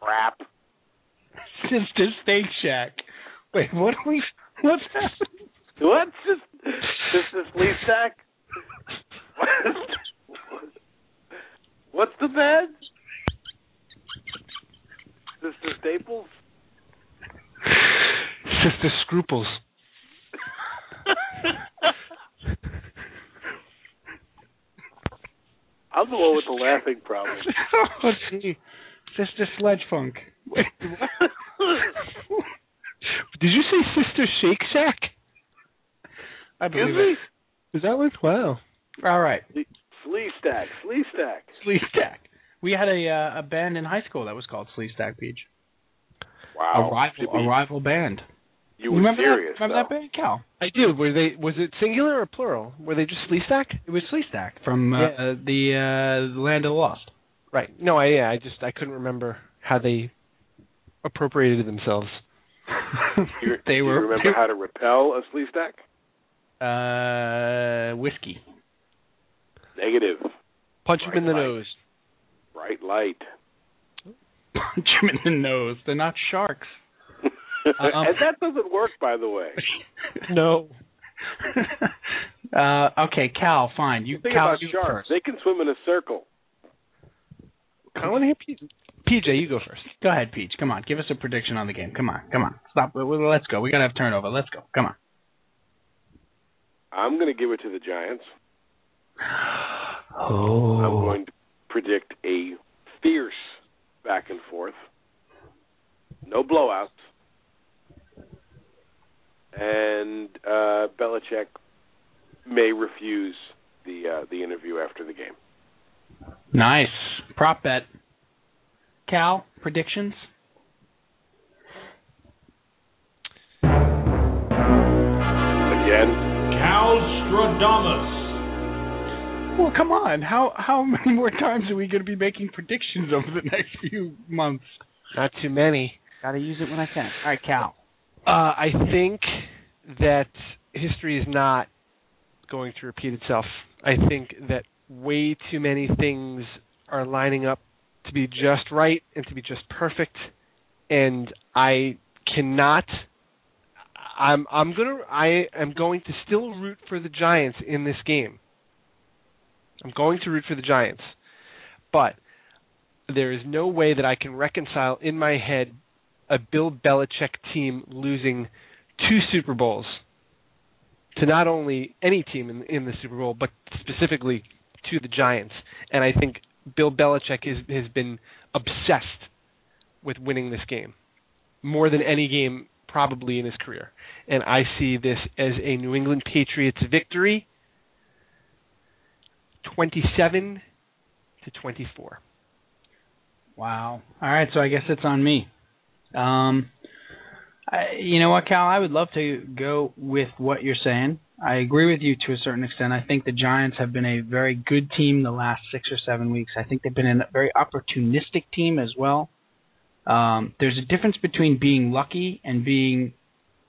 Crap. Sister Steak Shack. Wait, what are we? What's happening? What? This this is Lee Sack? What's the bed? This is Staples? Sister Scruples. I'm the one with the laughing problem. Let's see. Sister Sledge Funk. Wait, what? Did you say Sister Shake Shack? I Excuse believe me? it. Is that what? Wow. All right. Slee Stack. Slee Stack. Slee Stack. We had a uh, a band in high school that was called Slee Stack Beach. Wow. a rival Jimmy, a rival band. you were remember serious, that? Remember that though. band, Cal? I do. Were they? Was it singular or plural? Were they just Lee Stack? It was Slee Stack from uh, Yeah. uh, the uh, Land of the Lost. Right. No, I yeah, I just I couldn't remember how they appropriated themselves. You- they do were You remember how to repel a Slee Stack? uh, whiskey. Negative. Punch Right, him in the right. nose. Bright light. Punch him in the nose. They're not sharks. Um, and that doesn't work, by the way. No. uh, okay, Cal. Fine. You Think Cal, about you sharks; first. they can swim in a circle. Colin here, P- PJ, you go first. Go ahead, Peach. Come on, give us a prediction on the game. Come on, come on. Stop. Well, well, Let's go. We're gonna have turnover. Let's go. Come on. I'm going to give it to the Giants. I'm Oh. going to predict a fierce back and forth. No blowouts. And uh, Belichick may refuse the uh, the interview after the game. Nice prop bet. Cal, predictions. Again, Calstradamus. Well, come on. How how many more times are we going to be making predictions over the next few months? Not too many. Got to use it when I can. All right, Cal. Uh, I think that history is not going to repeat itself. I think that way too many things are lining up to be just right and to be just perfect, and I cannot. I'm I'm gonna I am going to still root for the Giants in this game. I'm going to root for the Giants, but there is no way that I can reconcile in my head a Bill Belichick team losing two Super Bowls to not only any team in, in the Super Bowl, but specifically to the Giants. And I think Bill Belichick is, has been obsessed with winning this game more than any game probably in his career. And I see this as a New England Patriots victory 27 to 24. Wow. All right, so I guess it's on me. Um, I, you know what, Cal? I would love to go with what you're saying. I agree with you to a certain extent. I think the Giants have been a very good team the last six or seven weeks. I think they've been a very opportunistic team as well. Um, there's a difference between being lucky and being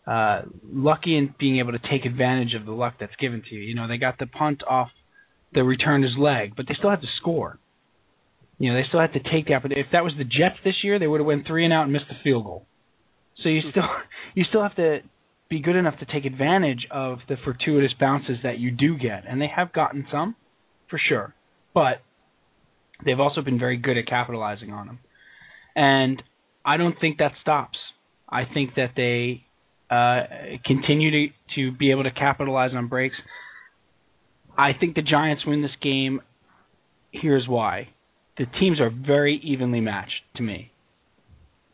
uh, lucky and being able to take advantage of the luck that's given to you. You know, they got the punt off the returner's leg, but they still had to score. You know, they still had to take the opportunity. If that was the Jets this year, they would have went three and out and missed the field goal. So you still you still have to be good enough to take advantage of the fortuitous bounces that you do get, and they have gotten some, for sure. But they've also been very good at capitalizing on them, and I don't think that stops. I think that they uh, continue to to be able to capitalize on breaks. I think the Giants win this game. Here's why the teams are very evenly matched to me.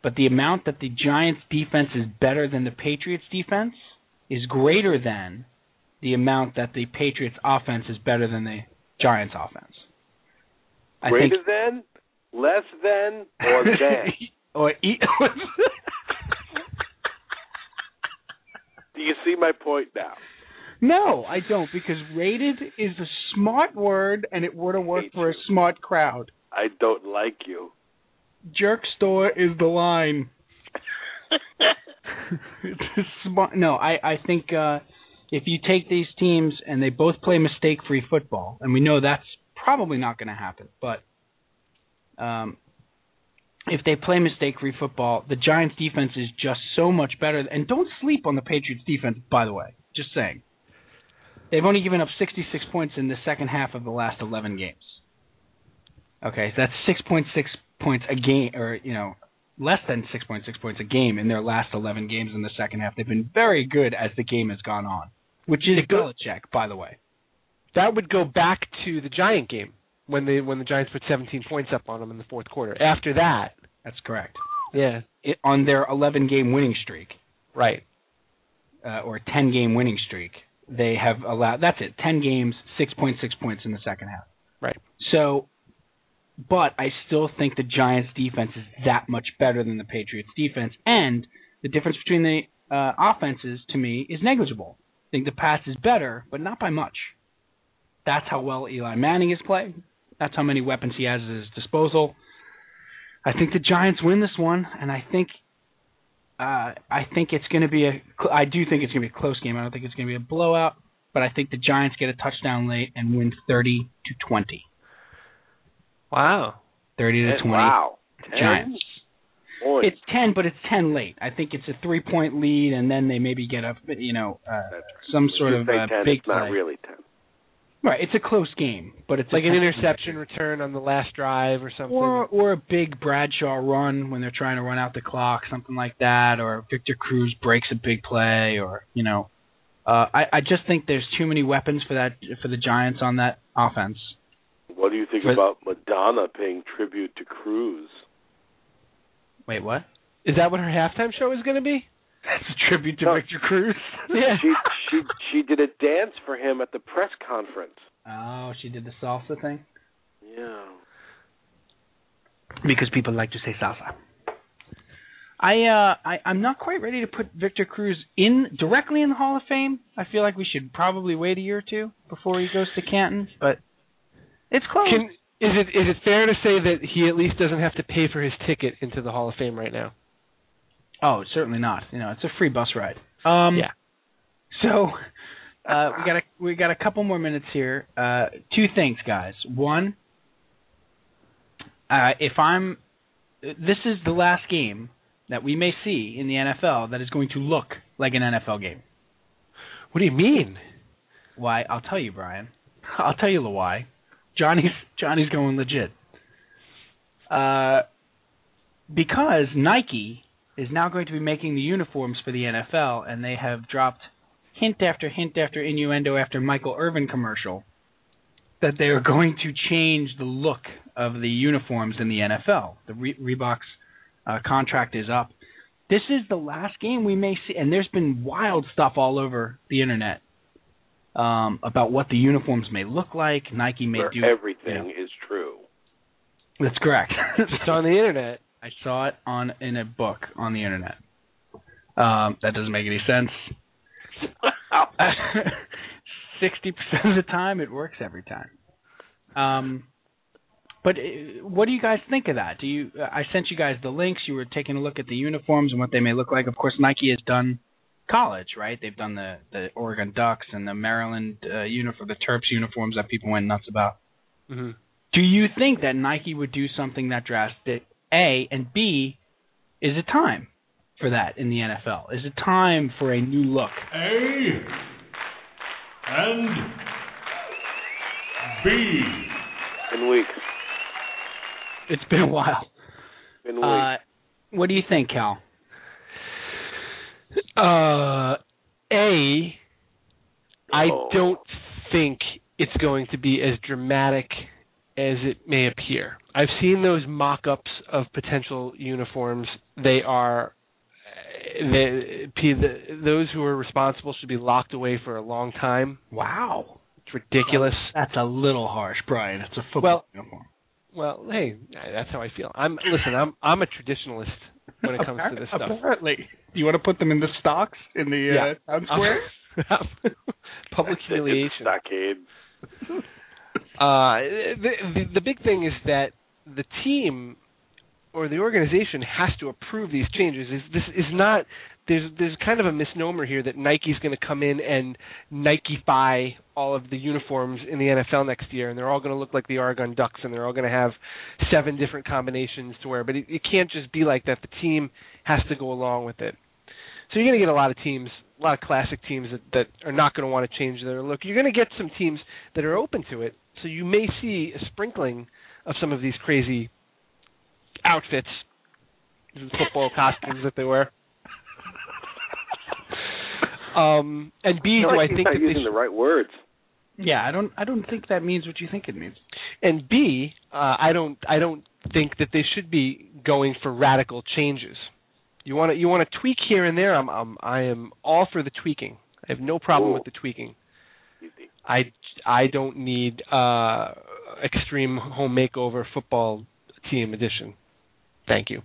But the amount that the Giants defense is better than the Patriots defense is greater than the amount that the Patriots offense is better than the Giants offense. I greater think than, less than, or than. or e- Do you see my point now? No, I don't because rated is a smart word and it wouldn't work Hate for a you. smart crowd. I don't like you. Jerk store is the line. It's a smart. No, I I think uh, if you take these teams and they both play mistake-free football, and we know that's probably not going to happen, but um, if they play mistake-free football, the Giants' defense is just so much better. And don't sleep on the Patriots' defense, by the way. Just saying, they've only given up 66 points in the second half of the last 11 games. Okay, so that's 6.6 points a game, or you know, less than 6.6 points a game in their last 11 games in the second half. They've been very good as the game has gone on, which is Belichick, by the way. that would go back to the Giant game when they when the Giants put 17 points up on them in the fourth quarter. After that, That's correct. yeah, It, on their 11 game winning streak right. uh, or 10 game winning streak, they have allowed that's it, 10 games, 6.6 points in the second half. Right. So, but I still think the Giants' defense is that much better than the Patriots' defense, and the difference between the uh, offenses to me is negligible. I think the pass is better, but not by much. That's how well Eli Manning is playing. That's how many weapons he has at his disposal. I think the Giants win this one, and I think uh, I think it's going to be a cl- I do think it's going to be a close game. I don't think it's going to be a blowout, but I think the Giants get a touchdown late and win 30 to 20. Wow. 30 to 20 Eh, wow. Giants. points. It's ten, but it's ten late. I think it's a three point lead, and then they maybe get a you know uh, right. some sort You of say uh, 10, big it's not play. really 10. Right, it's a close game, but it's like a 10 an interception return on the last drive or something. or or a big Bradshaw run when they're trying to run out the clock, something like that, or Victor Cruz breaks a big play, or you know, uh, I I just think there's too many weapons for that for the Giants on that offense. What do you think But- about Madonna paying tribute to Cruz? Wait, what? is that what her halftime show is going to be? That's a tribute to No. Victor Cruz. Yeah. She she she did a dance for him at the press conference. Oh, she did the salsa thing Yeah. because people like to say salsa. I uh I I'm not quite ready to put Victor Cruz in directly in the Hall of Fame. I feel like we should probably wait a year or two before he goes to Canton, but it's close. Can is it is it fair to say that he at least doesn't have to pay for his ticket into the Hall of Fame right now? Oh, certainly not. You know, it's a free bus ride. Um, Yeah. So uh, we got a we got a couple more minutes here. Uh, two things, guys. One, uh, if I'm, this is the last game that we may see in the NFL that is going to look like an NFL game. What do you mean? Why? I'll tell you, Brian. I'll tell you the why. Johnny's Johnny's going legit. Uh, because Nike is now going to be making the uniforms for the NFL, and they have dropped hint after hint after innuendo after Michael Irvin commercial that they are going to change the look of the uniforms in the NFL. The Re- Reebok's uh, contract is up. This is the last game we may see, and there's been wild stuff all over the internet um, about what the uniforms may look like. Nike may Where do. everything is true. That's correct. It's on the internet. I saw it on in a book on the internet. Um, that doesn't make any sense. Sixty percent of the time, it works every time. Um, but uh, what do you guys think of that? Do you? I sent you guys the links. You were taking a look at the uniforms and what they may look like. Of course, Nike has done college, right? They've done the the Oregon Ducks and the Maryland uh, uniform, the Terps uniforms that people went nuts about. Mm-hmm. Do you think that Nike would do something that drastic? A and B, is it time for that in the NFL? Is it time for a new look? A E and B. In weeks. It's been a while. In weeks. Uh, what do you think, Cal? Uh, a, I Oh. don't think it's going to be as dramatic as it may appear. I've seen those mock-ups of potential uniforms. They are they, P- the, those who are responsible should be locked away for a long time. Wow, It's ridiculous. that's a little harsh, Brian. It's a football Well, uniform. Well, hey, that's how I feel. I'm listen. I'm I'm a traditionalist when it comes to this stuff. apparently, you want to put them in the stocks in the uh, town square? I'm- public humiliation. Stockade. Uh, the, the the big thing is that the team or the organization has to approve these changes. Is this is not there's there's kind of a misnomer here that Nike's going to come in and Nikeify all of the uniforms in the NFL next year, and they're all going to look like the Oregon Ducks, and they're all going to have seven different combinations to wear. But it, it can't just be like that. The team has to go along with it. So you're going to get a lot of teams, a lot of classic teams that, that are not going to want to change their look. You're going to get some teams that are open to it. So you may see a sprinkling of some of these crazy outfits, these football costumes that they wear. Um, and B, I feel do I like he's think not that they using the right words. Yeah, I don't. I don't think that means what you think it means. and B, uh, I don't I don't think that they should be going for radical changes. You want to you want to tweak here and there. I'm, I'm I am all for the tweaking. I have no problem Ooh. with the tweaking. I I don't need uh extreme home makeover football team edition. Thank you.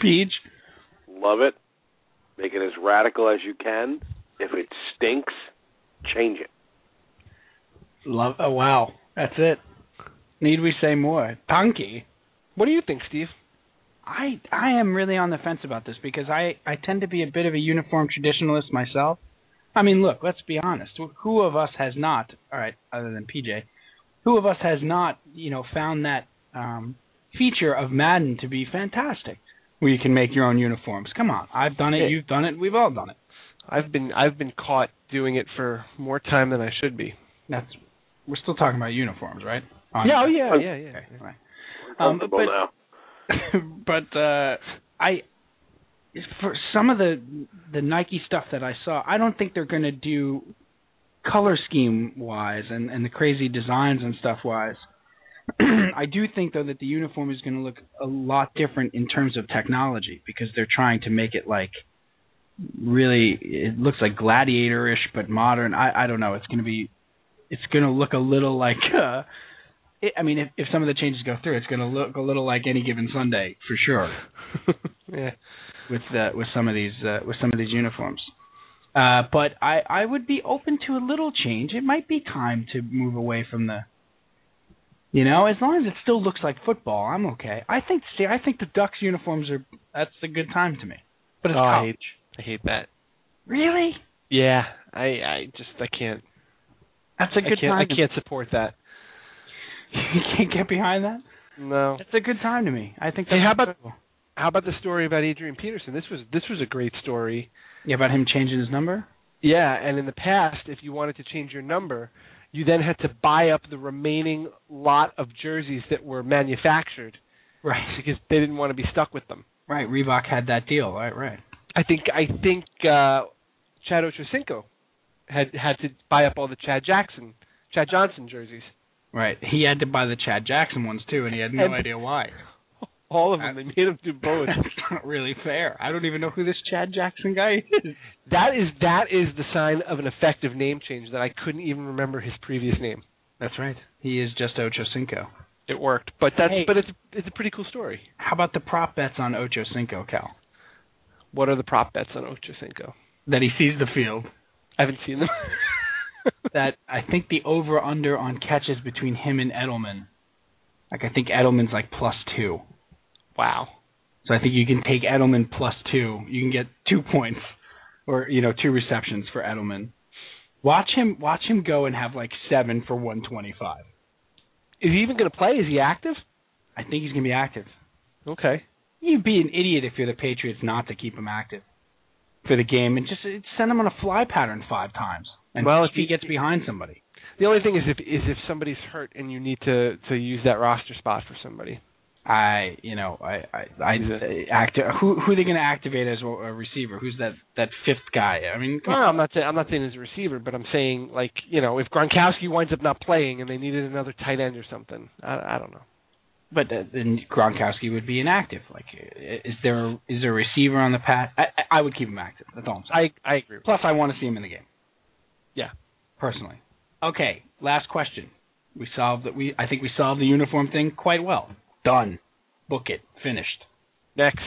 Peach, Love it. Make it as radical as you can. If it stinks, change it. love. Oh wow, that's it. Need we say more? Punky. What do you think, Steve? I I am really on the fence about this because I I tend to be a bit of a uniform traditionalist myself. I mean, look, let's be honest. Wh- Who of us has not? All right, other than PJ, who of us has not, you know, found that um feature of Madden to be fantastic, where you can make your own uniforms. Come on, I've done Yeah. it, you've done it, we've all done it. I've been I've been caught doing it for more time than I should be. That's we're still talking about uniforms, right? On- Yeah, oh yeah, yeah, yeah. Okay, right. Um, Comfortable but- now. but uh I for some of the the Nike stuff that I saw, I don't think they're going to do color scheme wise and and the crazy designs and stuff wise. I do think though that the uniform is going to look a lot different in terms of technology because they're trying to make it like really it looks like gladiator-ish but modern. I I don't know, it's going to be it's going to look a little like uh it, I mean, if, if some of the changes go through, it's going to look a little like any given Sunday for sure. yeah. With uh, with some of these uh, with some of these uniforms, uh, but I I would be open to a little change. It might be time to move away from the. You know, as long as it still looks like football, I'm okay. I think see, I think the Ducks uniforms are that's a good time to me. But it's Oh, I college. hate, I hate that. Really? Yeah, I I just I can't That's a I good can't I time. to- can't support that. you can't get behind that. No. That's a good time to me. I think. Hey, That's how about- incredible. How about the story about Adrian Peterson? This was this was a great story. yeah about him changing his number? Yeah, and in the past, if you wanted to change your number, you then had to buy up the remaining lot of jerseys that were manufactured Right. because they didn't want to be stuck with them. Right, Reebok had that deal. Right, right. I think I think uh Chad Ochocinco had had to buy up all the Chad Jackson, Chad Johnson jerseys. Right. He had to buy the Chad Jackson ones too and he had no And- idea why. All of them. They made him do both. That's not really fair. I don't even know who this Chad Jackson guy is. that is that is the sign of an effective name change that I couldn't even remember his previous name. That's right. He is just Ocho Cinco. It worked, but that's Hey. but it's it's a pretty cool story. How about the prop bets on Ocho Cinco, Cal? What are the prop bets on Ochocinco? That he sees the field. I haven't seen them. That I think the over under on catches between him and Edelman. Like I think Edelman's like plus two. wow. So I think you can take Edelman plus two. You can get two points, or you know, two receptions for Edelman. Watch him, watch him go and have like seven for one twenty-five. Is he even going to play? Is he active? I think he's gonna be active. Okay. You'd be an idiot if you're the Patriots not to keep him active for the game and just uh, send him on a fly pattern five times. And Well, well, if if he- he gets behind somebody, The only thing is if is if somebody's hurt and you need to to use that roster spot for somebody. I, you know, I, I, I He's act. Who, who are they gonna activate as a a receiver? Who's that, that fifth guy? I mean, come Well, on. I'm not saying I'm not saying as a receiver, but I'm saying like you know if Gronkowski winds up not playing and they needed another tight end or something. I I don't know. But uh, then Gronkowski would be inactive. Like, i- is there a, is there a receiver on the path? I, I I would keep him active. That's all I'm saying. I I agree. With Plus, I want to see him in the game. Yeah. personally. Okay, last question. We solved that. We I think we solved the uniform thing quite well. Done. Book it. Finished. you. Next.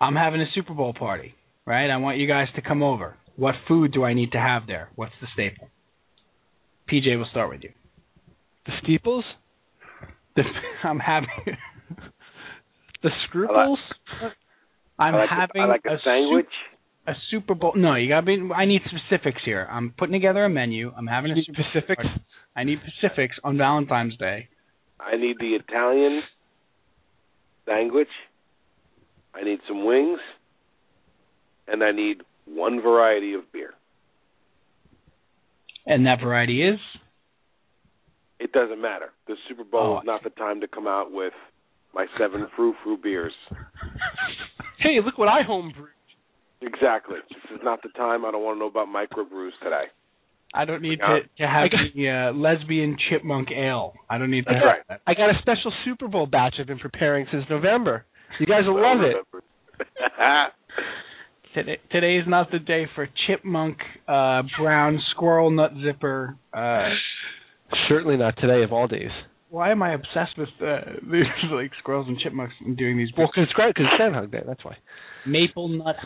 I'm having a Super Bowl party, right? I want you guys to come over. What food do I need to have there? What's the staple? PJ, we'll start with you. The steeples, The, I'm having the scruples. I'm I like, having I like a a Sup- sandwich. a Super Bowl. No, you got to be. I need specifics here. I'm putting together a menu. I'm having a Need Super Pacifics. I need specifics on Valentine's Day. I need the Italian sandwich. I need some wings, and I need one variety of beer. And that variety is It doesn't matter. The Super Bowl Oh, is not the time to come out with my seven frou frou beers. Hey, look what I homebrewed. Exactly. This is not the time. I don't want to know about microbrews today. I don't need Yeah. to, to have I got- the uh, lesbian chipmunk ale. I don't need to That's have right. that. I got a special Super Bowl batch I've been preparing since November. You guys will love it. it. Today, today's not the day for chipmunk, uh, brown squirrel nut zipper. Uh, Certainly not today of all days. why am I obsessed with uh, these like squirrels and chipmunks and doing these Well, because it's, gra- 'cause it's Groundhog Day. That's why. maple nut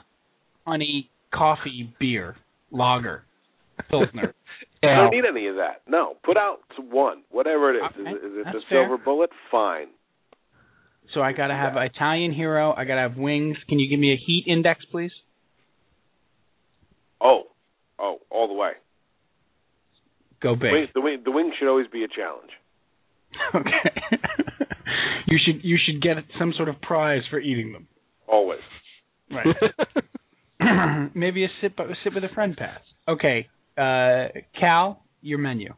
honey coffee beer lager pilsner? I Ow. don't need any of that. No, put out one, whatever it is. Okay, Is, it- is it the Uh, that's fair. silver bullet? Fine. so I gotta have Italian hero. I gotta have wings. Can you give me a heat index, please? Oh, oh, all the way. Go big. Wings, the wing, the wing should always be a challenge. Okay. you should you should get some sort of prize for eating them. Always. Right. Maybe a sit a sit with a friend pass. Okay. Uh, Cal, your menu.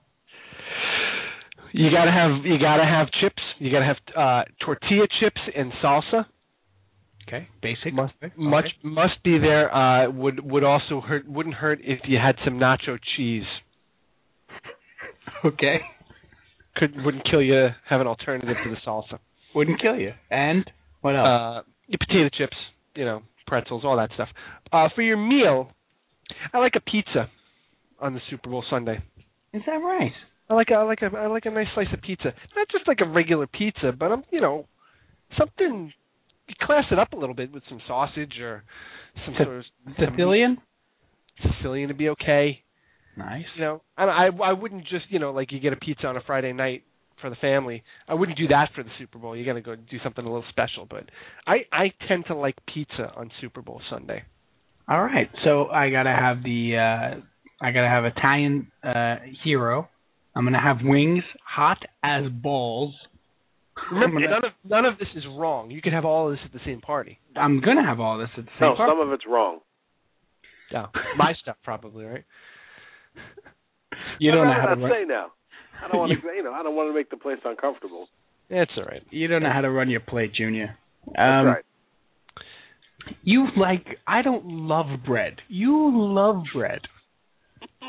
You gotta have you gotta have chips. You gotta have uh, tortilla chips and salsa. Okay. Basic. Must Okay. much must be there. Uh, would would also hurt wouldn't hurt if you had some nacho cheese. Okay. Could wouldn't kill you. to Have an alternative to the salsa. Wouldn't kill you. And what else? Uh, your potato chips, you know, pretzels, all that stuff. Uh, for your meal, I like a pizza on the Super Bowl Sunday. Uh, Is that right? I like a, I like a I like a nice slice of pizza. Not just like a regular pizza, but I'm you know something you class it up a little bit with some sausage or some Sicilian? sort of Sicilian. Sicilian to be okay. Nice. You know, and I I wouldn't just you know like you get a pizza on a Friday night for the family. I wouldn't do that for the Super Bowl. You got to go do something a little special. But I I tend to like pizza on Super Bowl Sunday. All right. So I gotta have the uh I gotta have Italian uh hero. I'm gonna have wings hot as balls. Remember, I'm gonna, none of none of this is wrong. You could have all of this at the same party. I'm gonna have all this at the same No, time. some of it's wrong. Yeah, my stuff probably right. you don't know I'd how to rather run, not say now. I don't want to. you know, I don't want to make the place uncomfortable. That's all right. you don't know how to run your plate, Junior. Um, That's right. You like I don't love bread. You love bread.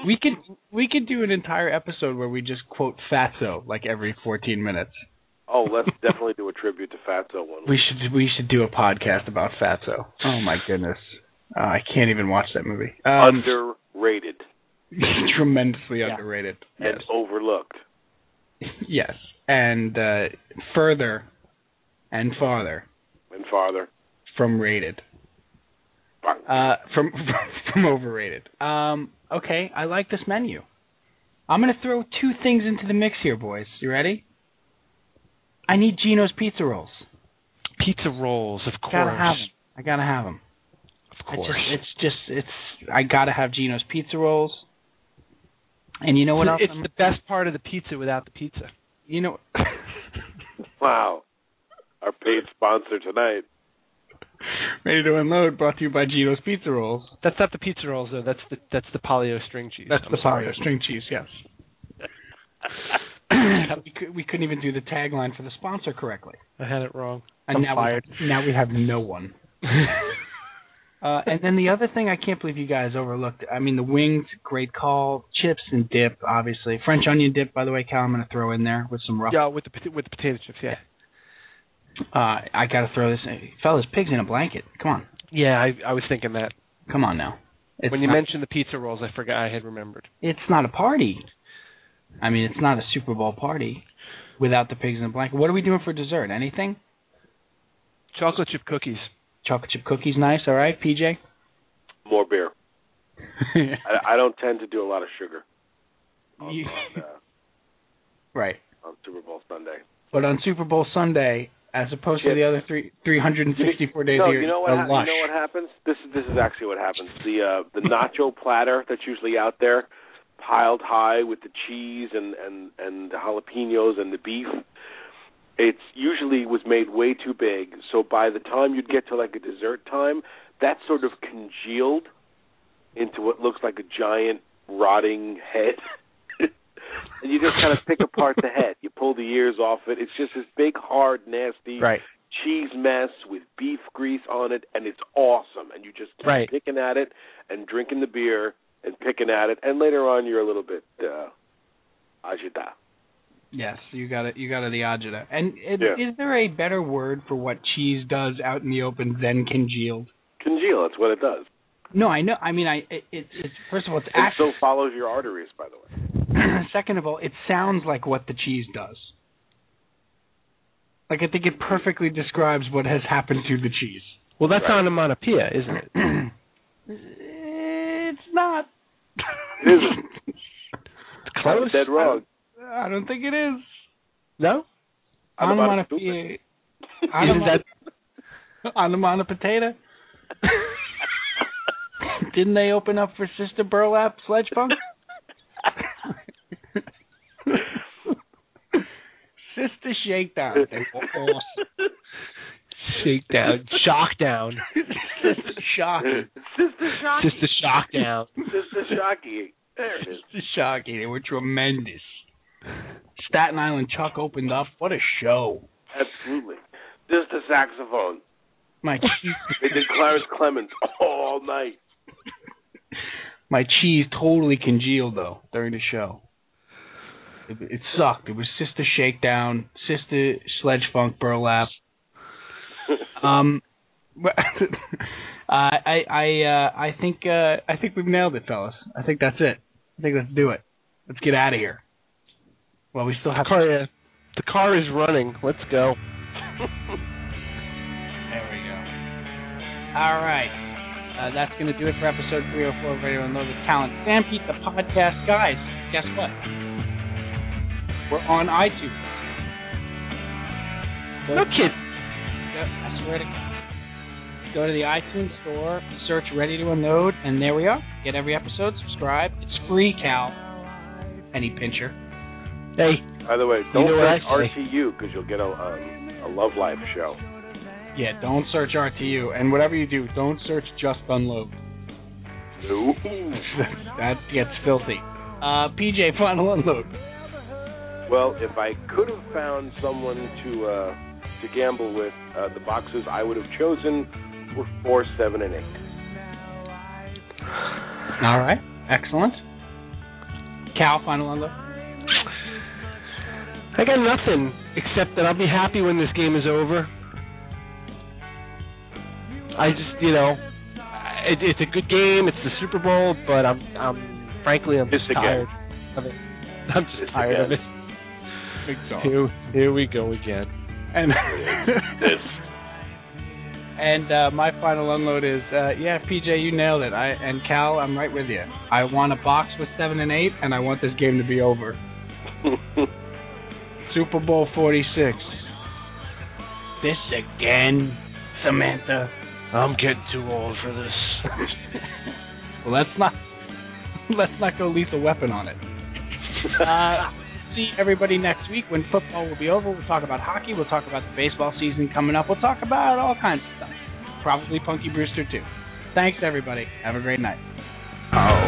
We could we could do an entire episode where we just quote Fatso like every 14 minutes. Oh, let's definitely do a tribute to Fatso one. We should we should do a podcast about Fatso. Oh my goodness, uh, I can't even watch that movie. Um, Underrated tremendously Yeah. underrated. and overlooked. Yes, yes, and uh, further and farther And farther. from rated, Bang. uh, from from overrated. Um, okay, I like this menu. I'm gonna throw two things into the mix here, boys. You ready? I need Gino's pizza rolls. Pizza rolls, of course. Gotta have 'em. I gotta have them. Of I just- course. It's just, it's I gotta have Gino's pizza rolls. And you know what else? it's I'm- the best part of the pizza without the pizza. you know, Wow. Our paid sponsor tonight. ready to unload. Brought to you by Gino's Pizza Rolls. That's not the pizza rolls though. That's the that's the polio string cheese. That's I'm the sorry. sorry. string cheese. Yes. we, could, we couldn't even do the tagline for the sponsor correctly. I had it wrong. And I'm now fired. We, now we have no one. Uh, and then the other thing I can't believe you guys overlooked. I mean, the wings, great call. Chips and dip, obviously. French onion dip, by the way, Cal. I'm gonna throw in there with some rough yeah, with the pota- with the potato chips. Yeah. Uh, I gotta throw this, fellas. Pigs in a blanket. Come on, Yeah, I I was thinking that come on now. It's when you not, mentioned the pizza rolls, I forgot I had remembered. it's not a party. I mean, it's not a Super Bowl party without the pigs in a blanket. What are we doing for dessert? Anything? Chocolate chip cookies. Chocolate chip cookies, nice. All right, PJ. More beer. I, I don't tend to do a lot of sugar on, You- on, uh, right. on Super Bowl Sunday. But on Super Bowl Sunday, as opposed to Chips. the other three three hundred and sixty four days no, a year, you know what? a hap- lush. you know what happens? This is this is actually what happens. The uh, the nacho platter that's usually out there, piled high with the cheese and and and the jalapenos and the beef. It's usually was made way too big, so by the time you'd get to like a dessert time, that sort of congealed into what looks like a giant rotting head. and you just kind of pick apart the head. You pull the ears off it. It's just this big, hard, nasty, Right. cheese mess with beef grease on it, and it's awesome. And you just keep Right. picking at it and drinking the beer and picking at it, and later on you're a little bit uh, agita. Yes, you got it. You got it. The agita. And it, Yeah. is there a better word for what cheese does out in the open than congealed? Congeal, that's what it does. No, I know. I mean, I it, it, it's first of all, it's It actually still follows your arteries, by the way. second of all, it sounds like what the cheese does. Like I think it perfectly describes what has happened to the cheese. Well, that's Right. onomatopoeia, isn't it? it's not. It isn't. Close. Dead wrong. I don't think it is. No. I'm about to do Onomatopoeia. Isn't that Onomatopoeia. Didn't they open up for Sister Burlap Sledge Punk? shakedown. They were awesome. Shakedown, shock down, Sister Shocky. Sister Shocky. just a shock down. Sister Shocky. There it is. Sister Shocky. They were tremendous. Staten Island Chuck opened up. What a show. Absolutely. Just the saxophone. My They did Clarence Clemens all night. my cheese totally congealed though during the show. It, it sucked. It was Sister Shakedown, Sister Sledge Funk Burlap. Um, but, I I I, uh, I think uh, I think we've nailed it, fellas. I think that's it. I think let's do it. Let's get out of here. Well, we still The have. car, uh, the car is running. Let's go. There we go. All right. Uh, that's going to do it for episode 304 of Radio Unloaded Talent. Sam Pete, the podcast. Guys, guess what? We're on iTunes. Go- No go- kid. I swear to God. Go to the iTunes store, search Ready to Unload, and there we are. Get every episode, subscribe. It's free, Cal. Penny pincher. Hey, By the way, don't know what search I say. RTU because you'll get a um, a Love Life show. Yeah, don't search RTU. And whatever you do, don't search Just Unload. Ooh. that gets filthy. Uh, PJ, final unload. Well, if I could have found someone to uh, to gamble with, uh, the boxes I would have chosen were four, seven, and eight. All right. Excellent. Cal, final unload. I got nothing except that I'll be happy when this game is over. I just, you know, I- it, it's a good game. It's the Super Bowl, but I'm, I'm frankly, I'm This just again. tired of it. I'm just This tired of it. again. Big dog. Here, here we go again. And This. and uh, my final unload is uh, yeah, PJ, you nailed it. I and Cal, I'm right with you. I want a box with seven and eight, and I want this game to be over. Super Bowl 46. This again, Samantha. I'm getting too old for this. let's not let's not go lethal weapon on it. Uh, see everybody next week when football will be over. We'll talk about hockey. We'll talk about the baseball season coming up. We'll talk about all kinds of stuff. Probably Punky Brewster too. Thanks everybody. Have a great night. Oh.